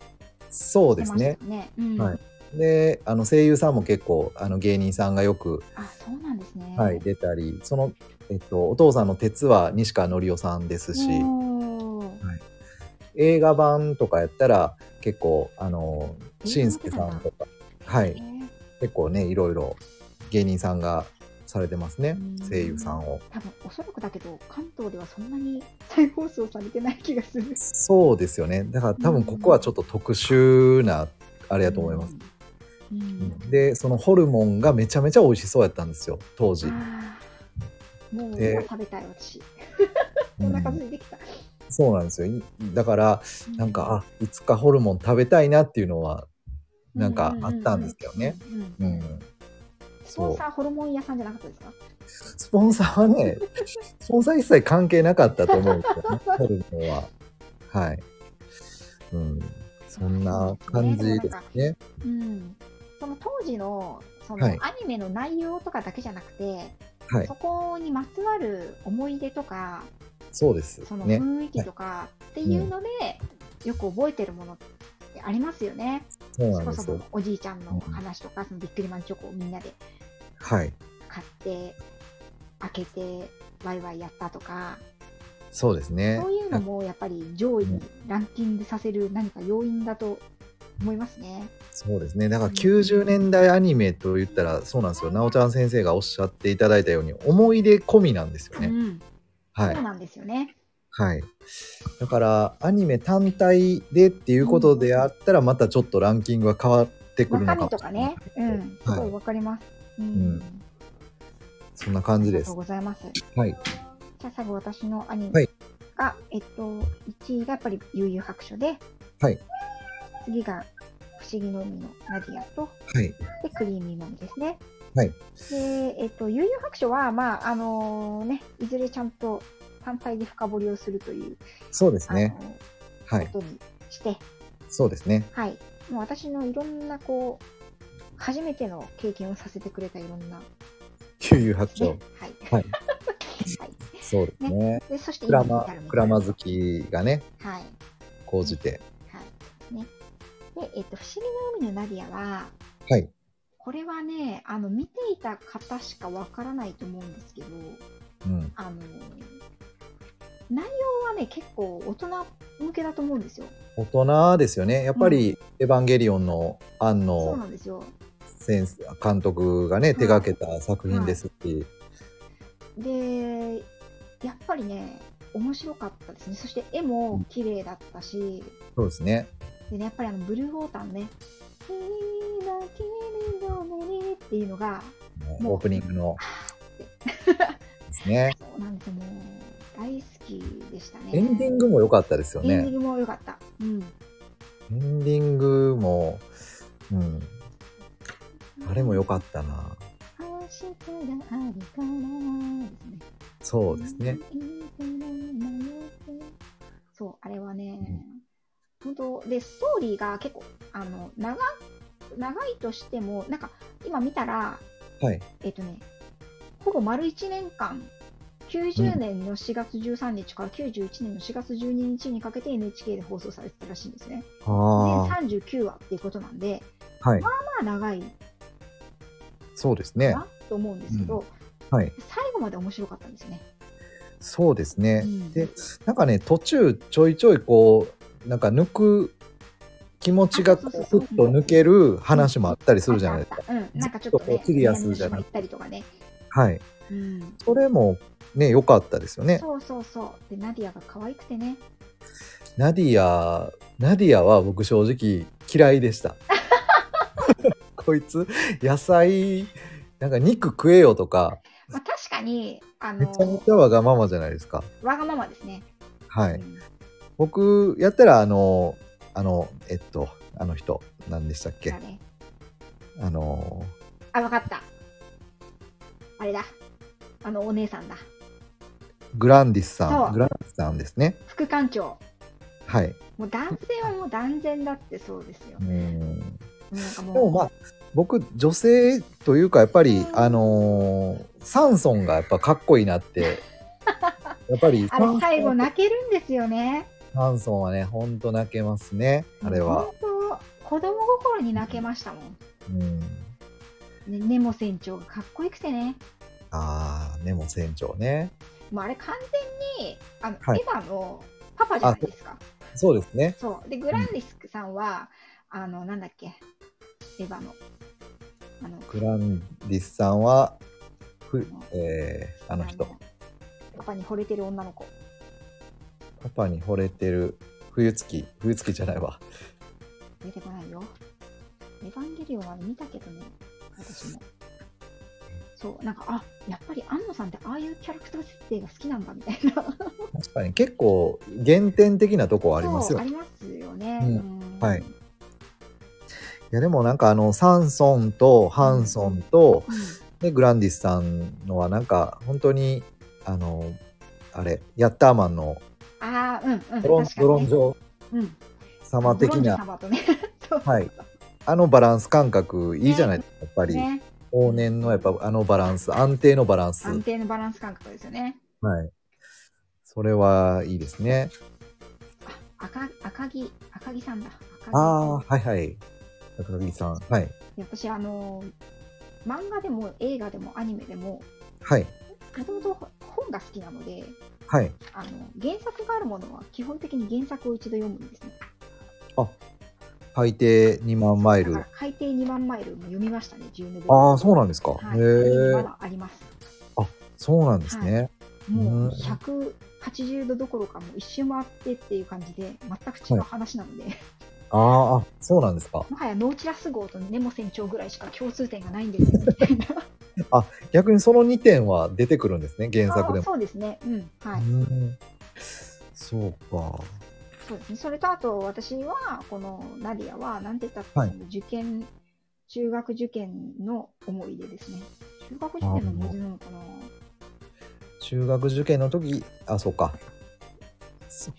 Speaker 2: そう
Speaker 1: 出
Speaker 2: です
Speaker 1: ました
Speaker 2: ね
Speaker 1: よねうん
Speaker 2: はいであの声優さんも結構あの芸人さんがよく、
Speaker 1: あそうなんですね
Speaker 2: はい、出たりその、えっと、お父さんの鉄は西川のりおさんですし、
Speaker 1: おー
Speaker 2: 映画版とかやったら結構あのしんすけさんとか、は
Speaker 1: え
Speaker 2: い、
Speaker 1: ー
Speaker 2: 結構ねいろいろ芸人さんがされてますね
Speaker 1: うん
Speaker 2: 声優さんを。
Speaker 1: 多分おそらくだけど関東ではそんなに再放送されてない気がする
Speaker 2: そうですよね。だから多分ここはちょっと特殊なあれやと思います。
Speaker 1: うん、うん
Speaker 2: で、そのホルモンがめちゃめちゃ美味しそうやったんですよ、当時。
Speaker 1: あーもう
Speaker 2: で
Speaker 1: 今食べたい私
Speaker 2: う
Speaker 1: お
Speaker 2: ん
Speaker 1: 腹空いてきた、
Speaker 2: そうなんですよ。いだから、
Speaker 1: う
Speaker 2: なんか、あ、いつかホルモン食べたいなっていうのは、なんか
Speaker 1: うう
Speaker 2: あ
Speaker 1: う
Speaker 2: ったんですけどね。
Speaker 1: うん
Speaker 2: う
Speaker 1: うん
Speaker 2: ん。
Speaker 1: スポンサーホルモン屋さんじゃなかったですか
Speaker 2: スポンサーは ね、スポンサー一切関係なかったと思うんですよね、ホルモンは。はい。うん。そんな感じですね。
Speaker 1: うん、その当時のその
Speaker 2: はい
Speaker 1: アニメの内容とかだけじゃなくて、
Speaker 2: はい
Speaker 1: そ。こにまつわる思い出とか
Speaker 2: そうです
Speaker 1: その
Speaker 2: ね。
Speaker 1: 雰囲気とかっていうので、よく覚えてるものってありますよね。
Speaker 2: そう
Speaker 1: そ
Speaker 2: なん
Speaker 1: れこ
Speaker 2: です
Speaker 1: そ
Speaker 2: よ。
Speaker 1: おじいちゃんの話とか、そのビックリマンチョコをみんなで
Speaker 2: はい。
Speaker 1: 買って開けてワイワイやったとか
Speaker 2: そうですね。
Speaker 1: そういうのもやっぱり上位にランキングさせる何か要因だと思いますね。
Speaker 2: そうですね。だから
Speaker 1: うん
Speaker 2: 90年代アニメと言ったらそうなんですよ。なおちゃん先生がおっしゃっていただいたように思い出込みなんですよ
Speaker 1: う
Speaker 2: ね。
Speaker 1: ん、
Speaker 2: は
Speaker 1: そう
Speaker 2: い。
Speaker 1: なんですよね。
Speaker 2: はい。だからアニメ単体でっていうことであったらまたちょっとランキングが変わってくるの
Speaker 1: 中身
Speaker 2: かも
Speaker 1: と
Speaker 2: し
Speaker 1: か
Speaker 2: れない
Speaker 1: ね、うん、す
Speaker 2: はい
Speaker 1: ごいわかります。うん
Speaker 2: うんそんな感
Speaker 1: あ
Speaker 2: じ
Speaker 1: り
Speaker 2: で
Speaker 1: がとう
Speaker 2: す。
Speaker 1: ございます。
Speaker 2: はい。
Speaker 1: じゃあ最後私のアニ
Speaker 2: は
Speaker 1: メ
Speaker 2: い
Speaker 1: が、えっと、1位がやっぱり悠々白書で、
Speaker 2: はい
Speaker 1: 次が不思議の海のナディアと、
Speaker 2: はい。
Speaker 1: で、クリーミーモミですね。
Speaker 2: はい
Speaker 1: で、えっと、悠々白書は、まあ、あのね、いずれちゃんと単体で深掘りをするという、
Speaker 2: そうです
Speaker 1: あ
Speaker 2: ね。
Speaker 1: の
Speaker 2: はい。
Speaker 1: ことにして、
Speaker 2: そうですね。
Speaker 1: はい。もう私のいろんな、こう、初めての経験をさせてくれたいろんな
Speaker 2: 九遊白
Speaker 1: ね
Speaker 2: 鳥。
Speaker 1: はい。
Speaker 2: はい
Speaker 1: はい。
Speaker 2: そうですね。
Speaker 1: で、そして
Speaker 2: クラ
Speaker 1: 今に
Speaker 2: マ
Speaker 1: 至るみたいな
Speaker 2: クラマ好きがね
Speaker 1: はい。
Speaker 2: 講じて。
Speaker 1: はい。ね。で、えっと、不思議な海のナディアは、
Speaker 2: はい
Speaker 1: これはね、あの、見ていた方しかわからないと思うんですけど、
Speaker 2: うん。
Speaker 1: あの、内容はね、結構大人向けだと思うんですよ。
Speaker 2: 大人ですよね。やっぱり、エヴァンゲリオンの庵
Speaker 1: そうな
Speaker 2: 野
Speaker 1: んですよ。
Speaker 2: 先生監督がね、手がけた作品ですし、
Speaker 1: で、やっぱりね、面白かったですね。そして絵も綺麗だったし、
Speaker 2: そうですね。
Speaker 1: でね、やっぱりあの、ブルーウォーターのね、今君の目にっていうのが、もう
Speaker 2: オープニング の。ですね。
Speaker 1: そうなんですよ、もう大好きでしたね。
Speaker 2: エンディングも良かったですよ
Speaker 1: エンディン
Speaker 2: ね。
Speaker 1: グも良かった。うん。
Speaker 2: エンディングも、うん、あれも良かったな。
Speaker 1: 明日があるからですね。
Speaker 2: そうですね。。
Speaker 1: そう、あれはね
Speaker 2: うん、
Speaker 1: 本当で、ストーリーが結構、あの、長、長いとしても、なんか、今見たら、
Speaker 2: はい。
Speaker 1: えっ、とね、ほぼ丸1年間、90年の4月13日から91年の4月12日にかけて NHK で放送されてたらしいんですね。
Speaker 2: ああ、
Speaker 1: 全39話っていうことなんで、
Speaker 2: はい。
Speaker 1: まあ長い
Speaker 2: そうですね。
Speaker 1: なと思うんですけど、
Speaker 2: はい。
Speaker 1: 最後まで面白かったんですよね。
Speaker 2: そうですね
Speaker 1: う。ん
Speaker 2: で、なんかね、途中ちょいちょいこう、なんか抜く、気持ちが
Speaker 1: あそ
Speaker 2: こ
Speaker 1: う
Speaker 2: う
Speaker 1: そう
Speaker 2: ふ
Speaker 1: そう
Speaker 2: っと抜ける話もあったりするじゃないです
Speaker 1: あ
Speaker 2: か
Speaker 1: っ。た。うん、なんかちょっと
Speaker 2: ずっとこ
Speaker 1: ね
Speaker 2: う、シリアスじゃ
Speaker 1: 南
Speaker 2: な
Speaker 1: の島
Speaker 2: く
Speaker 1: 行ったりとかね。
Speaker 2: はい。
Speaker 1: うん、
Speaker 2: それもね、良かったですよね。
Speaker 1: そうそうそう。で、ナディアが可愛くてね。
Speaker 2: ナディア、ナディアは僕正直嫌い でした。こいつ、野菜、なんか肉食えよとか、
Speaker 1: まあ、確かに、あ
Speaker 2: め
Speaker 1: の
Speaker 2: ちゃめちゃわがままじゃないですか。
Speaker 1: わがままですね。
Speaker 2: は
Speaker 1: う
Speaker 2: い。
Speaker 1: ん
Speaker 2: 僕、やったら、あの、あの、えっと、あの人、何でしたっけ
Speaker 1: あ。れ
Speaker 2: あの、
Speaker 1: あ、わかった。あれだ。あの、お姉さんだ。
Speaker 2: グランディスさ
Speaker 1: そ
Speaker 2: ん。
Speaker 1: う
Speaker 2: グランディスさんですね。
Speaker 1: 副館長。
Speaker 2: はい。
Speaker 1: もう男性はもう断然だってそうですよ
Speaker 2: う。ん
Speaker 1: なんかもう。
Speaker 2: でもまあ僕女性というかやっぱり
Speaker 1: うん
Speaker 2: あのーサンソンがやっぱかっこいいなって やっぱり
Speaker 1: あれ
Speaker 2: サン
Speaker 1: 最後泣けるんですよね。
Speaker 2: サンソンはねほんと泣けますねあれは、
Speaker 1: 本当子供心に泣けましたもん。
Speaker 2: うん、
Speaker 1: ね、ネモ船長がかっこよくてね、
Speaker 2: ああでも船長ね
Speaker 1: もうあれ完全にあの、
Speaker 2: はい
Speaker 1: エヴァのパパじゃないですか。
Speaker 2: そうですね
Speaker 1: そう。で、グランディスクさんは、あの、なんだっけ、エヴァの、あの、
Speaker 2: グランディスさんはふ、えーあの人
Speaker 1: パパに惚れてる女の子。
Speaker 2: パパに惚れてる冬月冬月じゃないわ
Speaker 1: 出てこないよ。エヴァンゲリオンは見たけどね、私も。そう、なんか、あ、やっぱり安野さんってああいうキャラクター設定が好きなんだみたいな。
Speaker 2: 確かに結構原点的なとこはありま す
Speaker 1: そう
Speaker 2: よ
Speaker 1: あ
Speaker 2: ね
Speaker 1: りますよね。
Speaker 2: うん
Speaker 1: ん
Speaker 2: はいいやでもなんかあのサンソンとハンソンと、
Speaker 1: う
Speaker 2: でグランディスさんのはなんか本当にあのあれヤッターマンの
Speaker 1: んああ、うん、うん。
Speaker 2: ドロン、
Speaker 1: 確か
Speaker 2: ド
Speaker 1: に
Speaker 2: ロン
Speaker 1: ね
Speaker 2: ジョ
Speaker 1: うん。
Speaker 2: 様的
Speaker 1: ドロンジョ
Speaker 2: な
Speaker 1: 様とね そう
Speaker 2: はいあのバランス感覚いいじゃないですか、やっぱり、
Speaker 1: ね、
Speaker 2: 往年のやっぱあのバランス安定のバランス
Speaker 1: 安定のバランス感覚ですよね。
Speaker 2: はいそれはいいですね
Speaker 1: あ赤赤木、赤木さんだ。赤木
Speaker 2: ああはいはい高木さんはい
Speaker 1: で私、あのー漫画でも映画でもアニメでも、
Speaker 2: はい
Speaker 1: もともと本が好きなので、
Speaker 2: はい
Speaker 1: あの原作があるものは基本的に原作を一度読むんですね。
Speaker 2: 海底2万マイ
Speaker 1: だか
Speaker 2: ル
Speaker 1: ら海底2万マイルも読みましたね、10年分。
Speaker 2: ああそうなんですか、
Speaker 1: はい、
Speaker 2: へ
Speaker 1: ま
Speaker 2: え
Speaker 1: だあります。
Speaker 2: そうなんですね、
Speaker 1: も
Speaker 2: う
Speaker 1: うん180度どころかもう一周回ってっていう感じで全く違う話なので、
Speaker 2: あーあそうなんですか
Speaker 1: もはやノーチラス号とネモ船長ぐらいしか共通点がないんですよみたいな
Speaker 2: 逆にその2点は出てくるんですね原作で
Speaker 1: あ
Speaker 2: も
Speaker 1: そうですねうんはい、
Speaker 2: うんそうか。
Speaker 1: そうですねそれとあと私はこのナディアは何て言ったって、
Speaker 2: はい
Speaker 1: 受験中学受験の思い出ですね中学受験の思い出なのかな
Speaker 2: 中学受験の時、あ、そうか。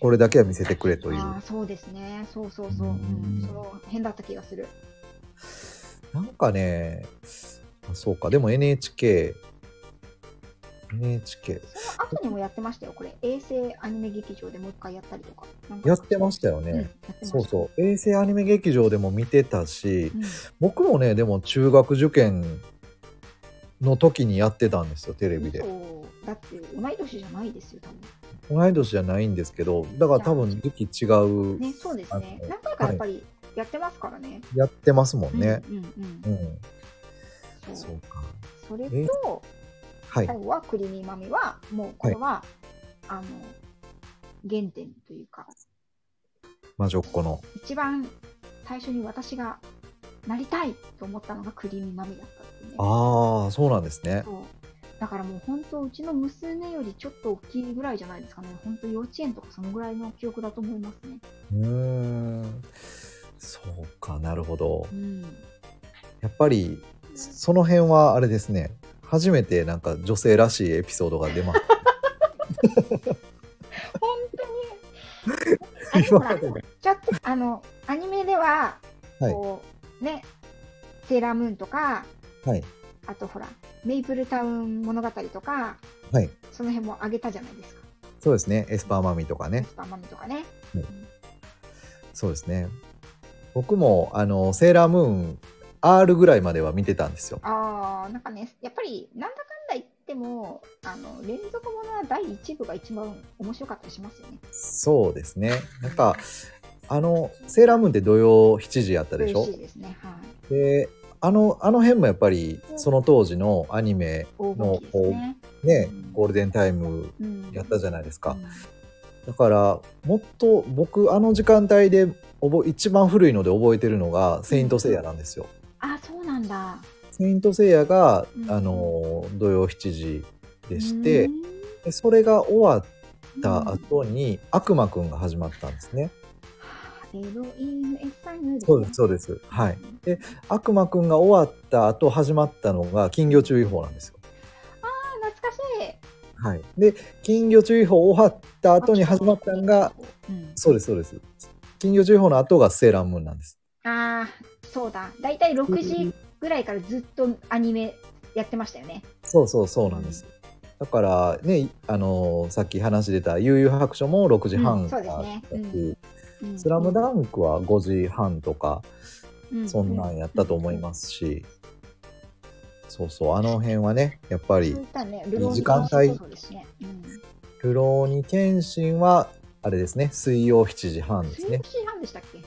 Speaker 2: これだけは見せてくれという。
Speaker 1: ああそうですねそうそうそう、う
Speaker 2: うん
Speaker 1: ん、その変だった気がする
Speaker 2: なんかね、あそうか。でも NHK、NHK、
Speaker 1: その後にもやってましたよ、これ。衛星アニメ劇場でもう一回やったりとか。なんか
Speaker 2: やってましたよ
Speaker 1: うんや
Speaker 2: ね
Speaker 1: っ、てました
Speaker 2: そうそう衛星アニメ劇場でも見てたし
Speaker 1: うん
Speaker 2: 僕もねでも中学受験の時にやってたんですよテレビで
Speaker 1: そうだって同い年じゃないですよ、多分。
Speaker 2: 同い年じゃないんですけどだから多分時期違う、
Speaker 1: ね、そうですね
Speaker 2: あ。の
Speaker 1: 何回かやっぱりやってますからね。
Speaker 2: やってますもんね、
Speaker 1: うんうん
Speaker 2: うん
Speaker 1: うん。
Speaker 2: そ
Speaker 1: そう
Speaker 2: うか
Speaker 1: それと、
Speaker 2: は
Speaker 1: 最
Speaker 2: い
Speaker 1: 後はクリーミーマミは、もうこれは、あの、原点というか、
Speaker 2: 魔女っ子の
Speaker 1: 一番最初に私がなりたいと思ったのがクリーミーマミだったっていうね。
Speaker 2: ああそうなんですね
Speaker 1: そうだからもう本当うちの娘よりちょっと大きいぐらいじゃないですかね本当幼稚園とかそのぐらいの記憶だと思います ね
Speaker 2: うーんそうかなるほど
Speaker 1: うん
Speaker 2: やっぱりその辺はあれですね初めてなんか女性らしいエピソードが 出まし
Speaker 1: 本当に
Speaker 2: た
Speaker 1: あの
Speaker 2: 今
Speaker 1: ほ
Speaker 2: ま
Speaker 1: ら
Speaker 2: でね
Speaker 1: ちょっとあのアニメでは
Speaker 2: はい
Speaker 1: こう、ねセーラームーンとか
Speaker 2: はい
Speaker 1: あとほらメイプルタウン物語とか
Speaker 2: はい
Speaker 1: その辺もあげたじゃないですか
Speaker 2: そうですねエスパーマミとか
Speaker 1: エ
Speaker 2: ね
Speaker 1: スパーマミとかね
Speaker 2: そうですね僕もあのセーラームーン R ぐらいまでは見てたんですよ
Speaker 1: あーなんかねやっぱりなんだかんだ言ってもあの連続ものは第1部が一番面白かったりしますよね
Speaker 2: そうですねなんかあのセーラームーンって土曜7時やったでし
Speaker 1: 嬉
Speaker 2: ょ
Speaker 1: しいですねはい
Speaker 2: であのあの辺もやっぱりその当時のアニメ
Speaker 1: 黄金期ですね
Speaker 2: ね
Speaker 1: うん
Speaker 2: ゴールデンタイム
Speaker 1: うん
Speaker 2: やったじゃないですか
Speaker 1: うん
Speaker 2: だからもっと僕あの時間帯で覚え一番古いので覚えてるのが「セイント・セイヤ」なんですよ。
Speaker 1: あそうなんだ
Speaker 2: セイント・セイヤが、
Speaker 1: うん
Speaker 2: あのー土曜7時でして、
Speaker 1: うん
Speaker 2: でそれが終わった後に、悪魔くんが始まったんですね。
Speaker 1: エロインエッサイヌ
Speaker 2: そうですそうです。はい。悪魔くんが終わった後始まったのが金魚注意報なんですよ。
Speaker 1: あ懐かしい
Speaker 2: はい。で金魚注意報終わった後に始まったのが、
Speaker 1: うん
Speaker 2: そうですそうです。金魚注意報の後がセーラームーンなんです。
Speaker 1: ああそうだ大体6時ぐらいからずっとアニメやってましたよね
Speaker 2: そうそうそうなんです。だからね、あのーさっき話出た悠々白書も6時半
Speaker 1: そ
Speaker 2: か
Speaker 1: うで
Speaker 2: ら
Speaker 1: す
Speaker 2: だ
Speaker 1: ね
Speaker 2: し、
Speaker 1: うんうん
Speaker 2: スラムダンクは5時半とか、
Speaker 1: う
Speaker 2: そんなんやったと思いますし、そうそう、あの辺はね、やっぱ
Speaker 1: うん
Speaker 2: り
Speaker 1: そう、だねルローニ
Speaker 2: 時間帯
Speaker 1: そうですねうん
Speaker 2: ルローニケンシンは、あれですね、水曜7時半ですね
Speaker 1: 16。時半でしたっけ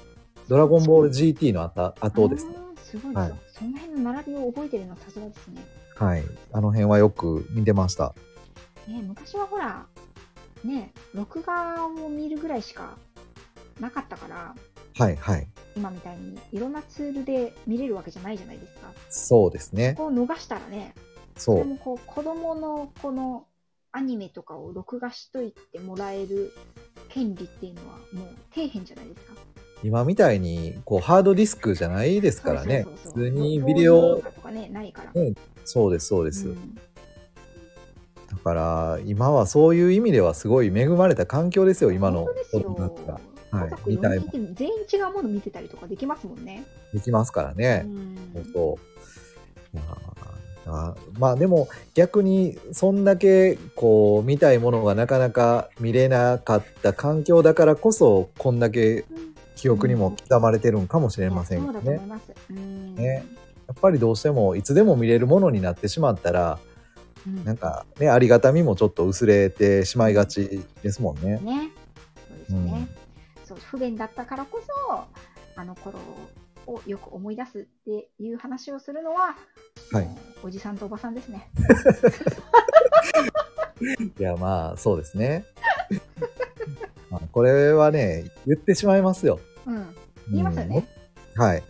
Speaker 2: ドラゴンボール GT のあた後ですね。
Speaker 1: あーすごい、
Speaker 2: はい
Speaker 1: その辺の並びを覚えてるのはさすがですね
Speaker 2: はい。あの辺はよく見てました。
Speaker 1: ね昔はほらね録画を見るぐらいしかなかったから
Speaker 2: はいはい。
Speaker 1: 今みたいにいろんなツールで見れるわけじゃないじゃないですか
Speaker 2: そうですね。
Speaker 1: こう逃したらね
Speaker 2: そ
Speaker 1: で
Speaker 2: う。
Speaker 1: もこう子供のこのアニメとかを録画しといてもらえる権利っていうのはもう底辺じゃないですか
Speaker 2: 今みたいに、こう、ハードディスクじゃないですからね
Speaker 1: そうそ。うそう
Speaker 2: 普通にビデオ
Speaker 1: 録、画とかねないから、
Speaker 2: ねそうですそうです。
Speaker 1: うん
Speaker 2: だから今はそういう意味ではすごい恵まれた環境ですよ今の
Speaker 1: 本当ですよ
Speaker 2: 子供たちがはい
Speaker 1: 家族四人いて全員違うもの見てたりとかできますもんね。
Speaker 2: できますからね
Speaker 1: う、ん
Speaker 2: そうそういやーあまあでも逆にそんだけこう見たいものがなかなか見れなかった環境だからこそこんだけ記憶にも刻まれてるんかもしれません
Speaker 1: いや
Speaker 2: け
Speaker 1: そ
Speaker 2: ど
Speaker 1: うだと思
Speaker 2: ね
Speaker 1: います。うん
Speaker 2: ねやっぱりどうしてもいつでも見れるものになってしまったら
Speaker 1: うん
Speaker 2: なんかねありがたみもちょっと薄れてしまいがちですもんね。
Speaker 1: ね。そうですね。そう不便だったからこそあの頃をよく思い出すっていう話をするのは、
Speaker 2: はい
Speaker 1: もうおじさんとおばさんですね。
Speaker 2: いや、まあ、そうですね。 まあこれはね、言ってしまいますよ。
Speaker 1: うん。言いますよね。
Speaker 2: うん。はい。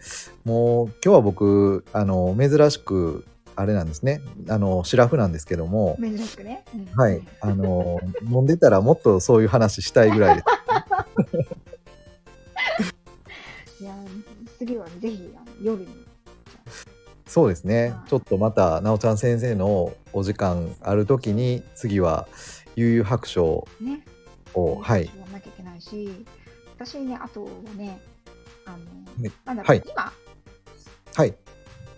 Speaker 2: もう、今日は僕、あの、珍しく、あれなんですね。あの、シラフなんですけども、
Speaker 1: 珍しくね。うん
Speaker 2: はい。あの、飲んでたらもっとそういう話したい ぐらいです。
Speaker 1: いや次はぜひあの夜に。
Speaker 2: そうですね。ちょっとまた、なおちゃん先生のお時間あるときに、次は、悠々白書
Speaker 1: ね。
Speaker 2: を、はい。
Speaker 1: やらなきゃいけないし、私ね、あとはね、あの、
Speaker 2: ね
Speaker 1: なんだろう、
Speaker 2: はい
Speaker 1: 今、
Speaker 2: はい。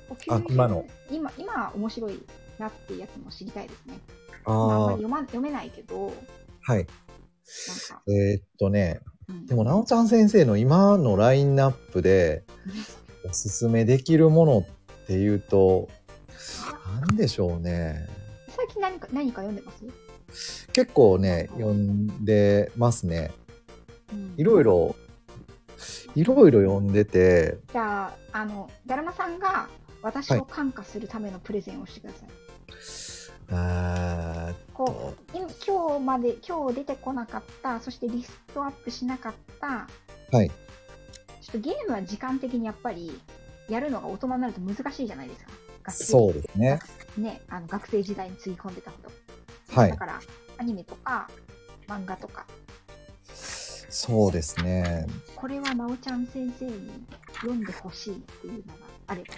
Speaker 1: お給料
Speaker 2: あ今の
Speaker 1: 今、今面白いなってやつも知りたいですね。まああんま
Speaker 2: ああ
Speaker 1: り、読,、ま、読めないけど、
Speaker 2: はい。
Speaker 1: なんか、
Speaker 2: えーっとね、
Speaker 1: うん
Speaker 2: でも、なおちゃん先生の今のラインナッ プで、おすすめできるものっていうと、なんでしょうね。
Speaker 1: 最近何か何か読んでます、
Speaker 2: 結構ね、読んでますね。
Speaker 1: うん
Speaker 2: いろいろ、いろいろ読んでて、
Speaker 1: じゃあ、あの、だるまさんが私を感化するためのプレゼンをしてください。
Speaker 2: あーっ、
Speaker 1: ことう今今日まで、今日出てこなかった、そしてリストアップしなかった、
Speaker 2: はい。
Speaker 1: ちょっとゲームは時間的にやっぱりやるのが大人になると難しいじゃないですか。学生
Speaker 2: そうですね。
Speaker 1: ね、あの学生時代につぎ込んでたこと。
Speaker 2: はい
Speaker 1: だから、アニメとか漫画とか、
Speaker 2: そうですね。
Speaker 1: これはなおちゃん先生に読んでほしいっていうのがあれば。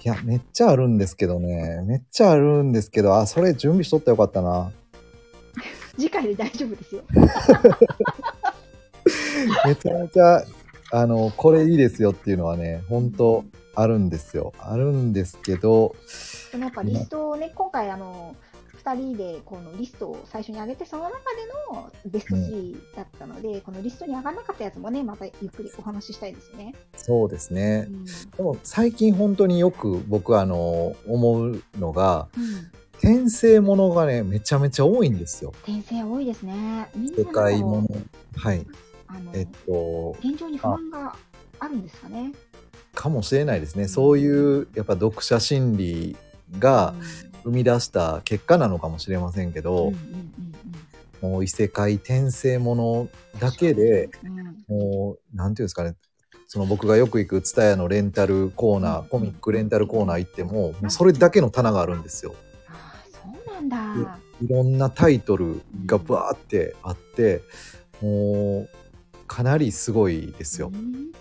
Speaker 2: いや、めっちゃあるんですけどね。めっちゃあるんですけど、あ、それ準備しとったらよかったな。
Speaker 1: 次回で大丈夫ですよ。
Speaker 2: めちゃめちゃ、あの、これいいですよっていうのはね、本当あるんですよ。あるんですけど、
Speaker 1: でもやっぱリストをね、今回あの、2人でこのリストを最初に上げて、その中でのベスト3だったので、このリストに上がらなかったやつもね、またゆっくりお話ししたいですね。
Speaker 2: そうですね
Speaker 1: う。ん
Speaker 2: でも最近本当によく僕あの、思うのが、
Speaker 1: うん、
Speaker 2: 転生ものがね、めちゃめちゃ多いんですよ。
Speaker 1: 転生多いですね。みんな
Speaker 2: 誤解
Speaker 1: な
Speaker 2: も
Speaker 1: ん
Speaker 2: の
Speaker 1: か。
Speaker 2: はい。
Speaker 1: あの
Speaker 2: えっと、
Speaker 1: 現状に不安があるんですかね。
Speaker 2: かもしれないですね。そういう、やっぱ読者心理が生み出した結果なのかもしれませんけ
Speaker 1: うん
Speaker 2: ど、
Speaker 1: うんうんうん
Speaker 2: もう異世界転生ものだけで、
Speaker 1: うん
Speaker 2: もう、なんていうんですかね、その僕がよく行くツタヤのレンタルコーナ
Speaker 1: うん
Speaker 2: ー、コミックレンタルコーナー行っても、もうそれだけの棚があるんですよ。
Speaker 1: あーそうなんだ。
Speaker 2: いろんなタイトルがバーってあって、もう、かなりすごいですよ
Speaker 1: う。ん。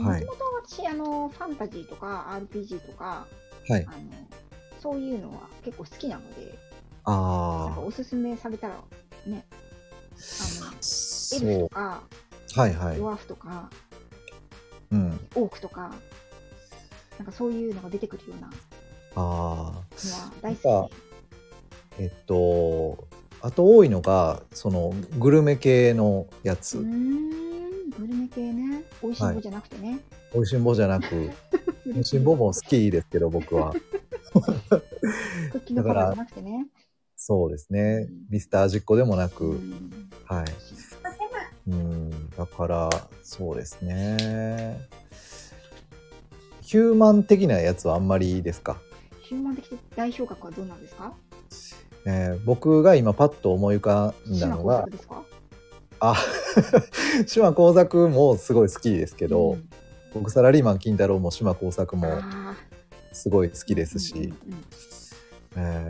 Speaker 1: も
Speaker 2: はい
Speaker 1: ともと私あのファンタジーとか RPG とか
Speaker 2: はい
Speaker 1: あ。のそういうのは結構好きなので、なんか
Speaker 2: ああ、
Speaker 1: おすすめされたらね、あのエルフ
Speaker 2: そ
Speaker 1: とか
Speaker 2: う。はいはい。
Speaker 1: ドワーフとか
Speaker 2: うん。
Speaker 1: オークとか。なんかそういうのが出てくるようなの
Speaker 2: ああ。
Speaker 1: は大好きで
Speaker 2: えっと、あと多いのが、その、グルメ系のや
Speaker 1: す。うー
Speaker 2: つ。
Speaker 1: ん、グルメ系ね、美味しいもじゃなくてね。
Speaker 2: 美味しんぼじゃなく、
Speaker 1: 美
Speaker 2: 美味しんぼも好きですけど、僕は。
Speaker 1: クッキーのパラじゃなくてね。
Speaker 2: そうですね
Speaker 1: うん。
Speaker 2: ミスター味っ子でもな
Speaker 1: う
Speaker 2: く、
Speaker 1: ん
Speaker 2: はい。うん、だから、そうですね。ヒューマン的なやつはあんまりいいですか。
Speaker 1: ヒューマン的代表格はどうなんですか
Speaker 2: えー僕が今パッと思い浮かんだ
Speaker 1: 島
Speaker 2: の
Speaker 1: 工
Speaker 2: が
Speaker 1: 作、ですか
Speaker 2: あ、島耕作もすごい好きですけど、
Speaker 1: うん
Speaker 2: 僕サラリーマン金太郎も島耕作も
Speaker 1: あー
Speaker 2: すごい好きですし、
Speaker 1: うんうんうん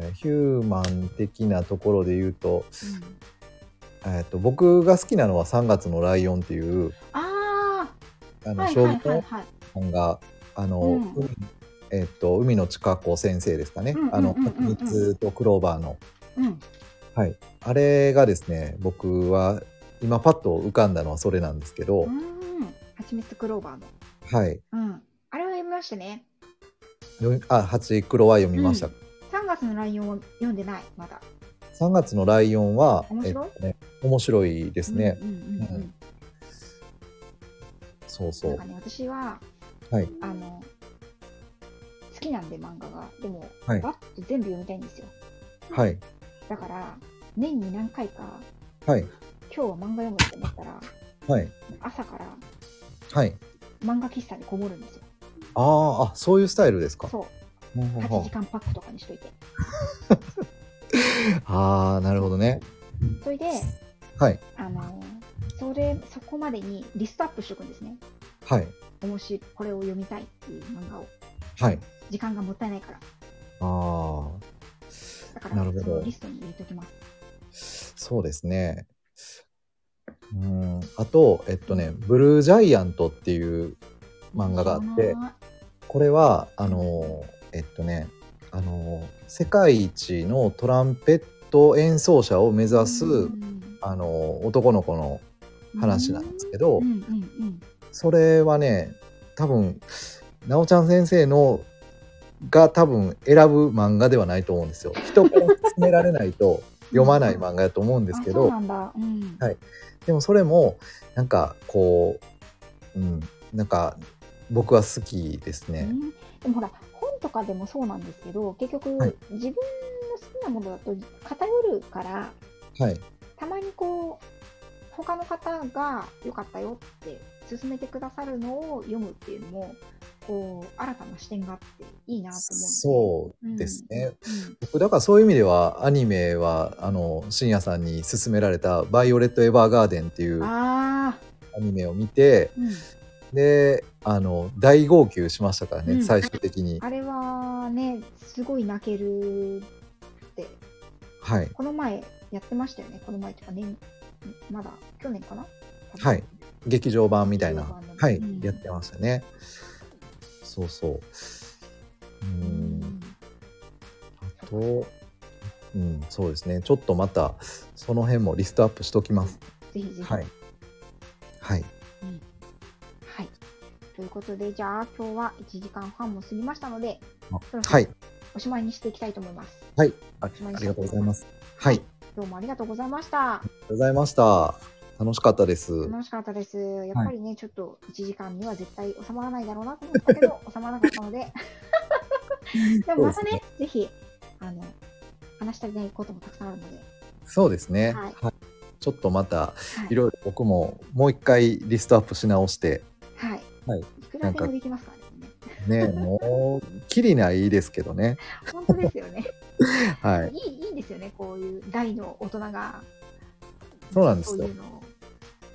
Speaker 2: えーヒューマン的なところで言うと,、えー、と僕が好きなのは「3月のライオン」っていう
Speaker 1: あ
Speaker 2: あ
Speaker 1: ー
Speaker 2: の、
Speaker 1: はい
Speaker 2: 将
Speaker 1: はい
Speaker 2: 棋
Speaker 1: はい
Speaker 2: の
Speaker 1: はい。
Speaker 2: 本があの、
Speaker 1: うん
Speaker 2: 海えー、と海野千佳子先生ですかね、
Speaker 1: うんうんうんうん
Speaker 2: あの蜂蜜とクローバーの
Speaker 1: うん。
Speaker 2: あれがですね僕は今パッと浮かんだのはそれなんですけど、
Speaker 1: うん。蜂蜜クローバーの。
Speaker 2: はい
Speaker 1: うん。あれは読みましたね。
Speaker 2: よあ蜂黒は読みました、
Speaker 1: うん3月のライオンは読んでない、まだ。
Speaker 2: 3月のライオンは
Speaker 1: 面白い
Speaker 2: えっとね、面白いですね、
Speaker 1: うんうんうんうん
Speaker 2: そうそ
Speaker 1: なん
Speaker 2: う
Speaker 1: かね、私は、
Speaker 2: はい
Speaker 1: あの、好きなんで漫画が。でも、
Speaker 2: はい
Speaker 1: バッと全部読みたいんですよ。
Speaker 2: はい
Speaker 1: だから、年に何回か、
Speaker 2: はい
Speaker 1: 今日は漫画読むって思ったら、
Speaker 2: はい
Speaker 1: 朝から
Speaker 2: はい
Speaker 1: 漫画喫茶にこもるんですよ。
Speaker 2: あーあそういうスタイルですか
Speaker 1: そ
Speaker 2: ほう
Speaker 1: う、
Speaker 2: ほうほ
Speaker 1: 8
Speaker 2: う
Speaker 1: 時間パックとかにしといて。
Speaker 2: ああ、なるほどね。
Speaker 1: それで、
Speaker 2: はい。
Speaker 1: あのそれそこまでにリストアップしておくんですね。
Speaker 2: はい。
Speaker 1: 面白いこれを読みたいっていう漫画を。
Speaker 2: はい。
Speaker 1: 時間がもったいないから。
Speaker 2: ああ、
Speaker 1: だから、
Speaker 2: なるほど
Speaker 1: そのリストに入れておきます。
Speaker 2: そうですね。うん。あと、えっとね、ブルージャイアントっていう漫画があって、これは、あの、えっとね、あの、世界一のトランペット演奏者を目指す、あの、男の子の話なんですけど、
Speaker 1: うんうんうんうん
Speaker 2: それはね、多分、なおちゃん先生のが多分選ぶ漫画ではないと思うんですよ。人から勧められないと読まない漫画やと思うんです
Speaker 1: あ
Speaker 2: け
Speaker 1: そう
Speaker 2: ど、
Speaker 1: なんだ。うん。
Speaker 2: はいでもそれもなんかこう、うん、なんか僕は好きです
Speaker 1: う
Speaker 2: ね。
Speaker 1: んでもほら本とかでもそうなんですけど結局、
Speaker 2: はい
Speaker 1: 自分の好きなものだと偏るから
Speaker 2: はい、
Speaker 1: たまにこう他の方が良かったよって勧めてくださるのを読むっていうのもこう新たな視点があっていいなと思
Speaker 2: そううんですね。
Speaker 1: うんです。うん
Speaker 2: 僕だからそういう意味ではアニメはあの深夜さんに勧められた「バイオレット・エヴァーガーデン」っていうア
Speaker 1: ああ、
Speaker 2: ニメを見て
Speaker 1: うん、
Speaker 2: であの大号泣しましたからね、
Speaker 1: うん
Speaker 2: 最終的に。
Speaker 1: あれはねすごい泣けるって
Speaker 2: はい、
Speaker 1: この前やってましたよねこの前とか年まだ去年かな
Speaker 2: はい劇場版みたいな、
Speaker 1: 劇場版のね
Speaker 2: はい
Speaker 1: うん
Speaker 2: やってましたね。そうそう。う
Speaker 1: うんん
Speaker 2: あと、うん、そうですねちょっとまたその辺もリストアップしときます。
Speaker 1: ぜひぜひ。
Speaker 2: はい、はい、
Speaker 1: うんはい。ということで、じゃあ今日は1時間半も過ぎましたので、そろそろ
Speaker 2: はい、
Speaker 1: おしまいにしていきたいと思います。
Speaker 2: はいあ、あ
Speaker 1: おしまいにし
Speaker 2: り
Speaker 1: た
Speaker 2: がとうございます。はい、あり
Speaker 1: どうもありがとうございました。
Speaker 2: がとうございました。楽しかったです。
Speaker 1: 楽しかったです。やっぱりね、ちょっと1時間には絶対収まらないだろうなと思ったけ ど、収まらなかったので、でもまたね、
Speaker 2: そう
Speaker 1: ぜひ、あの、話したりないこともたくさんあるので、
Speaker 2: そうですね。
Speaker 1: はい
Speaker 2: はい、ちょっとまた
Speaker 1: はい
Speaker 2: いろいろ僕ももう一回リストアップし直して
Speaker 1: はい。
Speaker 2: はい
Speaker 1: いくらでもできますからね。
Speaker 2: ねもうきりないですけどね。
Speaker 1: 本当ですよね。
Speaker 2: はい。
Speaker 1: いい、いいですよね、こういう大の大人が。
Speaker 2: そうなんです
Speaker 1: そ
Speaker 2: よ
Speaker 1: ういうのを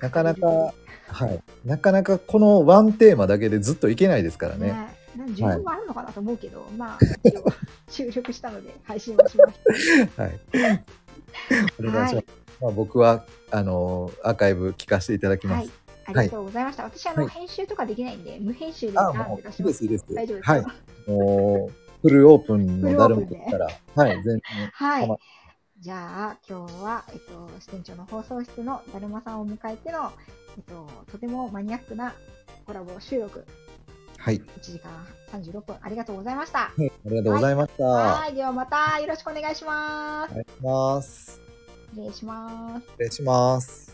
Speaker 2: なかなかはい。なかなかこのワンテーマだけでずっといけないですからね。
Speaker 1: ね、なんか需要もあるのかなと思うけど、まあ、一 応収録したので配信をしまし
Speaker 2: はい。お
Speaker 1: た。
Speaker 2: 願いします。
Speaker 1: はい、
Speaker 2: まあ僕はあのアーカイブ聞かせていただきま
Speaker 1: は
Speaker 2: す
Speaker 1: い。、ありがとうございました。私あの、
Speaker 2: はい
Speaker 1: 編集とかできないんで、無編集で
Speaker 2: あ
Speaker 1: ガーンっ
Speaker 2: も
Speaker 1: て出
Speaker 2: うい
Speaker 1: し
Speaker 2: い
Speaker 1: ま
Speaker 2: です
Speaker 1: す。
Speaker 2: いいです。
Speaker 1: 大丈夫ですか。
Speaker 2: は
Speaker 1: はいい。、
Speaker 2: もうフルオープンのダルマですから、はい全然構わ
Speaker 1: じゃあ今日はえっと支店長の放送室のだるまさんを迎えてのえっととてもマニアックなコラボ収録
Speaker 2: はい
Speaker 1: 1時間36分ありがとうございました。
Speaker 2: はいありがとうございました。
Speaker 1: はい、ではまたよろしくお願いします
Speaker 2: お。願いします。
Speaker 1: 失礼します。
Speaker 2: 失礼します。